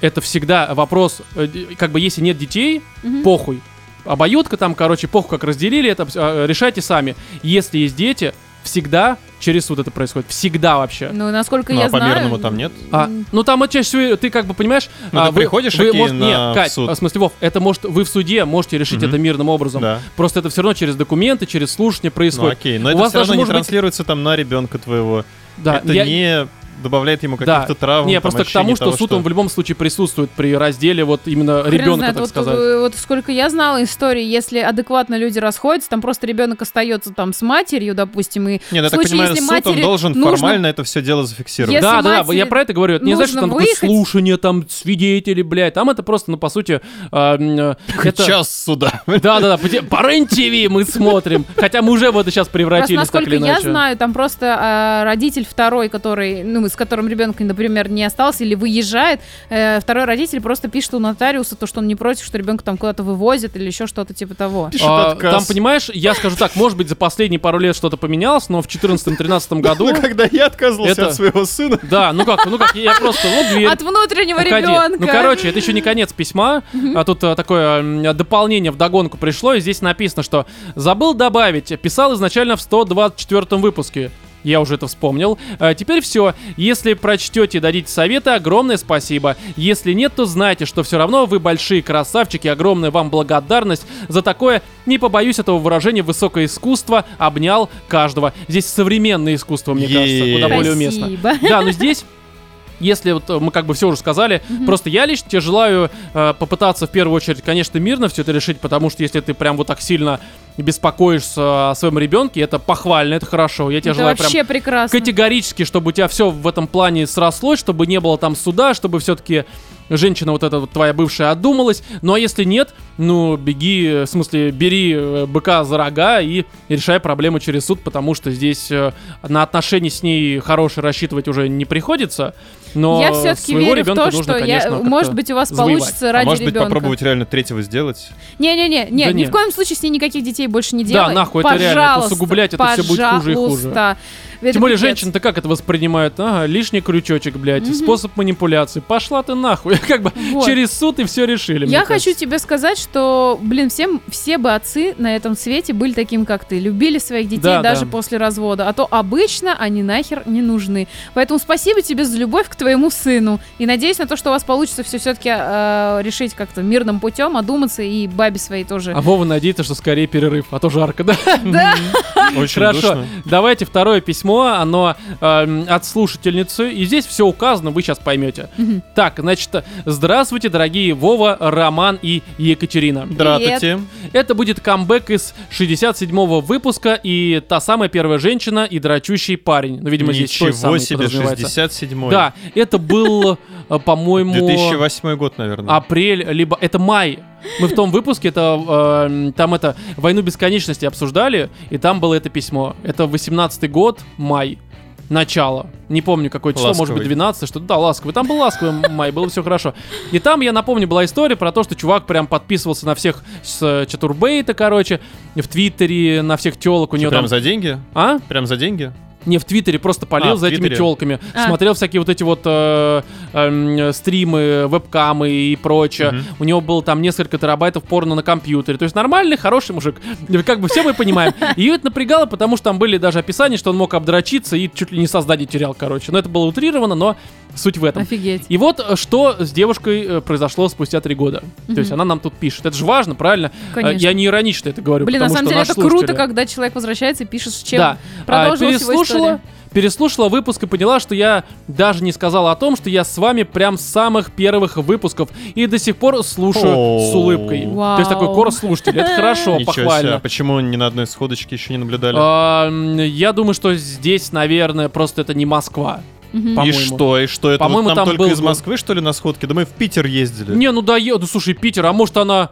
Speaker 1: это всегда вопрос, э, д- как бы если нет детей,
Speaker 3: Мгм.
Speaker 1: похуй. Обоюдка там, короче, похуй, как разделили это, э, решайте сами. Если есть дети, всегда через суд это происходит. Всегда вообще.
Speaker 3: Ну, насколько
Speaker 2: Ну,
Speaker 3: я
Speaker 2: а
Speaker 3: знаю.
Speaker 2: по-мирному там нет?
Speaker 1: А, ну там это чаще всего, ты как бы понимаешь...
Speaker 2: Ну,
Speaker 1: а,
Speaker 2: ты приходишь, окей, на-
Speaker 1: Нет,
Speaker 2: в
Speaker 1: Кать,
Speaker 2: суд.
Speaker 1: в смысле, Вов, это может, вы в суде можете решить
Speaker 2: Мгм.
Speaker 1: это мирным образом.
Speaker 2: Да.
Speaker 1: Просто это все равно через документы, через слушание
Speaker 2: Ну
Speaker 1: происходит.
Speaker 2: окей, но
Speaker 1: У
Speaker 2: это
Speaker 1: вас
Speaker 2: все
Speaker 1: даже
Speaker 2: равно не
Speaker 1: может быть-
Speaker 2: транслируется там на ребенка твоего.
Speaker 1: Да,
Speaker 2: Ну, а это
Speaker 1: я-
Speaker 2: не добавляет ему
Speaker 1: Да.
Speaker 2: каких-то травм.
Speaker 1: Не,
Speaker 2: там,
Speaker 1: просто к
Speaker 2: ощущений
Speaker 1: тому, что
Speaker 2: того,
Speaker 1: суд, он в любом случае присутствует при разделе вот именно
Speaker 3: Хрен
Speaker 1: ребенка,
Speaker 3: знает,
Speaker 1: так
Speaker 3: вот,
Speaker 1: сказать.
Speaker 3: э, вот сколько я знала истории, если адекватно люди расходятся, там просто ребенок остается там с матерью, допустим, и
Speaker 2: Нет,
Speaker 3: в
Speaker 2: ну, я так
Speaker 3: случае,
Speaker 2: понимаю,
Speaker 3: если
Speaker 2: суд, он
Speaker 3: матери
Speaker 2: должен
Speaker 3: нужно-
Speaker 2: формально это все дело зафиксировать.
Speaker 3: Если
Speaker 1: да, да, да,
Speaker 3: матери
Speaker 1: я про это говорю. Это не значит, что
Speaker 3: нужно
Speaker 1: там какое
Speaker 3: выехать-
Speaker 1: слушание, там свидетели, блядь. Там это просто, ну, по сути, э, м, э, это...
Speaker 2: Час
Speaker 1: *laughs*
Speaker 2: суда.
Speaker 1: Да, да, да, по те- по РЕН-ТВ мы смотрим. Хотя мы уже в это сейчас
Speaker 3: Просто,
Speaker 1: превратились, так
Speaker 3: насколько
Speaker 1: или
Speaker 3: я
Speaker 1: иначе.
Speaker 3: знаю, там просто э, родитель второй, который, ну, с которым ребенок, например, не остался или выезжает, э, второй родитель просто пишет у нотариуса то, что он не против, что ребенка там куда-то вывозят или еще что-то типа того.
Speaker 2: Пишет
Speaker 1: А,
Speaker 2: отказ.
Speaker 1: Там, понимаешь, я скажу так, может быть, за последние пару лет что-то поменялось, но в 14-13 году...
Speaker 2: Ну, когда я отказывался
Speaker 1: Это-
Speaker 2: от своего сына,
Speaker 1: Да, ну как, ну как, я просто, ну дверь.
Speaker 3: От внутреннего
Speaker 1: Уходи.
Speaker 3: ребенка.
Speaker 1: Ну, короче, это еще не конец письма. А тут э, такое м, дополнение в догонку пришло, и здесь написано, что забыл добавить, писал изначально в 124 выпуске. Я уже это вспомнил. Э, теперь все. Если прочтете и дадите советы, огромное спасибо. Если нет, то знайте, что все равно вы большие красавчики. Огромная вам благодарность за такое, не побоюсь этого выражения, высокое искусство. Обнял каждого. Здесь современное искусство, мне кажется, куда
Speaker 2: Е-е-е.
Speaker 1: более уместно.
Speaker 3: Спасибо.
Speaker 1: Да, но здесь... Если вот э, мы как бы все уже сказали, просто я лично тебе желаю э, попытаться в первую очередь, конечно, мирно все это решить, потому что если ты прям вот так сильно беспокоишься о своем ребенке, это похвально, это хорошо. Я тебе
Speaker 3: Это
Speaker 1: желаю прям
Speaker 3: вообще прекрасно.
Speaker 1: категорически, чтобы у тебя все в этом плане срослось, чтобы не было там суда, чтобы все-таки женщина вот эта вот твоя бывшая отдумалась. Ну а если нет, ну беги, э, в смысле бери э, быка за рога и решай проблему через суд, потому что здесь э, на отношения с ней хорошие рассчитывать уже не приходится. Но
Speaker 3: я все-таки
Speaker 1: своего
Speaker 3: верю в
Speaker 1: ребенка
Speaker 3: то,
Speaker 1: нужно,
Speaker 3: что я,
Speaker 1: конечно, как-то-
Speaker 3: может быть у вас
Speaker 1: завоевать.
Speaker 3: получится
Speaker 2: а
Speaker 3: ради
Speaker 2: может быть
Speaker 3: ребенка.
Speaker 2: попробовать реально
Speaker 1: *laughs*
Speaker 2: третьего сделать?
Speaker 3: Не, не, не, не,
Speaker 1: Да
Speaker 3: ни
Speaker 1: нет.
Speaker 3: в коем случае с ней никаких детей больше не
Speaker 1: Да,
Speaker 3: делай.
Speaker 1: нахуй, это
Speaker 3: пожалуйста,
Speaker 1: реально, это усугублять это всё будет хуже и хуже.
Speaker 3: пожалуйста. Это
Speaker 1: Тем более
Speaker 3: пипец.
Speaker 1: женщины-то как это воспринимают? Ага, лишний крючочек, блядь, способ манипуляции. Пошла ты нахуй. *laughs* Как бы
Speaker 3: Вот.
Speaker 1: через суд и все решили. мне
Speaker 3: Я хочу
Speaker 1: кажется.
Speaker 3: тебе сказать, что, блин, всем, все бы отцы на этом свете были таким, как ты. Любили своих детей
Speaker 1: Да,
Speaker 3: даже
Speaker 1: да.
Speaker 3: после развода. А то обычно они нахер не нужны. Поэтому спасибо тебе за любовь к твоему сыну. И надеюсь на то, что у вас получится все все-таки решить как-то мирным путем, одуматься и бабе своей тоже.
Speaker 1: А Вова надеется, что скорее перерыв, а то жарко, да?
Speaker 3: Да,
Speaker 2: Очень
Speaker 1: Хорошо.
Speaker 2: душно.
Speaker 1: Давайте второе письмо письмо, оно эм, от слушательницы, и здесь все указано, вы сейчас поймете.
Speaker 3: Мгм.
Speaker 1: Так, значит, здравствуйте, дорогие Вова, Роман и Екатерина.
Speaker 2: Дратати.
Speaker 1: Это будет камбэк из 67-го выпуска и та самая первая женщина и драчущий парень. Ну, видимо, здесь той
Speaker 2: Ничего
Speaker 1: самой
Speaker 2: себе,
Speaker 1: подразумевается.
Speaker 2: 67-й.
Speaker 1: Да, это был, э, по-моему,
Speaker 2: 2008 год,
Speaker 1: А,
Speaker 2: наверное.
Speaker 1: апрель, либо это май. Мы в том выпуске, это эм, там это «Войну бесконечности» обсуждали, и там было это письмо. Это 18-й год, май. Начало. Не помню, какое число, может быть,
Speaker 2: Ласковый.
Speaker 1: 12, что-то. Да, ласковый. Там был ласковый май, было все хорошо. И там, я напомню, была история про то, что чувак прям подписывался на всех с э, Чатурбейта, короче, в Твиттере, на всех телок у
Speaker 2: Что,
Speaker 1: него
Speaker 2: Прям
Speaker 1: там...
Speaker 2: за деньги?
Speaker 1: А?
Speaker 2: Прям за деньги?
Speaker 1: Не, в Твиттере просто полил
Speaker 2: А, в
Speaker 1: за этими
Speaker 2: Твиттере.
Speaker 1: телками.
Speaker 3: А.
Speaker 1: Смотрел всякие вот эти вот э, эм, стримы, вебкамы и прочее.
Speaker 2: Мгм.
Speaker 1: У него было там несколько терабайтов порно на компьютере. То есть нормальный, хороший мужик. И Как бы все мы
Speaker 3: *laughs*
Speaker 1: понимаем. И Ее это напрягало, потому что там были даже описания, что он мог обдрочиться и чуть ли не создание терял, короче. Но это было утрировано, но суть в этом.
Speaker 3: Офигеть.
Speaker 1: И вот э, что с девушкой э, произошло спустя три года.
Speaker 3: Мгм.
Speaker 1: То есть она нам тут пишет. Это же важно, правильно? Э,
Speaker 3: Конечно.
Speaker 1: Я не иронично это говорю.
Speaker 3: Блин, на
Speaker 1: потому
Speaker 3: самом
Speaker 1: что э,
Speaker 3: деле
Speaker 1: наши
Speaker 3: это круто,
Speaker 1: слушатели-
Speaker 3: когда человек возвращается и пишет, с чем
Speaker 1: да. А,
Speaker 3: продолжилась его
Speaker 1: переслушала,
Speaker 3: история.
Speaker 1: переслушала выпуск и поняла, что я даже не сказала о том, что я с вами прям с самых первых выпусков и до сих пор слушаю
Speaker 2: О.
Speaker 1: с улыбкой. То есть такой
Speaker 3: Вау.
Speaker 1: кор слушатель. Это хорошо,
Speaker 2: *laughs* Ничего себе. А
Speaker 1: похвально.
Speaker 2: Почему ни на одной сходочке еще не наблюдали?
Speaker 1: А, м, Я думаю, что здесь, наверное, просто это не Москва.
Speaker 3: Мгм.
Speaker 1: по-моему.
Speaker 2: И что, и что? Это
Speaker 1: По-моему,
Speaker 2: вот
Speaker 1: там
Speaker 2: нам только
Speaker 1: был-
Speaker 2: из Москвы, что ли, на сходке? Да мы в Питер ездили.
Speaker 1: Не, ну да, е- ну слушай, Питер, а может она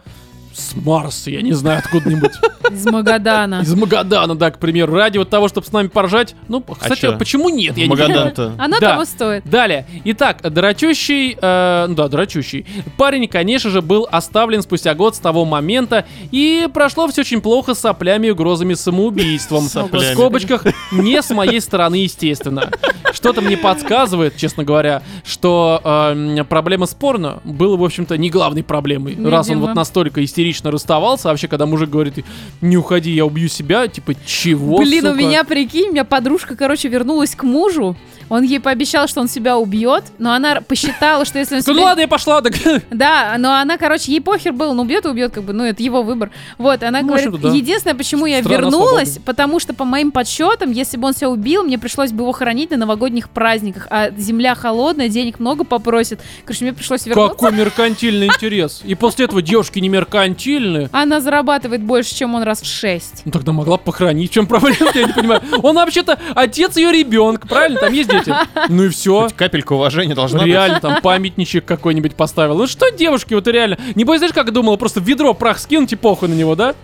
Speaker 1: с Марса, я не знаю,
Speaker 3: *laughs*
Speaker 1: откуда-нибудь.
Speaker 3: Из Магадана.
Speaker 1: Из Магадана, да, к примеру. Ради вот того, чтобы с нами поржать. Ну, кстати,
Speaker 2: А чё?
Speaker 1: почему нет? Я не понимаю.
Speaker 2: Магадан-то.
Speaker 3: Оно
Speaker 1: Да.
Speaker 3: того стоит.
Speaker 1: Далее. Итак, дрочущий, э, ну да, дрочущий, парень, конечно же, был оставлен спустя год с того момента, и прошло все очень плохо с соплями и угрозами самоубийством.
Speaker 2: С соплями.
Speaker 1: В скобочках, не с моей стороны, естественно. Что-то мне подсказывает, честно говоря, что э, проблема с порно была, в общем-то, не главной проблемой. Раз он
Speaker 3: Видимо.
Speaker 1: вот настолько истерично расставался, а вообще, когда мужик говорит, не уходи, я убью себя, типа, чего,
Speaker 3: Блин, у
Speaker 1: сука?
Speaker 3: меня, прикинь, у меня подружка, короче, вернулась к мужу. Он ей пообещал, что он себя убьет, но она посчитала, что если он
Speaker 1: Ну
Speaker 3: себя-
Speaker 1: ладно, я пошла, так...
Speaker 3: Да, но она, короче, ей похер было, ну убьет и убьет, как бы, ну это его выбор. Вот, она
Speaker 1: Ну, в
Speaker 3: говорит,
Speaker 1: общем-то, да.
Speaker 3: единственное, почему я
Speaker 1: Страна
Speaker 3: вернулась,
Speaker 1: свободы.
Speaker 3: потому что по моим подсчетам, если бы он себя убил, мне пришлось бы его хоронить на новогодних праздниках, а земля холодная, денег много попросит. Короче, мне пришлось вернуться.
Speaker 1: Какой меркантильный интерес. И после этого девушки не меркантильны.
Speaker 3: Она зарабатывает больше, чем он раз
Speaker 1: *laughs*
Speaker 3: в шесть.
Speaker 1: Ну тогда могла бы похоронить. В чем проблема? Я не понимаю. Он вообще-то отец ее ребенка, правильно? Там есть дети. Ну и все.
Speaker 2: Хоть капелька уважения должна быть.
Speaker 1: Реально там памятничек какой-нибудь поставил. Ну что девушки, вот реально. Небось, знаешь, как думала, просто в ведро прах скинуть и похуй на него, да?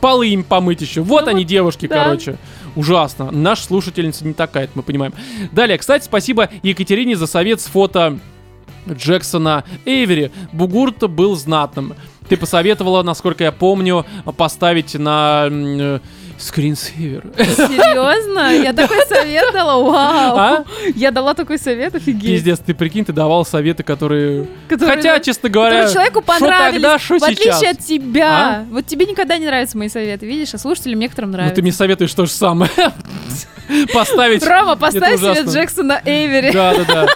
Speaker 1: Полы им помыть еще. Вот
Speaker 3: Ну
Speaker 1: они, девушки,
Speaker 3: да.
Speaker 1: короче. Ужасно. Наша слушательница не такая, это мы понимаем. Далее, кстати, спасибо Екатерине за совет с фото Джексона Эйвери. Бугурт был знатным. Ты посоветовала, насколько я помню, поставить на м, э, скринсейвер.
Speaker 3: Серьезно? Я такой совет дала? Вау!
Speaker 1: А?
Speaker 3: Я дала такой совет, офигеть.
Speaker 1: Пиздец, ты прикинь, ты давал советы, которые...
Speaker 3: Который-
Speaker 1: Хотя, честно
Speaker 3: Которые
Speaker 1: говоря,
Speaker 3: человеку
Speaker 1: шо тогда,
Speaker 3: понравились,
Speaker 1: шо
Speaker 3: в отличие
Speaker 1: сейчас? А?
Speaker 3: от тебя. Вот тебе никогда не нравятся мои советы, видишь, а слушателям некоторым
Speaker 1: Ну
Speaker 3: нравятся. *laughs*
Speaker 1: ты мне советуешь то же самое. *laughs* Поставить.
Speaker 3: Рома, поставь себе
Speaker 1: ужасно.
Speaker 3: Джексона Эйвери.
Speaker 1: Да, да, да.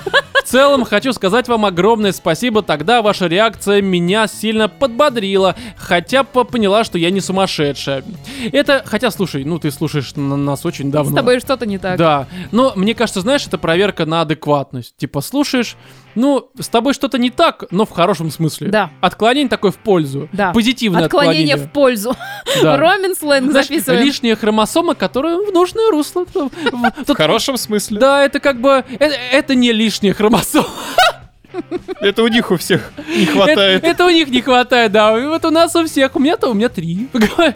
Speaker 1: В целом, хочу сказать вам огромное спасибо. Тогда ваша реакция меня сильно подбодрила. Хотя бы поняла, что я не сумасшедшая. Это, хотя, слушай, ну ты слушаешь на нас очень
Speaker 3: *laughs* С
Speaker 1: давно.
Speaker 3: тобой что-то не так.
Speaker 1: Да, но мне кажется, знаешь, это проверка на адекватность. Типа, слушаешь, ну, с тобой что-то не так, но в хорошем смысле.
Speaker 3: Да.
Speaker 1: Отклонение такое в пользу.
Speaker 3: Да.
Speaker 1: Позитивное
Speaker 3: Отклонение
Speaker 1: отклонение.
Speaker 3: в пользу.
Speaker 1: *laughs* Да.
Speaker 3: Ромин сленг
Speaker 1: Знаешь,
Speaker 3: записываем.
Speaker 1: лишняя хромосома, которая в нужное русло. В- в-
Speaker 2: В хорошем смысле.
Speaker 1: Да, это как бы... э- Это, не лишняя хромосома. *laughs*
Speaker 2: Это у них у всех не
Speaker 1: Это,
Speaker 2: хватает.
Speaker 1: это у них не хватает, да. И вот у нас у всех. У меня-то у меня три. *laughs*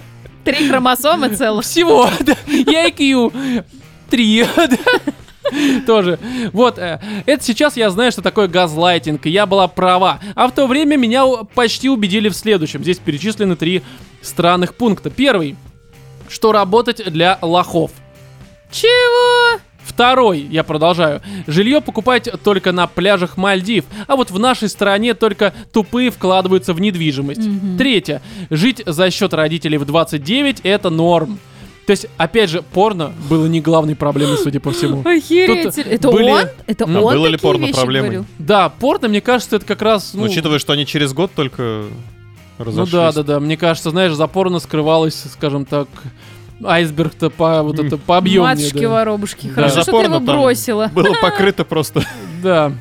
Speaker 3: Три хромосомы целых.
Speaker 1: Всего. да. Я IQ. Три. *laughs* да. Тоже. Вот, э, это сейчас я знаю, что такое газлайтинг, и я была права. А в то время меня у- почти убедили в следующем. Здесь перечислены три странных пункта. Первый, что работать для лохов.
Speaker 3: Чего?
Speaker 1: Второй, я продолжаю. Жилье покупать только на пляжах Мальдив, а вот в нашей стране только тупые вкладываются в недвижимость.
Speaker 3: Мгм.
Speaker 1: Третье. Жить за счет родителей в 29 это норм. То есть, опять же, порно было не главной проблемой, судя по
Speaker 3: *laughs*
Speaker 1: всему.
Speaker 3: Охереть.
Speaker 1: Тут
Speaker 3: Это
Speaker 1: были-
Speaker 3: он? Это
Speaker 2: А
Speaker 3: он
Speaker 2: было ли
Speaker 3: такие
Speaker 2: порно
Speaker 3: вещи
Speaker 2: проблемой?
Speaker 3: говорил?
Speaker 1: Да, порно, мне кажется, это как раз...
Speaker 2: Ну,
Speaker 1: Ну,
Speaker 2: Учитывая, что они через год только
Speaker 1: ну
Speaker 2: разошлись.
Speaker 1: да, да, да. Мне кажется, знаешь, за порно скрывалось, скажем так, Айсберг-то по вот это по объемнее.
Speaker 3: Матушки воробушки,
Speaker 1: Да.
Speaker 3: хорошо, что ты
Speaker 2: Запорно
Speaker 3: его
Speaker 2: там.
Speaker 3: бросила.
Speaker 2: Было покрыто просто
Speaker 1: Да.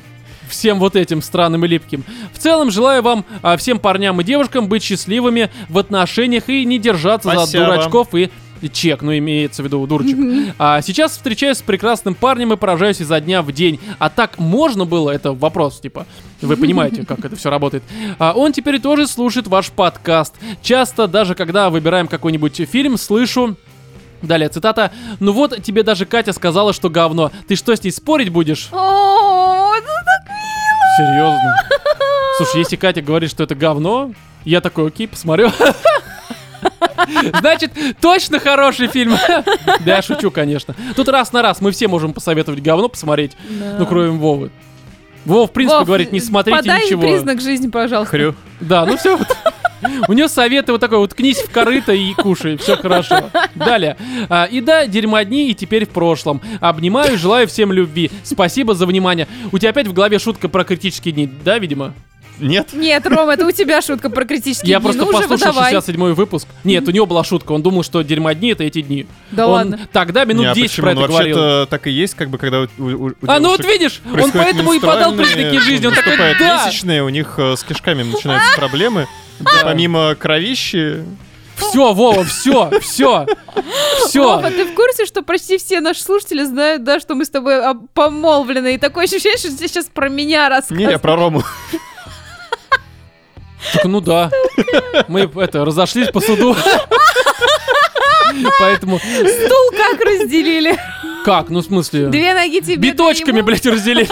Speaker 1: Всем вот этим странным и липким. В целом, желаю вам, а, всем парням и девушкам, быть счастливыми в отношениях и не держаться за
Speaker 2: Спасибо.
Speaker 1: дурачков и и чек, ну имеется в виду дурочек. А сейчас встречаюсь с прекрасным парнем и поражаюсь изо дня в день. А так можно было? Это вопрос, типа. Вы понимаете, как это все работает. А он теперь тоже слушает ваш подкаст. Часто, даже когда выбираем какой-нибудь фильм, слышу Далее цитата. «Ну вот, тебе даже Катя сказала, что говно. Ты что, с ней спорить будешь?»
Speaker 3: О, это так мило!
Speaker 1: Серьезно? Слушай, если Катя говорит, что это говно, я такой, окей, посмотрю. Значит, точно хороший фильм. Да, я шучу, конечно. Тут раз на раз мы все можем посоветовать говно посмотреть, ну, кроме Вовы. Вова, в принципе,
Speaker 3: Вов,
Speaker 1: говорит, не смотрите
Speaker 3: подай
Speaker 1: ничего.
Speaker 3: признак жизни, пожалуйста.
Speaker 2: хрю.
Speaker 1: Да, ну все. У нее советы вот такой, вот кнись в корыто и кушай, все хорошо. Далее. А, и да, дерьмо дни и теперь в прошлом. Обнимаю, желаю всем любви. Спасибо за внимание. У тебя опять в голове шутка про критические дни, да, видимо?
Speaker 2: Нет?
Speaker 3: Нет, Ром, это у тебя шутка про критические
Speaker 1: Я
Speaker 3: дни.
Speaker 1: просто
Speaker 3: ну уже
Speaker 1: послушал
Speaker 3: выдавай.
Speaker 1: 67-й выпуск. Нет, у него была шутка. Он думал, что дерьмо дни это эти дни.
Speaker 3: Да
Speaker 1: Он
Speaker 3: ладно.
Speaker 1: Тогда минут
Speaker 2: Не, а
Speaker 1: 10
Speaker 2: почему?
Speaker 1: про
Speaker 2: Ну,
Speaker 1: это говорил.
Speaker 2: вообще-то так и есть, как бы, когда у, у- у
Speaker 1: А ну вот
Speaker 2: девушек
Speaker 1: видишь, он
Speaker 2: происходят
Speaker 1: поэтому и подал
Speaker 2: менструальные,
Speaker 1: признаки жизни. Он такой,
Speaker 2: наступают
Speaker 1: да,
Speaker 2: месячные, у них э, с кишками начинаются проблемы. И Помимо кровищи,
Speaker 1: все, Вова, все, все,
Speaker 3: Вова,
Speaker 1: все.
Speaker 3: ты в курсе, что почти все наши слушатели знают, да, что мы с тобой а, помолвлены? И такое ощущение, что здесь сейчас про меня рассказывают.
Speaker 2: не, я про Рому.
Speaker 1: Так, ну да. Мы это разошлись по
Speaker 3: *laughs*
Speaker 1: суду. Поэтому
Speaker 3: Стул
Speaker 1: *laughs*
Speaker 3: как разделили.
Speaker 1: как? Ну, в смысле?
Speaker 3: Две ноги тебе. две
Speaker 1: Биточками,
Speaker 3: ему.
Speaker 1: блядь,
Speaker 3: *laughs*
Speaker 1: разделили.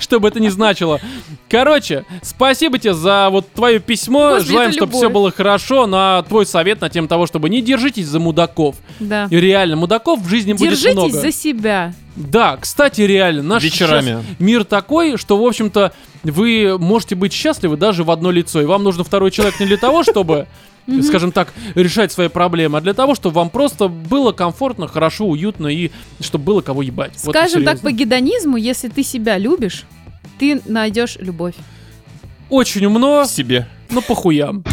Speaker 1: Что бы это ни значило. Короче, спасибо тебе за вот твое письмо.
Speaker 3: Господи,
Speaker 1: Желаем,
Speaker 3: это
Speaker 1: чтобы все
Speaker 3: любовь.
Speaker 1: было хорошо. На твой совет на тему того, чтобы не держитесь за мудаков.
Speaker 3: Да.
Speaker 1: И реально, мудаков в жизни будет
Speaker 3: Держитесь
Speaker 1: много.
Speaker 3: за себя.
Speaker 1: Да, кстати, реально, наш
Speaker 2: Вечерами.
Speaker 1: сейчас мир такой, что, в общем-то, вы можете быть счастливы даже в одно лицо. И вам нужен второй человек не для того, чтобы, скажем так, решать свои проблемы, а для того, чтобы вам просто было комфортно, хорошо, уютно и чтобы было кого ебать. Вот
Speaker 3: Скажем так, по
Speaker 1: серьезно.
Speaker 3: гедонизму, если ты себя любишь, ты найдешь любовь.
Speaker 1: Очень умно,
Speaker 2: В себе.
Speaker 1: но по хуям.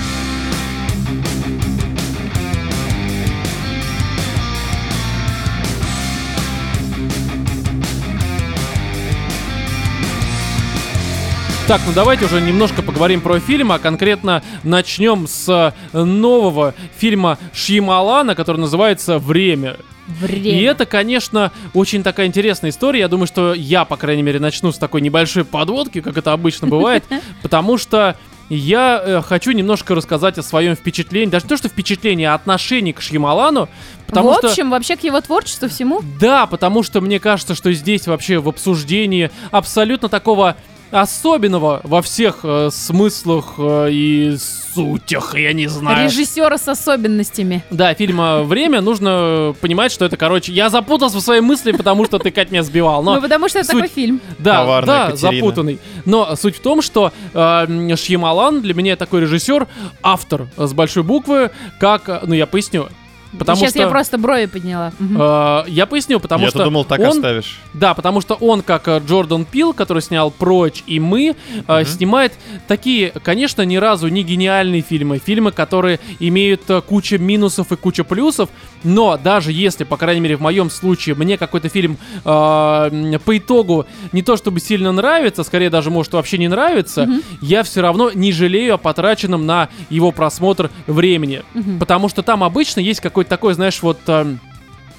Speaker 1: Так, ну давайте уже немножко поговорим про фильм, а конкретно начнем с э, нового фильма Шьямалана, который называется «Время».
Speaker 3: Время.
Speaker 1: И это, конечно, очень такая интересная история. Я думаю, что я, по крайней мере, начну с такой небольшой подводки, как это обычно бывает,
Speaker 3: *laughs*
Speaker 1: потому что я э, хочу немножко рассказать о своем впечатлении, даже не то, что впечатление, а отношении к Шьямалану, потому
Speaker 3: в
Speaker 1: что...
Speaker 3: общем, вообще к его творчеству всему.
Speaker 1: Да, потому что мне кажется, что здесь вообще в обсуждении абсолютно такого особенного во всех э, смыслах э, и сутях, я не знаю.
Speaker 3: Режиссера с особенностями.
Speaker 1: Да, фильма «Время» нужно э, понимать, что это, короче, я запутался в своей мысли, потому что ты, Кать, меня сбивал.
Speaker 3: ну,
Speaker 1: Но,
Speaker 3: потому что это
Speaker 1: суть-
Speaker 3: такой фильм.
Speaker 1: да,
Speaker 2: Коварная
Speaker 1: да,
Speaker 2: Катерина.
Speaker 1: запутанный. Но суть в том, что э, м, Шьямалан для меня такой режиссер, автор э, с большой буквы, как... э, Ну, я поясню. Потому
Speaker 3: Сейчас
Speaker 1: что...
Speaker 3: я просто брови подняла. Мгм.
Speaker 1: э, я поясню, потому
Speaker 2: Я-то
Speaker 1: что
Speaker 2: думал, так
Speaker 1: он
Speaker 2: оставишь.
Speaker 1: да, потому что он, как э, Джордан Пил, который снял «Прочь» и «Мы», э,
Speaker 2: Мгм.
Speaker 1: снимает такие, конечно, ни разу не гениальные фильмы, фильмы, которые имеют э, куча минусов и куча плюсов, но даже если, по крайней мере, в моем случае, мне какой-то фильм э, м, по итогу не то чтобы сильно нравится, скорее даже, может, вообще не нравится,
Speaker 3: Мгм.
Speaker 1: я все равно не жалею о потраченном на его просмотр времени.
Speaker 3: Мгм.
Speaker 1: Потому что там обычно есть какой-то такой, знаешь, вот эм,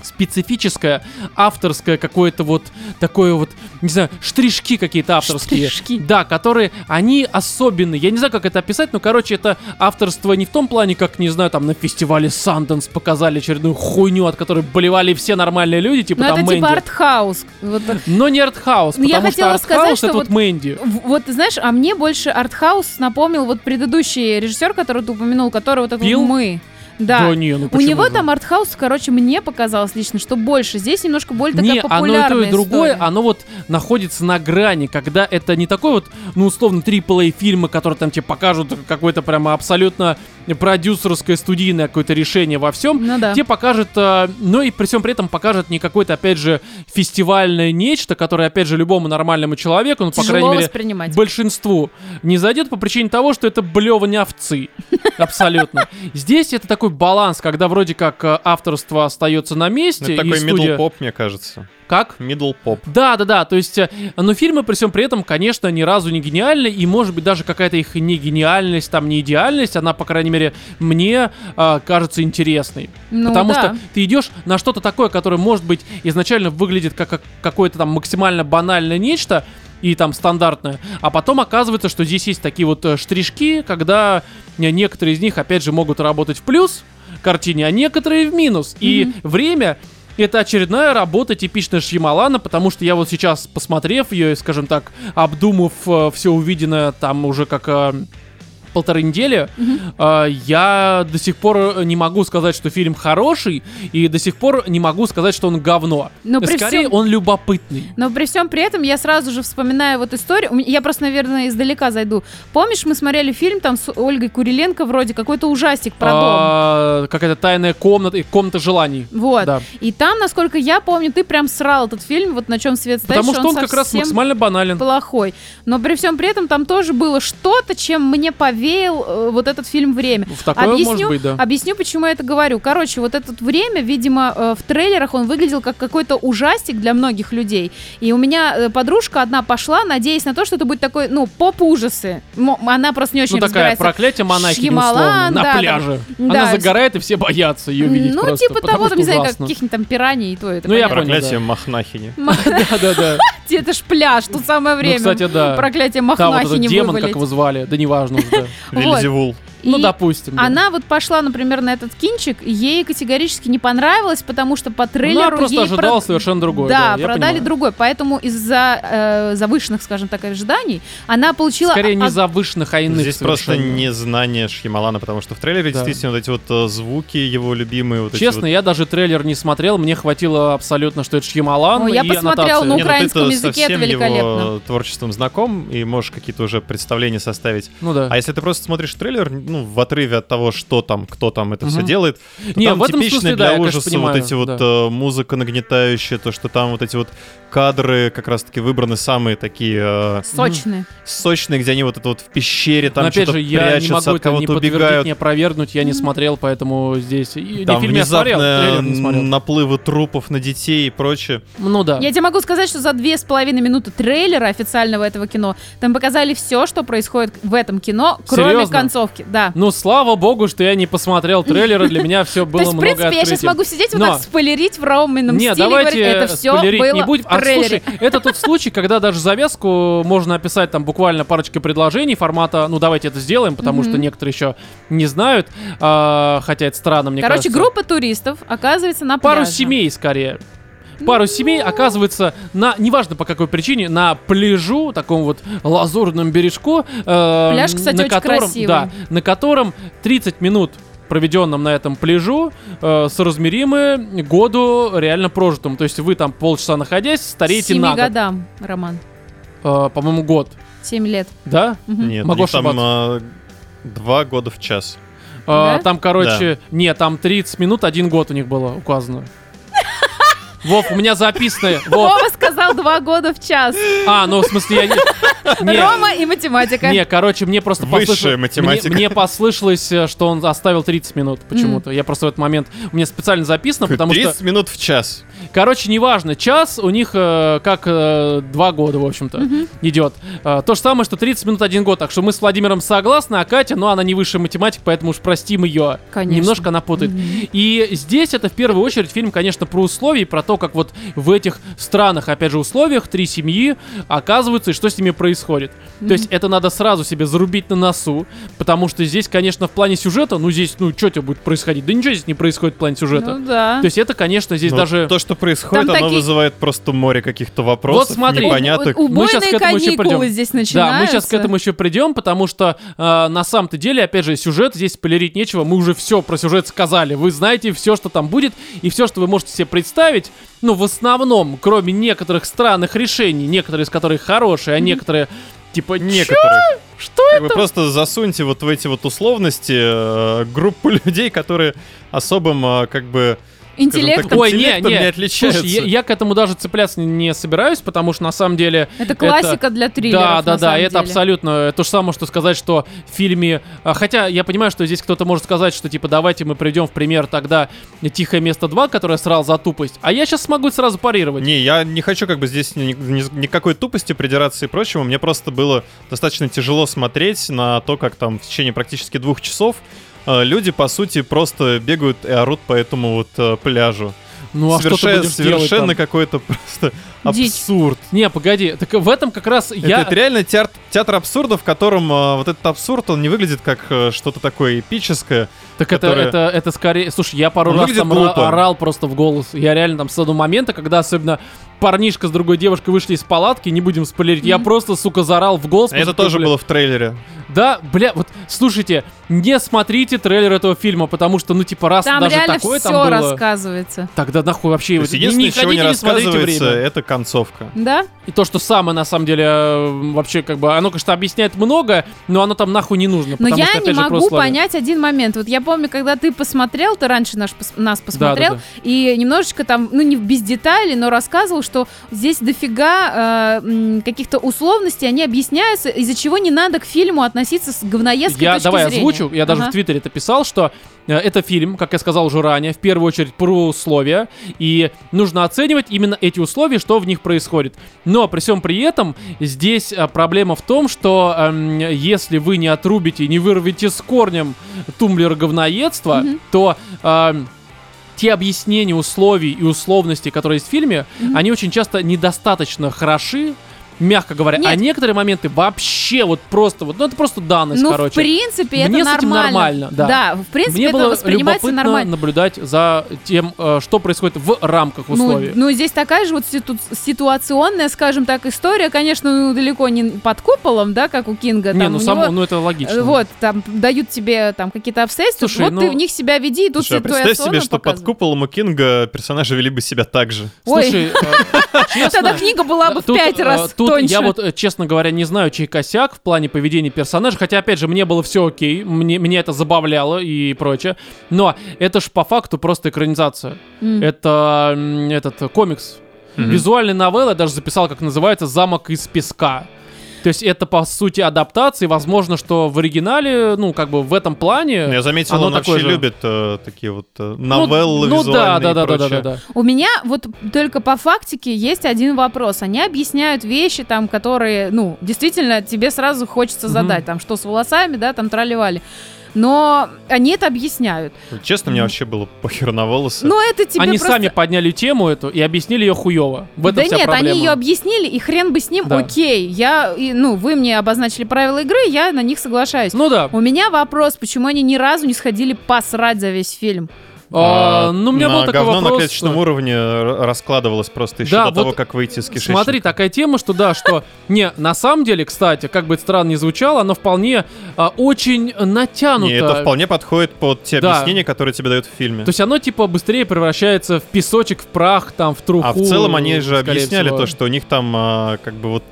Speaker 1: специфическое, авторское какое-то вот такое вот, не знаю, штришки какие-то авторские.
Speaker 3: Штришки.
Speaker 1: Да, которые, они особенные. Я не знаю, как это описать, но, короче, это авторство не в том плане, как, не знаю, там на фестивале Санденс показали очередную хуйню, от которой болевали все нормальные люди, типа
Speaker 3: Ну,
Speaker 1: там
Speaker 3: это
Speaker 1: Мэнди.
Speaker 3: типа артхаус. Вот так.
Speaker 1: Но не артхаус,
Speaker 3: Ну, я
Speaker 1: потому что
Speaker 3: хотела сказать,
Speaker 1: артхаус
Speaker 3: что
Speaker 1: это вот
Speaker 3: вот-
Speaker 1: Мэнди.
Speaker 3: В- Вот, ты знаешь, а мне больше артхаус напомнил вот предыдущий режиссер, которого ты упомянул, который вот этот
Speaker 1: Пил?
Speaker 3: «Мы». Да.
Speaker 1: не, ну
Speaker 3: У
Speaker 1: почему
Speaker 3: него
Speaker 1: же?
Speaker 3: там артхаус, короче, мне показалось лично, что больше. Здесь немножко более такая
Speaker 1: Не, оно и то, и
Speaker 3: популярная
Speaker 1: другое, а
Speaker 3: история.
Speaker 1: оно вот находится на грани, когда это не такой вот, ну, условно, AAA фильмы, которые там тебе покажут какой-то прямо абсолютно продюсерское студийное какое-то решение во всем.
Speaker 3: Ну да.
Speaker 1: Те покажет, э, ну и при всем при этом покажет не какое-то, опять же, фестивальное нечто, которое, опять же, любому нормальному человеку, ну, по
Speaker 3: Тяжело
Speaker 1: крайней мере,
Speaker 3: воспринимать.
Speaker 1: большинству не зайдет по причине того, что это блеванье
Speaker 3: *laughs*
Speaker 1: овцы. Абсолютно. Здесь это такой баланс, когда вроде как э, авторство остается на месте.
Speaker 2: Это
Speaker 1: и
Speaker 2: такой middle
Speaker 1: студия-
Speaker 2: поп, мне кажется.
Speaker 1: Как?
Speaker 2: Middle поп.
Speaker 1: Да, да, да. То есть, э, но фильмы при всем при этом, конечно, ни разу не гениальны, и может быть даже какая-то их не гениальность, там не идеальность, она, по крайней мере, мне э, кажется интересной.
Speaker 3: Ну
Speaker 1: Потому
Speaker 3: да.
Speaker 1: что ты идешь на что-то такое, которое, может быть, изначально выглядит как, как какое-то там максимально банальное нечто и там стандартное, а потом оказывается, что здесь есть такие вот э, штришки, когда не- некоторые из них, опять же, могут работать в плюс картине, а некоторые в минус. И время это очередная работа типичная Шьямалана, потому что я вот сейчас, посмотрев ее, и, скажем так, обдумав все увиденное там уже как э, полторы недели, э, я до сих пор не могу сказать, что фильм хороший, и до сих пор не могу сказать, что он говно.
Speaker 3: Но Ну, при
Speaker 1: Скорее,
Speaker 3: всем-
Speaker 1: он любопытный.
Speaker 3: Но при всем при этом я сразу же вспоминаю вот историю. У меня- Я просто, наверное, издалека зайду. Помнишь, мы смотрели фильм там с Ольгой Куриленко вроде какой-то ужастик про дом.
Speaker 1: А, Какая-то тайная комната и комната желаний.
Speaker 3: Вот.
Speaker 1: Да.
Speaker 3: И там, насколько я помню, ты прям срал этот фильм, вот на чем свет стоит.
Speaker 1: Потому что он как раз
Speaker 3: совсем
Speaker 1: максимально банален.
Speaker 3: плохой. Но при всем при этом там тоже было что-то, чем мне повеял э, вот этот фильм «Время».
Speaker 1: В такое
Speaker 3: Объясню-
Speaker 1: может быть, да.
Speaker 3: Объясню, почему я это говорю. Короче, вот это время, видимо, э, в трейлерах он выглядел как какой-то ужастик для многих людей. И у меня э, подружка одна пошла, надеясь на то, что это будет такой, ну, поп-ужасы. Мо- Она просто не очень
Speaker 1: Ну такая
Speaker 3: разбирается.
Speaker 1: проклятие монахини
Speaker 3: Шьямалан,
Speaker 1: условно, на
Speaker 3: да, да.
Speaker 1: пляже.
Speaker 3: Да.
Speaker 1: Она загорает, и все боятся ее видеть
Speaker 3: ну,
Speaker 1: просто,
Speaker 3: типа
Speaker 1: потому
Speaker 3: того,
Speaker 1: что
Speaker 3: там, не знаю,
Speaker 1: ужасно.
Speaker 3: каких-нибудь там пираний и то это.
Speaker 1: Ну, я
Speaker 3: понятно.
Speaker 1: понял,
Speaker 2: Проклятие
Speaker 1: да.
Speaker 2: Махнахини.
Speaker 1: *laughs* Да-да-да.
Speaker 3: Это ж пляж, тут самое время.
Speaker 1: Ну, кстати, Э, да.
Speaker 3: Проклятие
Speaker 1: Там вот этот
Speaker 3: Махнахи не
Speaker 1: демон, как его звали, да неважно уже. да.
Speaker 3: Вот.
Speaker 2: Вельзевул.
Speaker 1: Ну, допустим. да.
Speaker 3: Она вот пошла, например, на этот кинчик, и ей категорически не понравилось, потому что по
Speaker 1: Ну,
Speaker 3: трейлеру
Speaker 1: я просто
Speaker 3: ей
Speaker 1: ожидал
Speaker 3: прод-
Speaker 1: совершенно другое.
Speaker 3: Да,
Speaker 1: я
Speaker 3: продали
Speaker 1: понимаю.
Speaker 3: другой, поэтому из-за э, завышенных, скажем так, ожиданий она получила
Speaker 1: Скорее не
Speaker 3: от-
Speaker 1: завышенных, а иных
Speaker 2: Здесь просто
Speaker 1: совершенно.
Speaker 2: незнание Шьямалана, потому что в
Speaker 1: Да.
Speaker 2: трейлере действительно вот эти вот э, звуки его любимые. Вот эти
Speaker 1: Честно, я даже трейлер не смотрел, мне хватило абсолютно, что это Шьямалан
Speaker 3: Ой, я
Speaker 1: и
Speaker 3: посмотрела,
Speaker 1: аннотации.
Speaker 3: ну,
Speaker 2: Не, ну, ты-то
Speaker 3: украинском языке это
Speaker 2: совсем его,
Speaker 3: великолепно.
Speaker 2: э, творчеством знаком и можешь какие-то уже представления составить.
Speaker 1: Ну да.
Speaker 2: А если ты просто смотришь трейлер, ну, в отрыве от того, что там, кто там это все
Speaker 1: Мгм.
Speaker 2: делает, то
Speaker 1: Не,
Speaker 2: там
Speaker 1: в этом
Speaker 2: типичные
Speaker 1: смысле, да,
Speaker 2: для
Speaker 1: я, конечно,
Speaker 2: ужаса
Speaker 1: понимаю,
Speaker 2: вот эти вот
Speaker 1: да.
Speaker 2: э, музыка нагнетающая, то, что там вот эти вот кадры как раз-таки выбраны самые такие э,
Speaker 3: сочные.
Speaker 2: сочные, где они вот это вот в пещере там
Speaker 1: Но опять
Speaker 2: что-то
Speaker 1: же, я не
Speaker 2: прячутся,
Speaker 1: могу
Speaker 2: от
Speaker 1: это не
Speaker 2: кого-то
Speaker 1: подтвердить,
Speaker 2: убегают.
Speaker 1: не опровергнуть, я не смотрел, поэтому здесь... И, не
Speaker 2: Там
Speaker 1: фильм я смотрел,
Speaker 2: внезапно
Speaker 1: трейлер не смотрел.
Speaker 2: наплывы трупов на детей и прочее.
Speaker 1: Ну да.
Speaker 3: Я тебе могу сказать, что за две с половиной минуты трейлера официального этого кино там показали все, что происходит в этом кино, кроме
Speaker 1: Серьезно?
Speaker 3: концовки. Да.
Speaker 1: Ну, слава богу, что я не посмотрел трейлеры, для меня все было
Speaker 3: *laughs* То есть, в
Speaker 1: много
Speaker 3: принципе, я сейчас
Speaker 1: открытий.
Speaker 3: могу сидеть вот
Speaker 1: Но-
Speaker 3: так спойлерить в роуменном
Speaker 1: Не,
Speaker 3: стиле и
Speaker 1: давайте
Speaker 3: говорить, это все
Speaker 1: спойлерить
Speaker 3: было
Speaker 1: не будем.
Speaker 3: в
Speaker 1: А
Speaker 3: трейлере.
Speaker 1: слушай, это тот случай, когда даже завязку можно описать там буквально парочкой предложений формата «ну давайте это сделаем», потому что некоторые еще не знают, а, хотя это странно, мне
Speaker 3: Короче,
Speaker 1: кажется.
Speaker 3: группа туристов оказывается на
Speaker 1: Пару
Speaker 3: пляже.
Speaker 1: семей скорее. Пару семей оказывается на, неважно по какой причине, на пляжу, таком вот лазурном бережку. э,
Speaker 3: Пляж, кстати,
Speaker 1: на
Speaker 3: очень
Speaker 1: котором,
Speaker 3: красивый.
Speaker 1: Да, на котором 30 минут проведенном на этом пляжу, э, соразмеримы году реально прожитому. То есть вы там полчаса находясь, стареете
Speaker 3: Семи
Speaker 1: на год.
Speaker 3: годам, Роман.
Speaker 1: Э, по-моему, год.
Speaker 3: Семь лет.
Speaker 1: Да?
Speaker 3: Мгм.
Speaker 2: Нет,
Speaker 1: Могу
Speaker 2: у них там э, два года в час.
Speaker 1: Э,
Speaker 3: Да?
Speaker 1: Там, короче, не, там 30 минут, один год у них было указано. Вов, у меня записано. Вов,
Speaker 3: *laughs* Вова сказал два года в час.
Speaker 1: А, ну в смысле я *laughs*
Speaker 3: *laughs*
Speaker 1: не... не,
Speaker 3: Рома и математика.
Speaker 1: Не, короче, мне просто послышалось-
Speaker 2: Высшая математика.
Speaker 1: Мне, мне послышалось, э, что он оставил 30 минут почему-то. Я просто в этот момент... У меня специально записано, потому
Speaker 2: 30
Speaker 1: что...
Speaker 2: минут в час.
Speaker 1: Короче, неважно. Час у них э, как э, два года, в общем-то, идет. Э, то же самое, что 30 минут один год. Так что мы с Владимиром согласны, а Катя, ну, она не высшая математик, поэтому уж простим ее.
Speaker 3: Конечно.
Speaker 1: Немножко она путает. И здесь это в первую очередь фильм, конечно, про условия и про то, как вот в этих странах, опять же, условиях три семьи оказываются и что с ними происходит. То есть это надо сразу себе зарубить на носу, потому что здесь, конечно, в плане сюжета, ну здесь, ну что тебе будет происходить? Да ничего здесь не происходит в плане сюжета.
Speaker 3: Ну да.
Speaker 1: То есть это, конечно, здесь
Speaker 2: Ну,
Speaker 1: даже...
Speaker 2: То, что происходит,
Speaker 3: Там
Speaker 2: оно
Speaker 3: такие-
Speaker 2: вызывает просто море каких-то вопросов
Speaker 1: Вот смотри.
Speaker 2: непонятных.
Speaker 3: У- убойные
Speaker 1: щас к этому еще
Speaker 3: каникулы
Speaker 1: придем.
Speaker 3: здесь
Speaker 1: Да, мы
Speaker 3: начинаются.
Speaker 1: сейчас к этому еще придем, потому что э, на самом-то деле, опять же, сюжет здесь полирить нечего. Мы уже все про сюжет сказали. Вы знаете все, что там будет, и все, что вы можете себе представить. Ну, в основном, кроме некоторых странных решений, некоторые из которых хорошие, а некоторые
Speaker 2: Типа некоторых. Что это? Вы просто засуньте вот в эти вот условности э, группу *laughs* людей, которые особым э, как бы
Speaker 3: Интеллект.
Speaker 2: так,
Speaker 1: Ой, не,
Speaker 2: интеллектом
Speaker 1: не.
Speaker 2: не
Speaker 1: Слушай,
Speaker 2: отличается.
Speaker 1: я, я к этому даже цепляться не, не собираюсь, потому что на самом деле...
Speaker 3: Это классика для триллеров.
Speaker 1: да, да, да,
Speaker 3: на самом
Speaker 1: это
Speaker 3: деле.
Speaker 1: абсолютно э, то же самое, что сказать, что в фильме... а, Хотя я понимаю, что здесь кто-то может сказать, что типа давайте мы придем в пример тогда «Тихое место 2», которое срал за тупость, а я сейчас смогу сразу парировать.
Speaker 2: Не, я не хочу как бы здесь ни- ни- никакой тупости придираться и прочего. Мне просто было достаточно тяжело смотреть на то, как там в течение практически двух часов э, люди, по сути, просто бегают и орут по этому вот э, пляжу.
Speaker 1: Ну а что ты
Speaker 2: Совершенно-
Speaker 1: будешь
Speaker 2: совершенно
Speaker 1: делать там?
Speaker 2: какой-то просто
Speaker 3: Дичь.
Speaker 2: абсурд.
Speaker 1: Не, погоди, так в этом как раз я...
Speaker 2: Это, это реально театр, театр абсурда, в котором э, вот этот абсурд, он не выглядит как э, что-то такое эпическое.
Speaker 1: Так
Speaker 2: которая-
Speaker 1: это, это, это скорее... Слушай, я пару
Speaker 2: Он
Speaker 1: раз
Speaker 2: Ну,
Speaker 1: там
Speaker 2: выглядит глупо.
Speaker 1: ора- орал просто в голос. Я реально там с одного момента, когда особенно парнишка с другой девушкой вышли из палатки, не будем спойлерить, я
Speaker 3: Мгм.
Speaker 1: просто, сука, заорал в голос.
Speaker 2: это
Speaker 1: потому что,
Speaker 2: тоже
Speaker 1: бля,
Speaker 2: было в трейлере.
Speaker 1: Да, бля, вот, слушайте, не смотрите трейлер этого фильма, потому что, ну, типа, раз
Speaker 3: Там
Speaker 1: даже
Speaker 3: реально
Speaker 1: такое
Speaker 3: все
Speaker 1: там было...
Speaker 3: рассказывается.
Speaker 1: Тогда нахуй вообще...
Speaker 2: То
Speaker 1: его
Speaker 2: есть единственное,
Speaker 1: не
Speaker 2: чего не
Speaker 1: ходите, не смотрите
Speaker 2: рассказывается, э,
Speaker 1: время.
Speaker 2: это концовка.
Speaker 3: Да?
Speaker 1: И то, что самое, на самом деле, э, вообще, как бы, оно, конечно, объясняет много, но оно там нахуй не нужно.
Speaker 3: Но
Speaker 1: потому
Speaker 3: я
Speaker 1: что, опять
Speaker 3: не
Speaker 1: же,
Speaker 3: могу
Speaker 1: просто слово.
Speaker 3: понять один момент. Вот я помню, когда ты посмотрел, ты раньше наш, пос- нас посмотрел,
Speaker 1: да.
Speaker 3: и немножечко там, ну не без деталей, но рассказывал, что здесь дофига э, м, каких-то условностей, они объясняются, из-за чего не надо к фильму относиться с говноедской
Speaker 1: Я
Speaker 3: точки
Speaker 1: давай
Speaker 3: зрения.
Speaker 1: озвучу. Я даже
Speaker 3: Ага.
Speaker 1: в Твиттере это писал, что э, это фильм, как я сказал уже ранее, в первую очередь про условия. И нужно оценивать именно эти условия, что в них происходит. Но при всем при этом здесь э, проблема в том, что эм, если вы не отрубите, не вырвете с корнем тумблер говноедства,
Speaker 3: Мгм.
Speaker 1: то... эм, те объяснения условий и условностей, которые есть в фильме,
Speaker 3: Мгм.
Speaker 1: они очень часто недостаточно хороши, мягко говоря.
Speaker 3: Нет.
Speaker 1: А некоторые моменты вообще вот просто вот, ну это просто данность,
Speaker 3: Ну,
Speaker 1: короче.
Speaker 3: в принципе,
Speaker 1: Мне
Speaker 3: это
Speaker 1: с этим
Speaker 3: нормально.
Speaker 1: нормально, да.
Speaker 3: в принципе,
Speaker 1: Мне
Speaker 3: это
Speaker 1: было
Speaker 3: воспринимается
Speaker 1: любопытно
Speaker 3: нормально.
Speaker 1: наблюдать за тем, э, что происходит в рамках
Speaker 3: Ну,
Speaker 1: условий.
Speaker 3: ну, здесь такая же вот ситу- ситуационная, скажем так, история, конечно, ну, далеко не под куполом, да, как у Кинга.
Speaker 1: Не,
Speaker 3: там
Speaker 1: ну
Speaker 3: у
Speaker 1: само,
Speaker 3: него,
Speaker 1: ну это
Speaker 3: э,
Speaker 1: логично.
Speaker 3: Вот, там дают тебе там какие-то обстоятельства,
Speaker 1: Слушай,
Speaker 3: вот
Speaker 1: ну-
Speaker 3: ты в них себя веди, и тут
Speaker 2: Слушай, а
Speaker 3: ситуационно
Speaker 2: представь себе, что под
Speaker 3: показывают.
Speaker 2: куполом у Кинга персонажи вели бы себя так же.
Speaker 1: Слушай, э, честно,
Speaker 3: *laughs* Тогда книга была бы в
Speaker 1: Тут,
Speaker 3: пять
Speaker 1: э,
Speaker 3: раз
Speaker 1: Тут
Speaker 3: тоньше.
Speaker 1: я вот, э, честно говоря, не знаю, чей косяк в плане поведения персонажа. Хотя, опять же, мне было все окей, мне, меня это забавляло и прочее. Но это ж по факту просто экранизация.
Speaker 3: М.
Speaker 1: Это м, этот э, комикс.
Speaker 2: Мгм.
Speaker 1: Визуальная новелла, я даже записал, как называется, «Замок из песка». То есть это, по сути, адаптация. Возможно, что в оригинале, ну, как бы в этом плане...
Speaker 2: Ну, Я заметил,
Speaker 1: Э, оно
Speaker 2: он вообще
Speaker 1: такое же.
Speaker 2: любит э, такие вот э,
Speaker 1: Ну,
Speaker 2: новеллы
Speaker 1: ну, да,
Speaker 2: визуальные
Speaker 1: да,
Speaker 2: и
Speaker 1: да, да, да,
Speaker 2: прочее.
Speaker 1: да, да.
Speaker 3: У меня вот только по фактике есть один вопрос. Они объясняют вещи там, которые, ну, действительно тебе сразу хочется
Speaker 1: Мгм.
Speaker 3: задать. Там, что с волосами, да, там тролливали. Но они это объясняют.
Speaker 2: Честно, мне вообще было похер на волосы.
Speaker 1: Ну,
Speaker 3: Но это тебе
Speaker 1: Они
Speaker 3: просто...
Speaker 1: сами подняли тему эту и объяснили ее хуево. В этом
Speaker 3: да
Speaker 1: вся
Speaker 3: нет,
Speaker 1: проблема.
Speaker 3: они ее объяснили, и хрен бы с ним,
Speaker 1: Да.
Speaker 3: окей. Я, и, ну, вы мне обозначили правила игры, я на них соглашаюсь.
Speaker 1: Ну да.
Speaker 3: У меня вопрос, почему они ни разу не сходили посрать за весь фильм?
Speaker 1: А, ну, у меня
Speaker 2: на
Speaker 1: был такой
Speaker 2: говно на
Speaker 1: вопрос.
Speaker 2: клеточном
Speaker 1: что-
Speaker 2: уровне р- раскладывалось просто еще
Speaker 1: Да,
Speaker 2: до
Speaker 1: вот
Speaker 2: того, как выйти из кишечника.
Speaker 1: Смотри, такая тема, что да, что... *laughs* Не, на самом деле, кстати, как бы это странно ни звучало, оно вполне а, очень натянуто.
Speaker 2: Не, это вполне подходит под те
Speaker 1: а, ну Да.
Speaker 2: объяснения, которые тебе дают в фильме.
Speaker 1: То есть оно, типа, быстрее превращается в песочек, в прах, там, в труху.
Speaker 2: а в целом они же
Speaker 1: скорее
Speaker 2: объясняли
Speaker 1: всего.
Speaker 2: то, что у них там а, как бы вот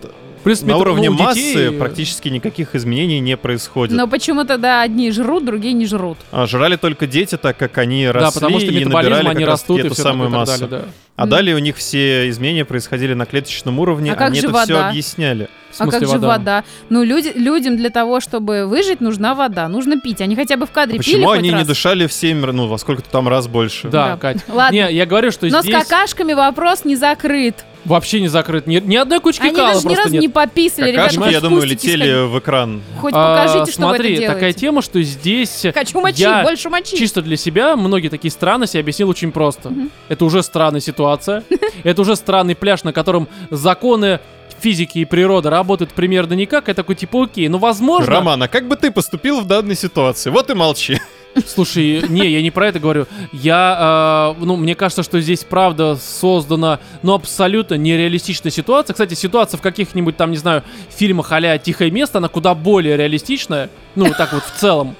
Speaker 1: Плюс
Speaker 2: на
Speaker 1: метро-
Speaker 2: уровне
Speaker 1: ну, у
Speaker 2: массы
Speaker 1: детей-
Speaker 2: практически никаких изменений не происходит.
Speaker 3: Но почему тогда одни жрут, другие не жрут?
Speaker 2: А, жрали только дети, так как они росли
Speaker 1: Да, потому что
Speaker 2: и
Speaker 1: метаболизм,
Speaker 2: набирали
Speaker 1: они
Speaker 2: как раз
Speaker 1: растут и
Speaker 2: эту
Speaker 1: все
Speaker 2: самую массу.
Speaker 1: далее, да.
Speaker 2: А
Speaker 3: Мгм.
Speaker 2: далее у них все изменения происходили на клеточном уровне,
Speaker 3: А как
Speaker 2: они
Speaker 3: же
Speaker 2: это все
Speaker 3: вода?
Speaker 2: объясняли.
Speaker 1: В
Speaker 3: А
Speaker 1: смысле,
Speaker 3: как же вода? Ну, люди, людям для того, чтобы выжить, нужна вода. Нужно пить. Они хотя бы в
Speaker 1: А
Speaker 3: кадре пили
Speaker 2: Почему
Speaker 3: хоть
Speaker 2: они не
Speaker 3: раз?
Speaker 2: дышали в 7, ну, во сколько-то там раз больше?
Speaker 1: Да,
Speaker 3: Да.
Speaker 1: Кать.
Speaker 3: Ладно.
Speaker 1: Не, я говорю, что
Speaker 3: Но
Speaker 1: здесь
Speaker 3: с какашками вопрос не закрыт.
Speaker 1: вообще не закрыт. Ни, ни одной кучки
Speaker 3: Они
Speaker 1: кала
Speaker 3: даже ни
Speaker 1: просто
Speaker 3: разу
Speaker 1: нет.
Speaker 3: не пописали.
Speaker 2: Какашки,
Speaker 3: Ребята,
Speaker 2: я думаю,
Speaker 3: спуститесь
Speaker 2: летели в экран.
Speaker 3: хоть- Хоть
Speaker 1: А,
Speaker 3: покажите, что вы это
Speaker 1: смотри,
Speaker 3: делаете.
Speaker 1: такая тема, что здесь...
Speaker 3: Хочу мочи,
Speaker 1: Я
Speaker 3: больше мочи.
Speaker 1: Чисто для себя многие такие странности я объяснил очень просто.
Speaker 3: Мгм.
Speaker 1: Это уже странная ситуация. Это уже странный пляж, на котором законы физики и природы работают примерно никак. Я такой, типа, окей, ну, возможно...
Speaker 2: Роман, а как бы ты поступил в данной ситуации? Вот и молчи.
Speaker 1: Слушай, не, я не про это говорю. Я, э, ну, мне кажется, что здесь правда создана, ну, абсолютно нереалистичная ситуация. Кстати, ситуация в каких-нибудь там, не знаю, фильмах а «Тихое место», она куда более реалистичная. Ну, вот так вот в целом.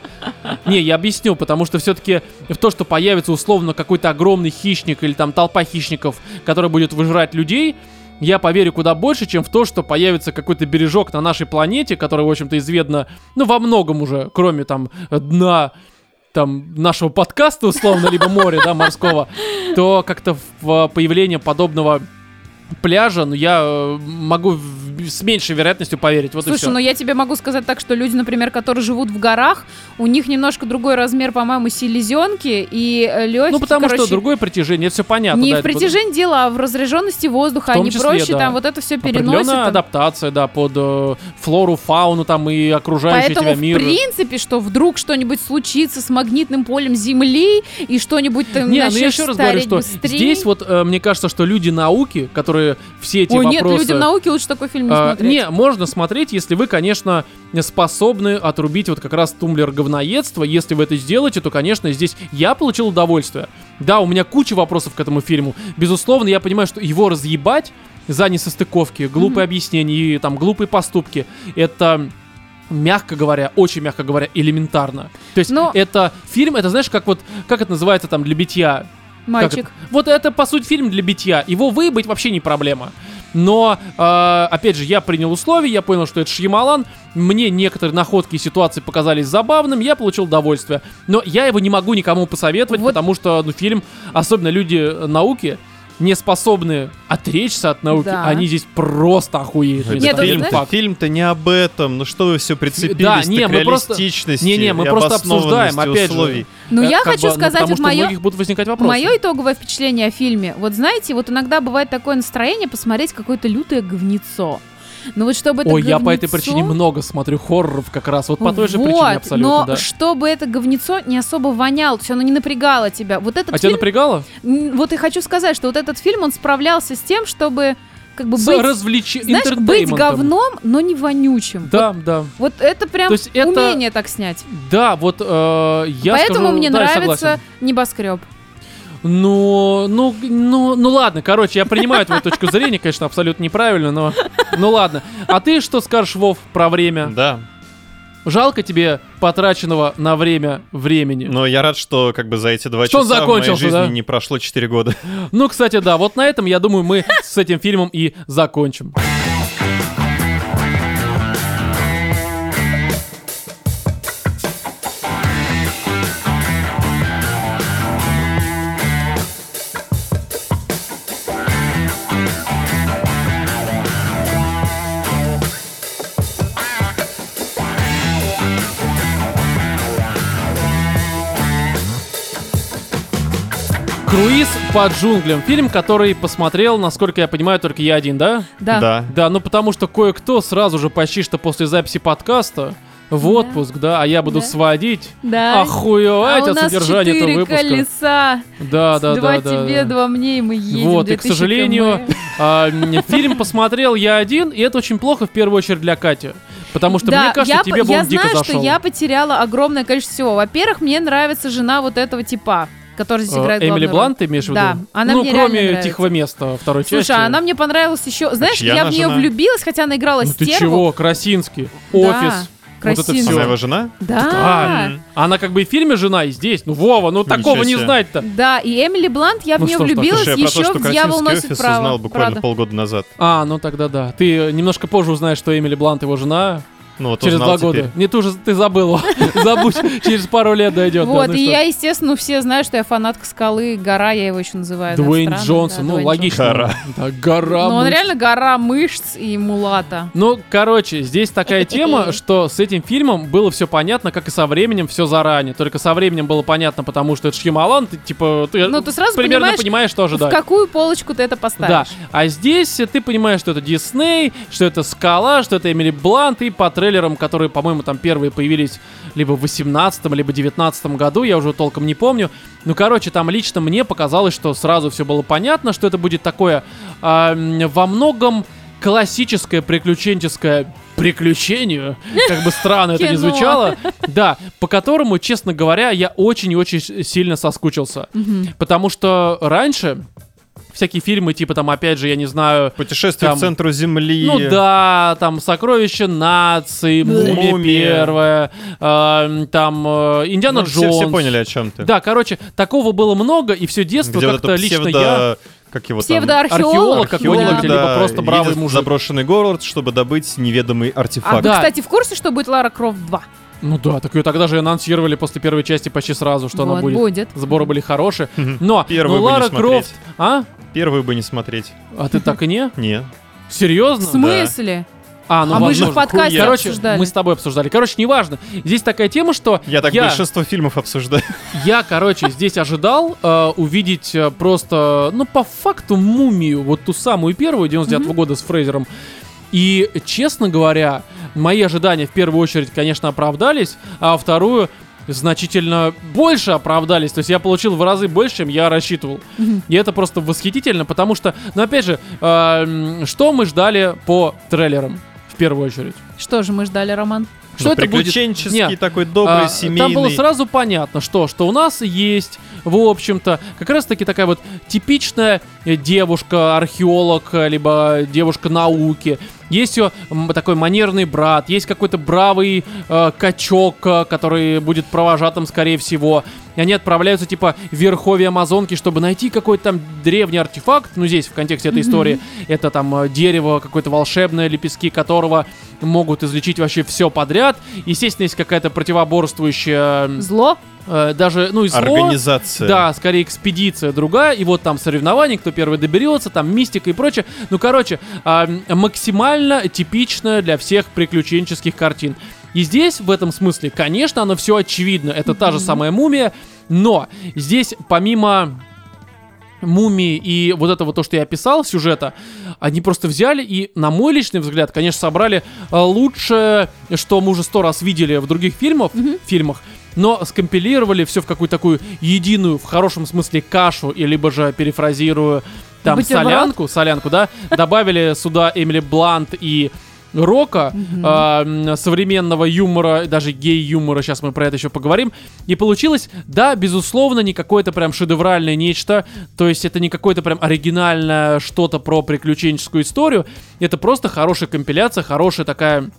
Speaker 1: Не, я объясню, потому что все-таки в то, что появится условно какой-то огромный хищник или там толпа хищников, который будет выжрать людей, я поверю куда больше, чем в то, что появится какой-то бережок на нашей планете, который, в общем-то, изведно, ну, во многом уже, кроме там дна там нашего подкаста, условно, либо моря, да, морского, то как-то в- появление подобного пляжа, ну, я э, могу в- с меньшей вероятностью поверить. Вот и
Speaker 3: Слушай,
Speaker 1: все.
Speaker 3: ну я тебе могу сказать так, что люди, например, которые живут в горах, у них немножко другой размер, по-моему, селезенки и легкие.
Speaker 1: Ну, потому что другое притяжение, это все понятно.
Speaker 3: Не
Speaker 1: да,
Speaker 3: в
Speaker 1: это под-
Speaker 3: притяжении дело, а в разряженности воздуха.
Speaker 1: В том
Speaker 3: Они
Speaker 1: числе,
Speaker 3: проще
Speaker 1: да.
Speaker 3: там вот это все переносят.
Speaker 1: Определенная
Speaker 3: там.
Speaker 1: адаптация, да, под э, флору, фауну там и окружающий
Speaker 3: Поэтому,
Speaker 1: тебя
Speaker 3: в
Speaker 1: мир.
Speaker 3: принципе, что вдруг что-нибудь случится с магнитным полем Земли и что-нибудь там
Speaker 1: Не, ну
Speaker 3: начнешь
Speaker 1: я еще раз говорю,
Speaker 3: стареть
Speaker 1: что
Speaker 3: быстрее.
Speaker 1: здесь вот э, мне кажется, что люди науки, которые все эти
Speaker 3: Ой, нет,
Speaker 1: вопросы...
Speaker 3: людям науки лучше такой фильм не
Speaker 1: А,
Speaker 3: смотреть.
Speaker 1: не, можно смотреть, если вы, конечно, способны отрубить вот как раз тумблер говноедства. Если вы это сделаете, то, конечно, здесь я получил удовольствие. Да, у меня куча вопросов к этому фильму. Безусловно, я понимаю, что его разъебать за несостыковки, глупые объяснения и там глупые поступки, это мягко говоря, очень мягко говоря, элементарно. То есть
Speaker 3: Но-
Speaker 1: это фильм, это знаешь, как вот, как это называется там для битья? Как
Speaker 3: Мальчик.
Speaker 1: это? Вот это, по сути, фильм для битья. Его выбыть вообще не проблема. Но, э, опять же, я принял условия, я понял, что это Шьямалан. Мне некоторые находки и ситуации показались забавным, я получил удовольствие. Но я его не могу никому посоветовать,
Speaker 3: Вот.
Speaker 1: потому что ну, фильм, особенно люди э, науки, не способны отречься от науки.
Speaker 3: Да.
Speaker 1: Они здесь просто охуеют.
Speaker 2: Это
Speaker 1: если
Speaker 3: Нет, ну,
Speaker 1: так
Speaker 3: вот
Speaker 2: фильм-то,
Speaker 1: факт.
Speaker 2: фильм-то не об этом. Ну что вы все прицепились
Speaker 1: Да,
Speaker 2: так
Speaker 1: не,
Speaker 2: к
Speaker 1: мы просто-
Speaker 2: реалистичности
Speaker 1: Не-не, мы
Speaker 2: и
Speaker 1: просто
Speaker 2: обоснованности
Speaker 1: обсуждаем, опять же.
Speaker 2: условий.
Speaker 3: Но
Speaker 1: Э,
Speaker 3: я
Speaker 1: как
Speaker 3: хочу
Speaker 1: бы, ну,
Speaker 3: сказать,
Speaker 1: потому
Speaker 3: вот
Speaker 1: что у
Speaker 3: мое...
Speaker 1: многих будут возникать вопросы.
Speaker 3: Мое итоговое впечатление о фильме. Вот знаете, вот иногда бывает такое настроение посмотреть какое-то лютое говнецо. Но вот чтобы это
Speaker 1: Ой, я по этой
Speaker 3: говнецо-
Speaker 1: причине много смотрю хорроров как раз. Вот по той же причине
Speaker 3: Вот,
Speaker 1: абсолютно,
Speaker 3: но
Speaker 1: да.
Speaker 3: чтобы это говнецо не особо воняло, то есть оно не напрягало тебя. Вот этот
Speaker 1: А тебя
Speaker 3: фильм,
Speaker 1: напрягало?
Speaker 3: м, вот и хочу сказать, что вот этот фильм, он справлялся с тем, чтобы как бы
Speaker 1: С
Speaker 3: быть,
Speaker 1: развлеч-
Speaker 3: знаешь, быть
Speaker 1: интертейментом.
Speaker 3: говном, но не вонючим.
Speaker 1: Да, да.
Speaker 3: Вот, вот это прям
Speaker 1: То есть это-
Speaker 3: умение так снять.
Speaker 1: Да, вот э, я
Speaker 3: Поэтому
Speaker 1: скажу-
Speaker 3: мне
Speaker 1: да, я
Speaker 3: нравится
Speaker 1: согласен.
Speaker 3: небоскреб.
Speaker 1: Ну, ну, ну, ну ладно, короче, я принимаю твою точку зрения, конечно, абсолютно неправильно, но ну ладно. А ты что скажешь, Вов, про время?
Speaker 2: Да.
Speaker 1: Жалко тебе потраченного на время времени?
Speaker 2: Но я рад, что как бы за эти два
Speaker 1: Что он
Speaker 2: часа в моей
Speaker 1: закончился,
Speaker 2: жизни
Speaker 1: да?
Speaker 2: не прошло 4 года.
Speaker 1: Ну, кстати, да, вот на этом, я думаю, мы с этим фильмом и закончим. Круиз по джунглям. Фильм, который посмотрел, насколько я понимаю, только я один, да?
Speaker 3: Да.
Speaker 1: Да, ну потому что кое-кто сразу же почти что после записи подкаста в
Speaker 3: Да.
Speaker 1: отпуск, да, а я буду
Speaker 3: Да.
Speaker 1: сводить.
Speaker 3: Да.
Speaker 1: Охуевать
Speaker 3: а у
Speaker 1: от
Speaker 3: нас
Speaker 1: содержания этого
Speaker 3: четыре
Speaker 1: выпуска.
Speaker 3: колеса.
Speaker 1: Да, да,
Speaker 3: два
Speaker 1: да, да,
Speaker 3: тебе,
Speaker 1: да.
Speaker 3: два мне, и мы едем.
Speaker 1: Вот, и, к
Speaker 3: 2000
Speaker 1: сожалению,
Speaker 3: км.
Speaker 1: а, м, фильм посмотрел я один, и это очень плохо, в первую очередь, для Кати. Потому что,
Speaker 3: Да,
Speaker 1: мне кажется,
Speaker 3: я,
Speaker 1: тебе
Speaker 3: по-
Speaker 1: бы он
Speaker 3: я
Speaker 1: дико
Speaker 3: знаю,
Speaker 1: зашел.
Speaker 3: что я потеряла огромное количество всего. Во-первых, мне нравится жена вот этого типа, который здесь
Speaker 1: Э,
Speaker 3: играет
Speaker 1: Эмили
Speaker 3: главную роль.
Speaker 1: Блант, ты имеешь в виду?
Speaker 3: Да, она
Speaker 1: ну,
Speaker 3: мне реально
Speaker 1: кроме
Speaker 3: нравится.
Speaker 1: «Тихого места» второй части.
Speaker 3: Слушай, а она мне понравилась еще... Знаешь,
Speaker 2: чья
Speaker 3: я в
Speaker 2: она
Speaker 3: нее
Speaker 2: жена?
Speaker 3: влюбилась, хотя она играла
Speaker 1: Ну ты
Speaker 3: стерву.
Speaker 1: чего, Красинский,
Speaker 3: Да,
Speaker 1: «Офис».
Speaker 3: Красинский.
Speaker 1: всё.
Speaker 2: Она его жена?
Speaker 1: А,
Speaker 3: Да.
Speaker 1: м. она как бы и в фильме жена, и здесь. Ну, Вова, ну
Speaker 2: Ничего
Speaker 1: такого не
Speaker 2: себе.
Speaker 1: знать-то.
Speaker 3: Да, и Эмили Блант, я
Speaker 1: Ну
Speaker 3: в нее
Speaker 1: что ж так,
Speaker 3: влюбилась
Speaker 2: Слушай, я про то,
Speaker 3: еще
Speaker 2: что
Speaker 3: в «Дьявол
Speaker 2: Красинский
Speaker 3: носит
Speaker 2: офис
Speaker 3: право».
Speaker 2: узнал буквально
Speaker 3: Правда.
Speaker 2: полгода назад.
Speaker 1: А, ну тогда да. Ты немножко позже узнаешь, что Эмили Блант его жена
Speaker 2: Ну вот
Speaker 1: через
Speaker 2: узнал
Speaker 1: два года.
Speaker 2: теперь.
Speaker 1: Не ты уже ты забыл.
Speaker 3: *laughs*
Speaker 1: Забудь, через пару лет дойдет. да,
Speaker 3: Вот,
Speaker 1: ну
Speaker 3: и
Speaker 1: что.
Speaker 3: я, естественно, все знают, что я фанатка скалы, гора, я его еще называю. да,
Speaker 1: Дуэйн
Speaker 3: странно,
Speaker 1: Джонсон,
Speaker 3: да,
Speaker 1: ну
Speaker 3: Дуэйн
Speaker 1: логично.
Speaker 2: Гора.
Speaker 1: Да, гора.
Speaker 3: Джонсон. Но он
Speaker 1: мышц.
Speaker 3: реально гора мышц и мулата.
Speaker 1: Ну, короче, здесь такая
Speaker 3: *laughs*
Speaker 1: тема, что с этим фильмом было все понятно, как и со временем, все заранее. Только со временем было понятно, потому что это Шьямалан, ты типа ты,
Speaker 3: Ну, ты сразу
Speaker 1: примерно
Speaker 3: понимаешь,
Speaker 1: понимаешь, что
Speaker 3: В
Speaker 1: ожидать.
Speaker 3: какую полочку ты это
Speaker 1: Да,
Speaker 3: поставишь?
Speaker 1: а здесь э, ты понимаешь, что это Дисней, что это Скала, что это Эмили Блант, и по трейлерам, которые, по-моему, там первые появились либо в 18 либо 19 году, я уже толком не помню. Ну, короче, там лично мне показалось, что сразу все было понятно, что это будет такое а, м, во многом классическое приключенческое приключение, как бы странно это не
Speaker 3: Кино.
Speaker 1: звучало, да, по которому, честно говоря, я очень и очень с- сильно соскучился.
Speaker 3: Мгм.
Speaker 1: Потому что раньше всякие фильмы, типа там, опять же, я не знаю,
Speaker 2: Путешествие
Speaker 1: Там-
Speaker 2: к центру Земли.
Speaker 1: ну да, там «Сокровища нации», «Мумия,
Speaker 2: Ну, Мумия.
Speaker 1: первая», эм, там э, «Индиана
Speaker 2: Ну,
Speaker 1: Джонс».
Speaker 2: Все, все поняли, о чем ты.
Speaker 1: Да, короче, такого было много, и все детство
Speaker 2: Где вот
Speaker 1: как-то
Speaker 2: это
Speaker 1: лично я...
Speaker 2: псевдо как его там...
Speaker 3: Псевдоархеолог.
Speaker 1: археолог
Speaker 2: Археолог,
Speaker 1: какой-нибудь,
Speaker 3: да.
Speaker 1: либо
Speaker 2: да,
Speaker 1: типа просто бравый
Speaker 2: едет в
Speaker 1: мужик.
Speaker 2: заброшенный город, чтобы добыть неведомый
Speaker 3: А вы,
Speaker 2: артефакт.
Speaker 1: да.
Speaker 3: кстати, в курсе, что будет Лара Крофт 2?
Speaker 1: Ну да, так ее тогда же и анонсировали после первой части почти сразу, что она
Speaker 3: Вот,
Speaker 1: будет.
Speaker 3: будет.
Speaker 1: Сборы были хорошие. Но,
Speaker 2: Первую
Speaker 1: но
Speaker 2: бы не
Speaker 1: Лара
Speaker 2: смотреть.
Speaker 1: Крофт, а?
Speaker 2: Первую бы не смотреть.
Speaker 1: А ты так и не?
Speaker 2: Не.
Speaker 3: В
Speaker 1: Серьезно?
Speaker 3: смысле?
Speaker 1: А, ну
Speaker 3: а мы же в
Speaker 1: возможно.
Speaker 3: подкасте
Speaker 2: Хуя.
Speaker 1: Короче,
Speaker 3: обсуждали.
Speaker 1: мы с тобой обсуждали. Короче, неважно. Здесь такая тема, что
Speaker 2: Я так
Speaker 1: я,
Speaker 2: большинство фильмов обсуждаю.
Speaker 1: я, короче, здесь ожидал э, увидеть э, просто, ну, по факту мумию, вот ту самую первую 99 года с Фрейзером. И, честно говоря, мои ожидания в первую очередь, конечно, оправдались, а вторую значительно больше оправдались. То есть я получил в разы больше, чем я рассчитывал.
Speaker 3: Мгм.
Speaker 1: И это просто восхитительно, потому что, ну, опять же, эм, что мы ждали по трейлерам в первую очередь?
Speaker 3: Что же мы ждали, Роман?
Speaker 1: Что
Speaker 2: Ну,
Speaker 1: это будет?
Speaker 2: Приключенческий
Speaker 1: Не,
Speaker 2: такой добрый,
Speaker 1: А,
Speaker 2: семейный.
Speaker 1: Там было сразу понятно, что, что у нас есть, в общем-то, как раз-таки такая вот типичная э, девушка-археолог, э, либо девушка науки. Есть ее такой манерный брат, есть какой-то бравый э, качок, э, который будет провожатым, скорее всего. И они отправляются, типа, в верховье Амазонки, чтобы найти какой-то там древний артефакт. Ну, здесь, в контексте этой истории, это там э, дерево какое-то волшебное, лепестки которого могут излечить вообще все подряд. Естественно, есть какая-то противоборствующая м,
Speaker 3: *laughs* Зло?
Speaker 1: э, даже, ну, и зло.
Speaker 2: Организация.
Speaker 1: Да, скорее экспедиция другая, и вот там соревнования, кто первый доберется, там мистика и прочее. Ну, короче, а, м, максимально типичная для всех приключенческих картин. И здесь, в этом смысле, конечно, оно все очевидно. Это та же самая мумия, но здесь помимо мумии и вот этого то, что я описал, сюжета, они просто взяли и, на мой личный взгляд, конечно, собрали э, лучшее, что мы уже сто раз видели в других фильмах, фильмах, но скомпилировали все в какую-то такую единую, в хорошем смысле, кашу, и либо же перефразирую там
Speaker 3: Бутерброд?
Speaker 1: солянку, солянку, да, добавили сюда Эмили Блант и рока, а, м, современного юмора, даже гей-юмора, сейчас мы про это еще поговорим. И получилось, да, безусловно, не какое-то прям шедевральное нечто, то есть это не какое-то прям оригинальное что-то про приключенческую историю, это просто хорошая компиляция, хорошая такая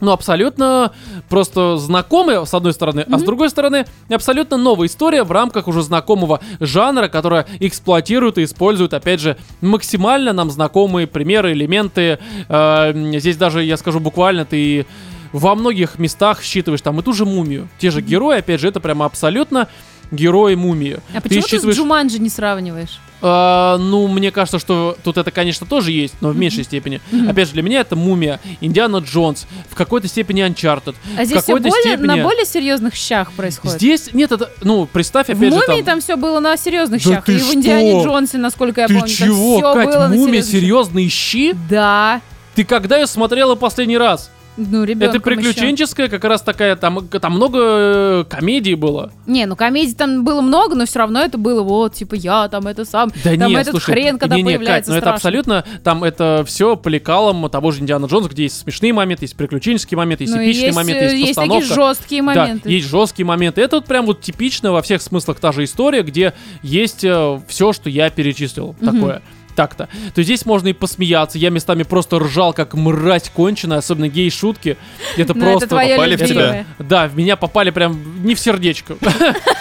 Speaker 1: ну, абсолютно просто знакомая, с одной стороны, а с другой стороны, абсолютно новая история в рамках уже знакомого жанра, которая эксплуатирует и использует, опять же, максимально нам знакомые примеры, элементы. Э, здесь даже, я скажу буквально, ты во многих местах считываешь там и ту же мумию. Те же герои, опять же, это прямо абсолютно герои мумии.
Speaker 3: А почему ты,
Speaker 1: считываешь-
Speaker 3: с Джуманджи не сравниваешь?
Speaker 1: а, ну, мне кажется, что тут это, конечно, тоже есть, но в меньшей степени. Опять же, для меня это мумия, Индиана Джонс, в какой-то степени Uncharted.
Speaker 3: А здесь
Speaker 1: в
Speaker 3: все
Speaker 1: какой-то
Speaker 3: более,
Speaker 1: степени...
Speaker 3: на более серьезных щах происходит.
Speaker 1: Здесь нет, это. Ну, представь,
Speaker 3: В
Speaker 1: опять же.
Speaker 3: мумии
Speaker 1: там-
Speaker 3: там все было на серьезных
Speaker 1: Да
Speaker 3: щах.
Speaker 1: ты
Speaker 3: И
Speaker 1: что?
Speaker 3: в Индиане Джонсе, насколько я
Speaker 1: Ты
Speaker 3: помню,
Speaker 1: чего,
Speaker 3: все
Speaker 1: Кать,
Speaker 3: было на
Speaker 1: мумия,
Speaker 3: серьёзных щах.
Speaker 1: серьезные щи?
Speaker 3: Да.
Speaker 1: Ты когда ее смотрела последний раз?
Speaker 3: Ну, ребенком
Speaker 1: это приключенческая, как раз такая, там, там много э, комедий было.
Speaker 3: ещё. Не, ну комедий там было много, но все равно это было вот, типа, я там это сам,
Speaker 1: Да
Speaker 3: там
Speaker 1: нет,
Speaker 3: этот
Speaker 1: слушай,
Speaker 3: хрен, когда
Speaker 1: не, не, Кать,
Speaker 3: появляется
Speaker 1: ну это
Speaker 3: страшно.
Speaker 1: абсолютно, там это все по лекалам того же Индиана Джонс, где есть смешные моменты, есть приключенческие моменты, есть
Speaker 3: Ну, и
Speaker 1: эпичные
Speaker 3: есть,
Speaker 1: моменты,
Speaker 3: э,
Speaker 1: есть,
Speaker 3: есть такие
Speaker 1: постановка.
Speaker 3: жесткие моменты.
Speaker 1: Да, есть жесткие моменты. Это вот прям вот типично во всех смыслах та же история, где есть все, что я перечислил такое. Так-то. То есть здесь можно и посмеяться. Я местами просто ржал, как мразь конченая, особенно гей-шутки. Это
Speaker 3: Ну,
Speaker 1: просто...
Speaker 3: это твоя
Speaker 2: попали в тебя.
Speaker 3: любимая.
Speaker 1: Да, в меня попали прям не в сердечко.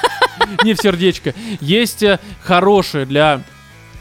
Speaker 1: *laughs* Не в сердечко. Есть э, хорошие для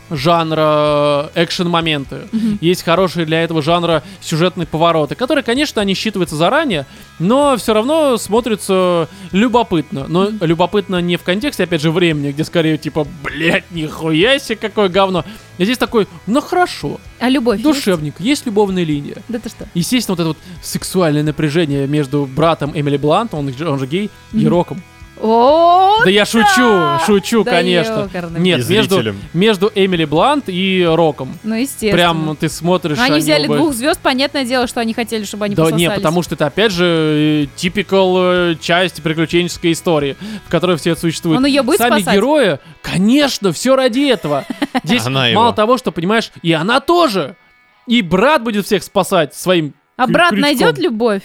Speaker 1: жанра э, экшен моменты. Есть хорошие для этого жанра сюжетные повороты, которые, конечно, они считываются заранее, но все равно смотрятся любопытно. Но любопытно не в контексте, опять же, времени, где скорее типа, блядь, нихуя себе, какое говно. А здесь такой, ну хорошо,
Speaker 3: А любовь есть?
Speaker 1: душевник, есть любовная линия.
Speaker 3: Да ты что?
Speaker 1: Естественно, вот это вот сексуальное напряжение между братом Эмили Блант, он, же- он же гей, и
Speaker 3: Мгм.
Speaker 1: Роком.
Speaker 3: О,
Speaker 1: Да я шучу, шучу,
Speaker 3: Да
Speaker 1: конечно.
Speaker 3: ёкарный.
Speaker 1: Нет,
Speaker 2: И
Speaker 1: между,
Speaker 2: зрителям.
Speaker 1: между Эмили Блант и Роком.
Speaker 3: Ну, естественно.
Speaker 1: Прям ты смотришь...
Speaker 3: Они взяли
Speaker 1: оба-
Speaker 3: двух звезд, понятное дело, что они хотели, чтобы они
Speaker 1: Да
Speaker 3: пососались.
Speaker 1: не, потому что это, опять же, типикал э, часть приключенческой истории, в которой все это существует.
Speaker 3: Он ее будет
Speaker 1: Сами
Speaker 3: спасать?
Speaker 1: герои, конечно, все ради
Speaker 3: *laughs*
Speaker 1: этого. Здесь
Speaker 2: Она его.
Speaker 1: мало того, что, понимаешь, и она тоже. И брат будет всех спасать своим
Speaker 3: А
Speaker 1: крю-
Speaker 3: брат
Speaker 1: крючком.
Speaker 3: найдет любовь?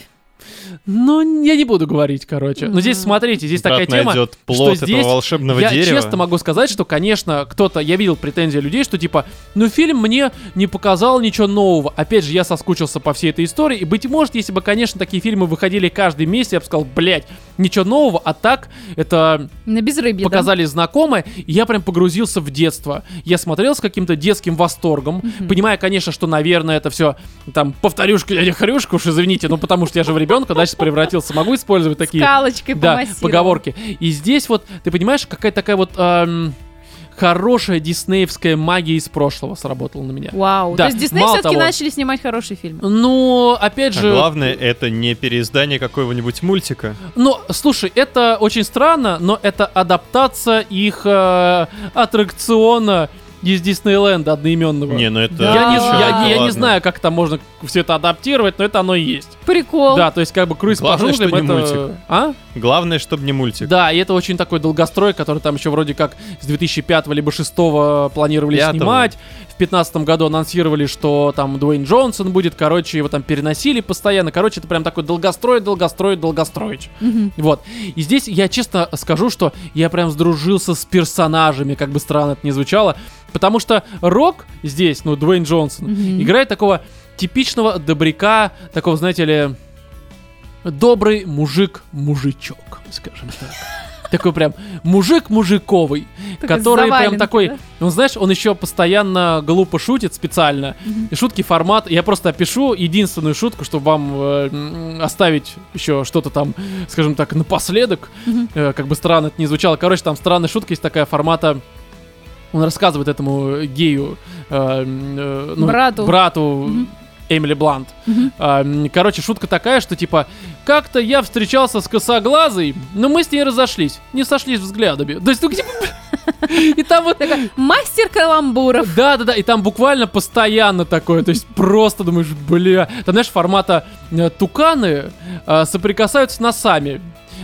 Speaker 1: Ну, я не буду говорить, короче. Но здесь,
Speaker 3: Мгм.
Speaker 1: смотрите, здесь
Speaker 2: Брат
Speaker 1: такая тема.
Speaker 2: найдет плод
Speaker 1: что
Speaker 2: этого
Speaker 1: здесь
Speaker 2: волшебного
Speaker 1: я
Speaker 2: дерева.
Speaker 1: честно могу сказать, что, конечно, кто-то, я видел претензии людей, что типа, ну фильм мне не показал ничего нового. Опять же, я соскучился по всей этой истории. И быть может, если бы, конечно, такие фильмы выходили каждый месяц, я бы сказал, блядь, ничего нового, а так это
Speaker 3: На безрыбье. да.
Speaker 1: показали знакомые, и я прям погрузился в детство. Я смотрел с каким-то детским восторгом, понимая, конечно, что, наверное, это все там повторюшка, я не хрюшка, уж извините, ну потому что я же в ребенка, дальше превратился, могу использовать такие
Speaker 3: Скалочкой
Speaker 1: да,
Speaker 3: помассировал.
Speaker 1: поговорки. И здесь вот, ты понимаешь, какая такая вот эм, хорошая диснеевская магия из прошлого сработала на меня.
Speaker 3: Вау.
Speaker 1: Да,
Speaker 3: То есть Дисней
Speaker 1: мало
Speaker 3: все-таки
Speaker 1: того-
Speaker 3: начали снимать хорошие фильмы.
Speaker 1: Ну, опять
Speaker 2: А
Speaker 1: же,
Speaker 2: главное, это не переиздание какого-нибудь мультика.
Speaker 1: ну, слушай, это очень странно, но это адаптация их э, аттракциона из Диснейленда одноименного.
Speaker 2: Не, ну это...
Speaker 3: Да
Speaker 1: Я, не,
Speaker 3: ладно.
Speaker 1: я- я не
Speaker 2: Ладно.
Speaker 1: знаю, как там можно все это адаптировать, но это оно и есть.
Speaker 3: Прикол.
Speaker 1: Да, то есть как бы круиз по
Speaker 2: Главное, что
Speaker 1: джунглям
Speaker 2: не
Speaker 1: это...
Speaker 2: мультик. Типа.
Speaker 1: А?
Speaker 2: Главное, чтобы не мультик.
Speaker 1: Да, и это очень такой долгострой, который там еще вроде как с 2005 либо 2006 планировали
Speaker 2: Пятого.
Speaker 1: снимать. В 2015 году анонсировали, что там Дуэйн Джонсон будет, короче, его там переносили постоянно. Короче, это прям такой долгострой, долгострой, долгостроич.
Speaker 3: Мгм.
Speaker 1: Вот. И здесь я честно скажу, что я прям сдружился с персонажами, как бы странно это ни звучало. Потому что Рок здесь, ну, Дуэйн Джонсон,
Speaker 3: Мгм.
Speaker 1: играет такого типичного добряка, такого, знаете ли, добрый мужик-мужичок, скажем так. Такой прям мужик мужиковый,
Speaker 3: *laughs* Такой
Speaker 1: который прям
Speaker 3: заваленный,
Speaker 1: такой,
Speaker 3: да?
Speaker 1: ну знаешь, он еще постоянно глупо шутит специально.
Speaker 3: Мгм.
Speaker 1: И шутки формат, я просто опишу единственную шутку, чтобы вам э, м, оставить еще что-то там, скажем так, напоследок,
Speaker 3: Мгм.
Speaker 1: Э, как бы странно это не звучало. Короче, там странная шутка есть такая формата. Он рассказывает этому гею, э, э, ну,
Speaker 3: Брату.
Speaker 1: брату
Speaker 3: Мгм.
Speaker 1: Эмили Блант.
Speaker 3: Мгм.
Speaker 1: А, м, Короче, шутка такая, что типа как-то я встречался с косоглазой, но мы с ней разошлись, не сошлись взглядами. То есть, ну, типа, *laughs* и там вот
Speaker 3: Такой мастер
Speaker 1: *laughs*
Speaker 3: каламбуров.
Speaker 1: да, да, да, и там буквально постоянно такое, то есть просто думаешь, бля, там знаешь формата э, туканы э, соприкасаются носами.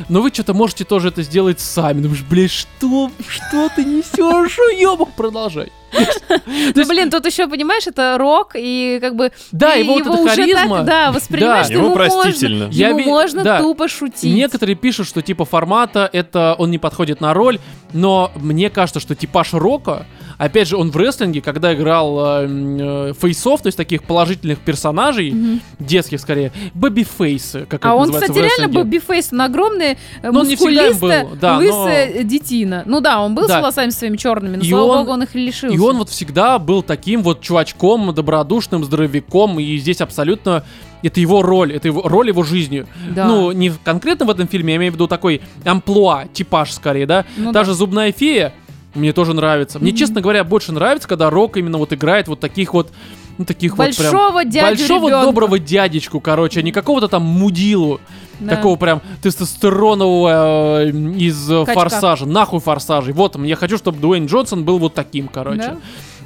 Speaker 1: Но вы что-то можете тоже это сделать сами. Думаешь, бля, что, что ты несешь? *laughs* Уёбок, продолжай. То
Speaker 3: Ну,
Speaker 1: есть-
Speaker 3: блин, тут еще, понимаешь, это рок, и как бы
Speaker 1: Да,
Speaker 3: ты
Speaker 1: его вот эта
Speaker 3: уже так,
Speaker 1: харизма.
Speaker 3: да, воспринимаешь,
Speaker 1: Да.
Speaker 3: что
Speaker 2: Ему
Speaker 3: ему
Speaker 2: простительно.
Speaker 3: можно,
Speaker 1: Я
Speaker 3: ему
Speaker 1: би-
Speaker 3: можно
Speaker 1: да.
Speaker 3: тупо шутить.
Speaker 1: Некоторые пишут, что типа формата это он не подходит на роль, но мне кажется, что типаж рока, опять же, он в рестлинге, когда играл э, м, э, фейсов, то есть таких положительных персонажей,
Speaker 3: Мгм.
Speaker 1: детских скорее, бэби-фейсы, как
Speaker 3: А
Speaker 1: это
Speaker 3: он,
Speaker 1: называется
Speaker 3: кстати,
Speaker 1: в
Speaker 3: реально
Speaker 1: рестлинге.
Speaker 3: был бифейс, он огромный, э,
Speaker 1: Но он не всегда им был,
Speaker 3: мускулистая,
Speaker 1: да, но-
Speaker 3: лысая детина. Ну да, он был
Speaker 1: Да.
Speaker 3: с волосами своими черными, но
Speaker 1: И
Speaker 3: слава
Speaker 1: он-
Speaker 3: богу, он их лишился.
Speaker 1: И он вот всегда был таким вот чувачком, добродушным, здоровяком, и здесь абсолютно это его роль, это его роль его жизни.
Speaker 3: Да.
Speaker 1: Ну, не в- конкретно в этом фильме, я имею в виду такой амплуа, типаж скорее, да?
Speaker 3: Ну
Speaker 1: Даже зубная фея мне тоже нравится. Мне,
Speaker 3: Мгм.
Speaker 1: честно говоря, больше нравится, когда Рок именно вот играет вот таких вот, ну, таких вот прям...
Speaker 3: большого дядю
Speaker 1: большого
Speaker 3: ребёнка.
Speaker 1: доброго дядечку, короче, а не какого-то там мудилу,
Speaker 3: Да.
Speaker 1: такого прям тестостеронового э, из э,
Speaker 3: Качка.
Speaker 1: форсажа. Нахуй форсажей. Вот, я хочу, чтобы Дуэйн Джонсон был вот таким, короче.
Speaker 3: Да.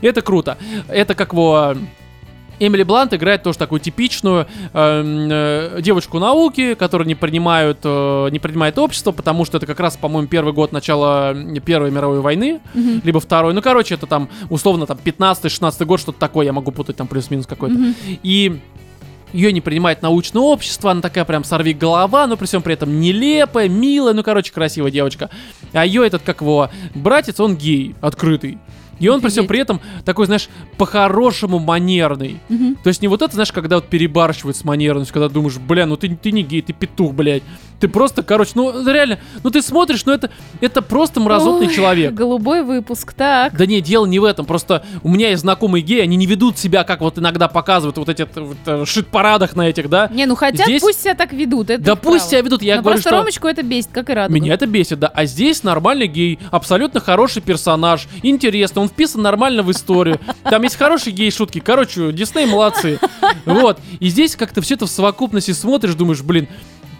Speaker 1: Это круто. Это как его... э, Эмили Блант играет тоже такую типичную эм, э, девочку науки, которую не принимают, э, не принимает общество, потому что это как раз, по-моему, первый год начала э, Первой мировой войны,
Speaker 3: Мгм.
Speaker 1: либо второй. Ну, короче, это там условно там 15-16 год, что-то такое, я могу путать там плюс-минус какой-то.
Speaker 3: Мгм.
Speaker 1: И ее не принимает научное общество, она такая прям сорви голова, но при всем при этом нелепая, милая, ну, короче, красивая девочка. А ее этот, как его, братец, он гей, открытый. И он при всем
Speaker 3: Офигеть.
Speaker 1: при этом такой, знаешь, по-хорошему манерный.
Speaker 3: Мгм.
Speaker 1: То есть не вот это, знаешь, когда вот перебарщивают с манерностью, когда думаешь, бля, ну ты, ты не гей, ты петух, блядь. Ты просто, короче, ну реально, ну ты смотришь, ну это, это просто мразотный
Speaker 3: Ой,
Speaker 1: человек.
Speaker 3: Голубой выпуск, так.
Speaker 1: Да не, дело не в этом. Просто у меня есть знакомые геи, они не ведут себя, как вот иногда показывают вот эти вот, э, шит-парадах на этих, да?
Speaker 3: Не, ну хотят,
Speaker 1: Здесь-
Speaker 3: пусть себя так ведут. Это
Speaker 1: да
Speaker 3: их
Speaker 1: пусть
Speaker 3: право.
Speaker 1: себя ведут, я
Speaker 3: Но
Speaker 1: говорю,
Speaker 3: просто
Speaker 1: что...
Speaker 3: Ромочку это бесит, как и радуга.
Speaker 1: Меня это бесит, да. А здесь нормальный гей, абсолютно хороший персонаж, интересно, он вписан нормально в историю. Там есть хорошие гей-шутки. Короче, Дисней молодцы. Вот. И здесь как-то все это в совокупности смотришь, думаешь, блин,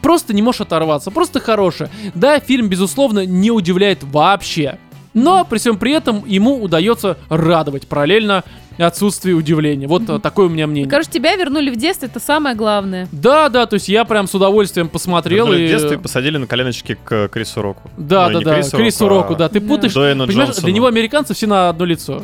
Speaker 1: просто не можешь оторваться, просто хорошее. Да, фильм, безусловно, не удивляет вообще. Но при всем при этом ему удается радовать параллельно отсутствию удивления. Вот э, такое у меня мнение.
Speaker 3: Короче, тебя вернули в детство, это самое главное.
Speaker 1: Да, да, то есть я прям с удовольствием посмотрел
Speaker 2: Вернули
Speaker 1: и...
Speaker 2: В детстве и посадили на коленочки к Крису Року.
Speaker 1: Да, да,
Speaker 2: Ну, не
Speaker 1: да. Крису Року,
Speaker 2: а
Speaker 1: да. Ты
Speaker 3: Да.
Speaker 1: путаешь.
Speaker 2: Дуэйну
Speaker 1: Понимаешь,
Speaker 2: Джонсону. *laughs*
Speaker 1: для него американцы все на одно лицо.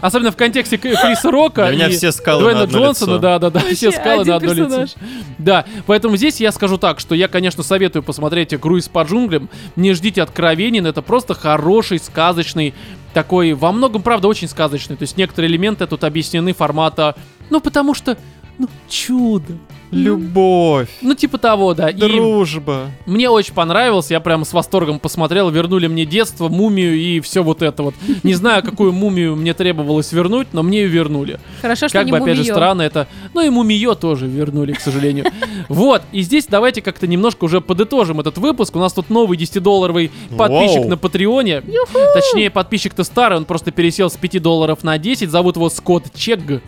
Speaker 1: Особенно в контексте К- Криса Рока
Speaker 2: Для меня
Speaker 1: и
Speaker 2: все скалы
Speaker 1: Дуэйна
Speaker 2: на одно
Speaker 1: Джонсона,
Speaker 2: лицо.
Speaker 1: да, да, да, все
Speaker 3: Вообще
Speaker 1: скалы
Speaker 3: один
Speaker 1: на одно лицо.
Speaker 3: персонаж.
Speaker 1: Да, поэтому здесь я скажу так, что я, конечно, советую посмотреть игру из по джунглям. Не ждите откровений, но это просто хороший, сказочный, такой, во многом, правда, очень сказочный. То есть некоторые элементы тут объяснены формата, ну, потому что, ну, чудо.
Speaker 2: Любовь,
Speaker 1: Ну, типа того, да. И-
Speaker 2: дружба.
Speaker 1: мне очень понравилось, я прям с восторгом посмотрел, вернули мне детство, мумию и все вот это вот. Не знаю, какую мумию мне требовалось вернуть, но мне ее вернули.
Speaker 3: Хорошо, что
Speaker 1: Как
Speaker 3: не
Speaker 1: бы, опять же,
Speaker 3: мумиё.
Speaker 1: странно это. Ну и мумию тоже вернули, к сожалению. Вот, и здесь давайте как-то немножко уже подытожим этот выпуск. У нас тут новый 10-долларовый подписчик
Speaker 2: Вау.
Speaker 1: на Патреоне. Точнее, подписчик-то старый, он просто пересел с 5 долларов на 10. Зовут его Скотт Чегг.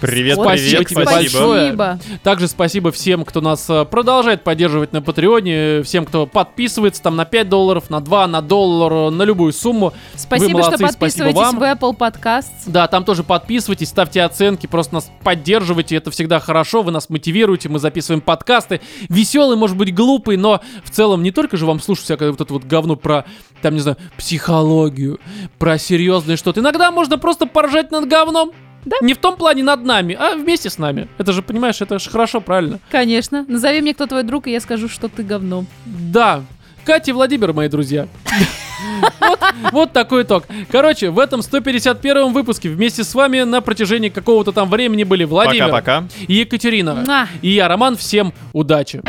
Speaker 2: Привет,
Speaker 1: Спасибо
Speaker 2: привет,
Speaker 1: тебе
Speaker 2: спасибо.
Speaker 1: большое.
Speaker 3: Спасибо.
Speaker 1: Также спасибо всем, кто нас э, продолжает поддерживать на Патреоне, э, всем, кто подписывается там на 5 долларов, на 2, на доллар, э, на любую сумму.
Speaker 3: Спасибо,
Speaker 1: молодцы,
Speaker 3: что
Speaker 1: спасибо
Speaker 3: подписываетесь
Speaker 1: вам.
Speaker 3: в Apple Podcasts.
Speaker 1: Да, там тоже подписывайтесь, ставьте оценки, просто нас поддерживайте, это всегда хорошо, вы нас мотивируете, мы записываем подкасты, веселые, может быть, глупые, но в целом не только же вам слушать всякое вот это вот говно про, там, не знаю, психологию, про серьезное что-то. Иногда можно просто поржать над говном.
Speaker 3: Да.
Speaker 1: Не в том плане над нами, а вместе с нами. Это же, понимаешь, это же хорошо, правильно?
Speaker 3: Конечно. Назови мне, кто твой друг, и я скажу, что ты говно.
Speaker 1: Да. Катя и Владимир, мои друзья. Вот, вот такой итог. Короче, в этом 151 выпуске вместе с вами на протяжении какого-то там времени были Владимир
Speaker 2: Пока-пока.
Speaker 1: и Екатерина.
Speaker 3: Муа.
Speaker 1: И я, Роман. Всем удачи.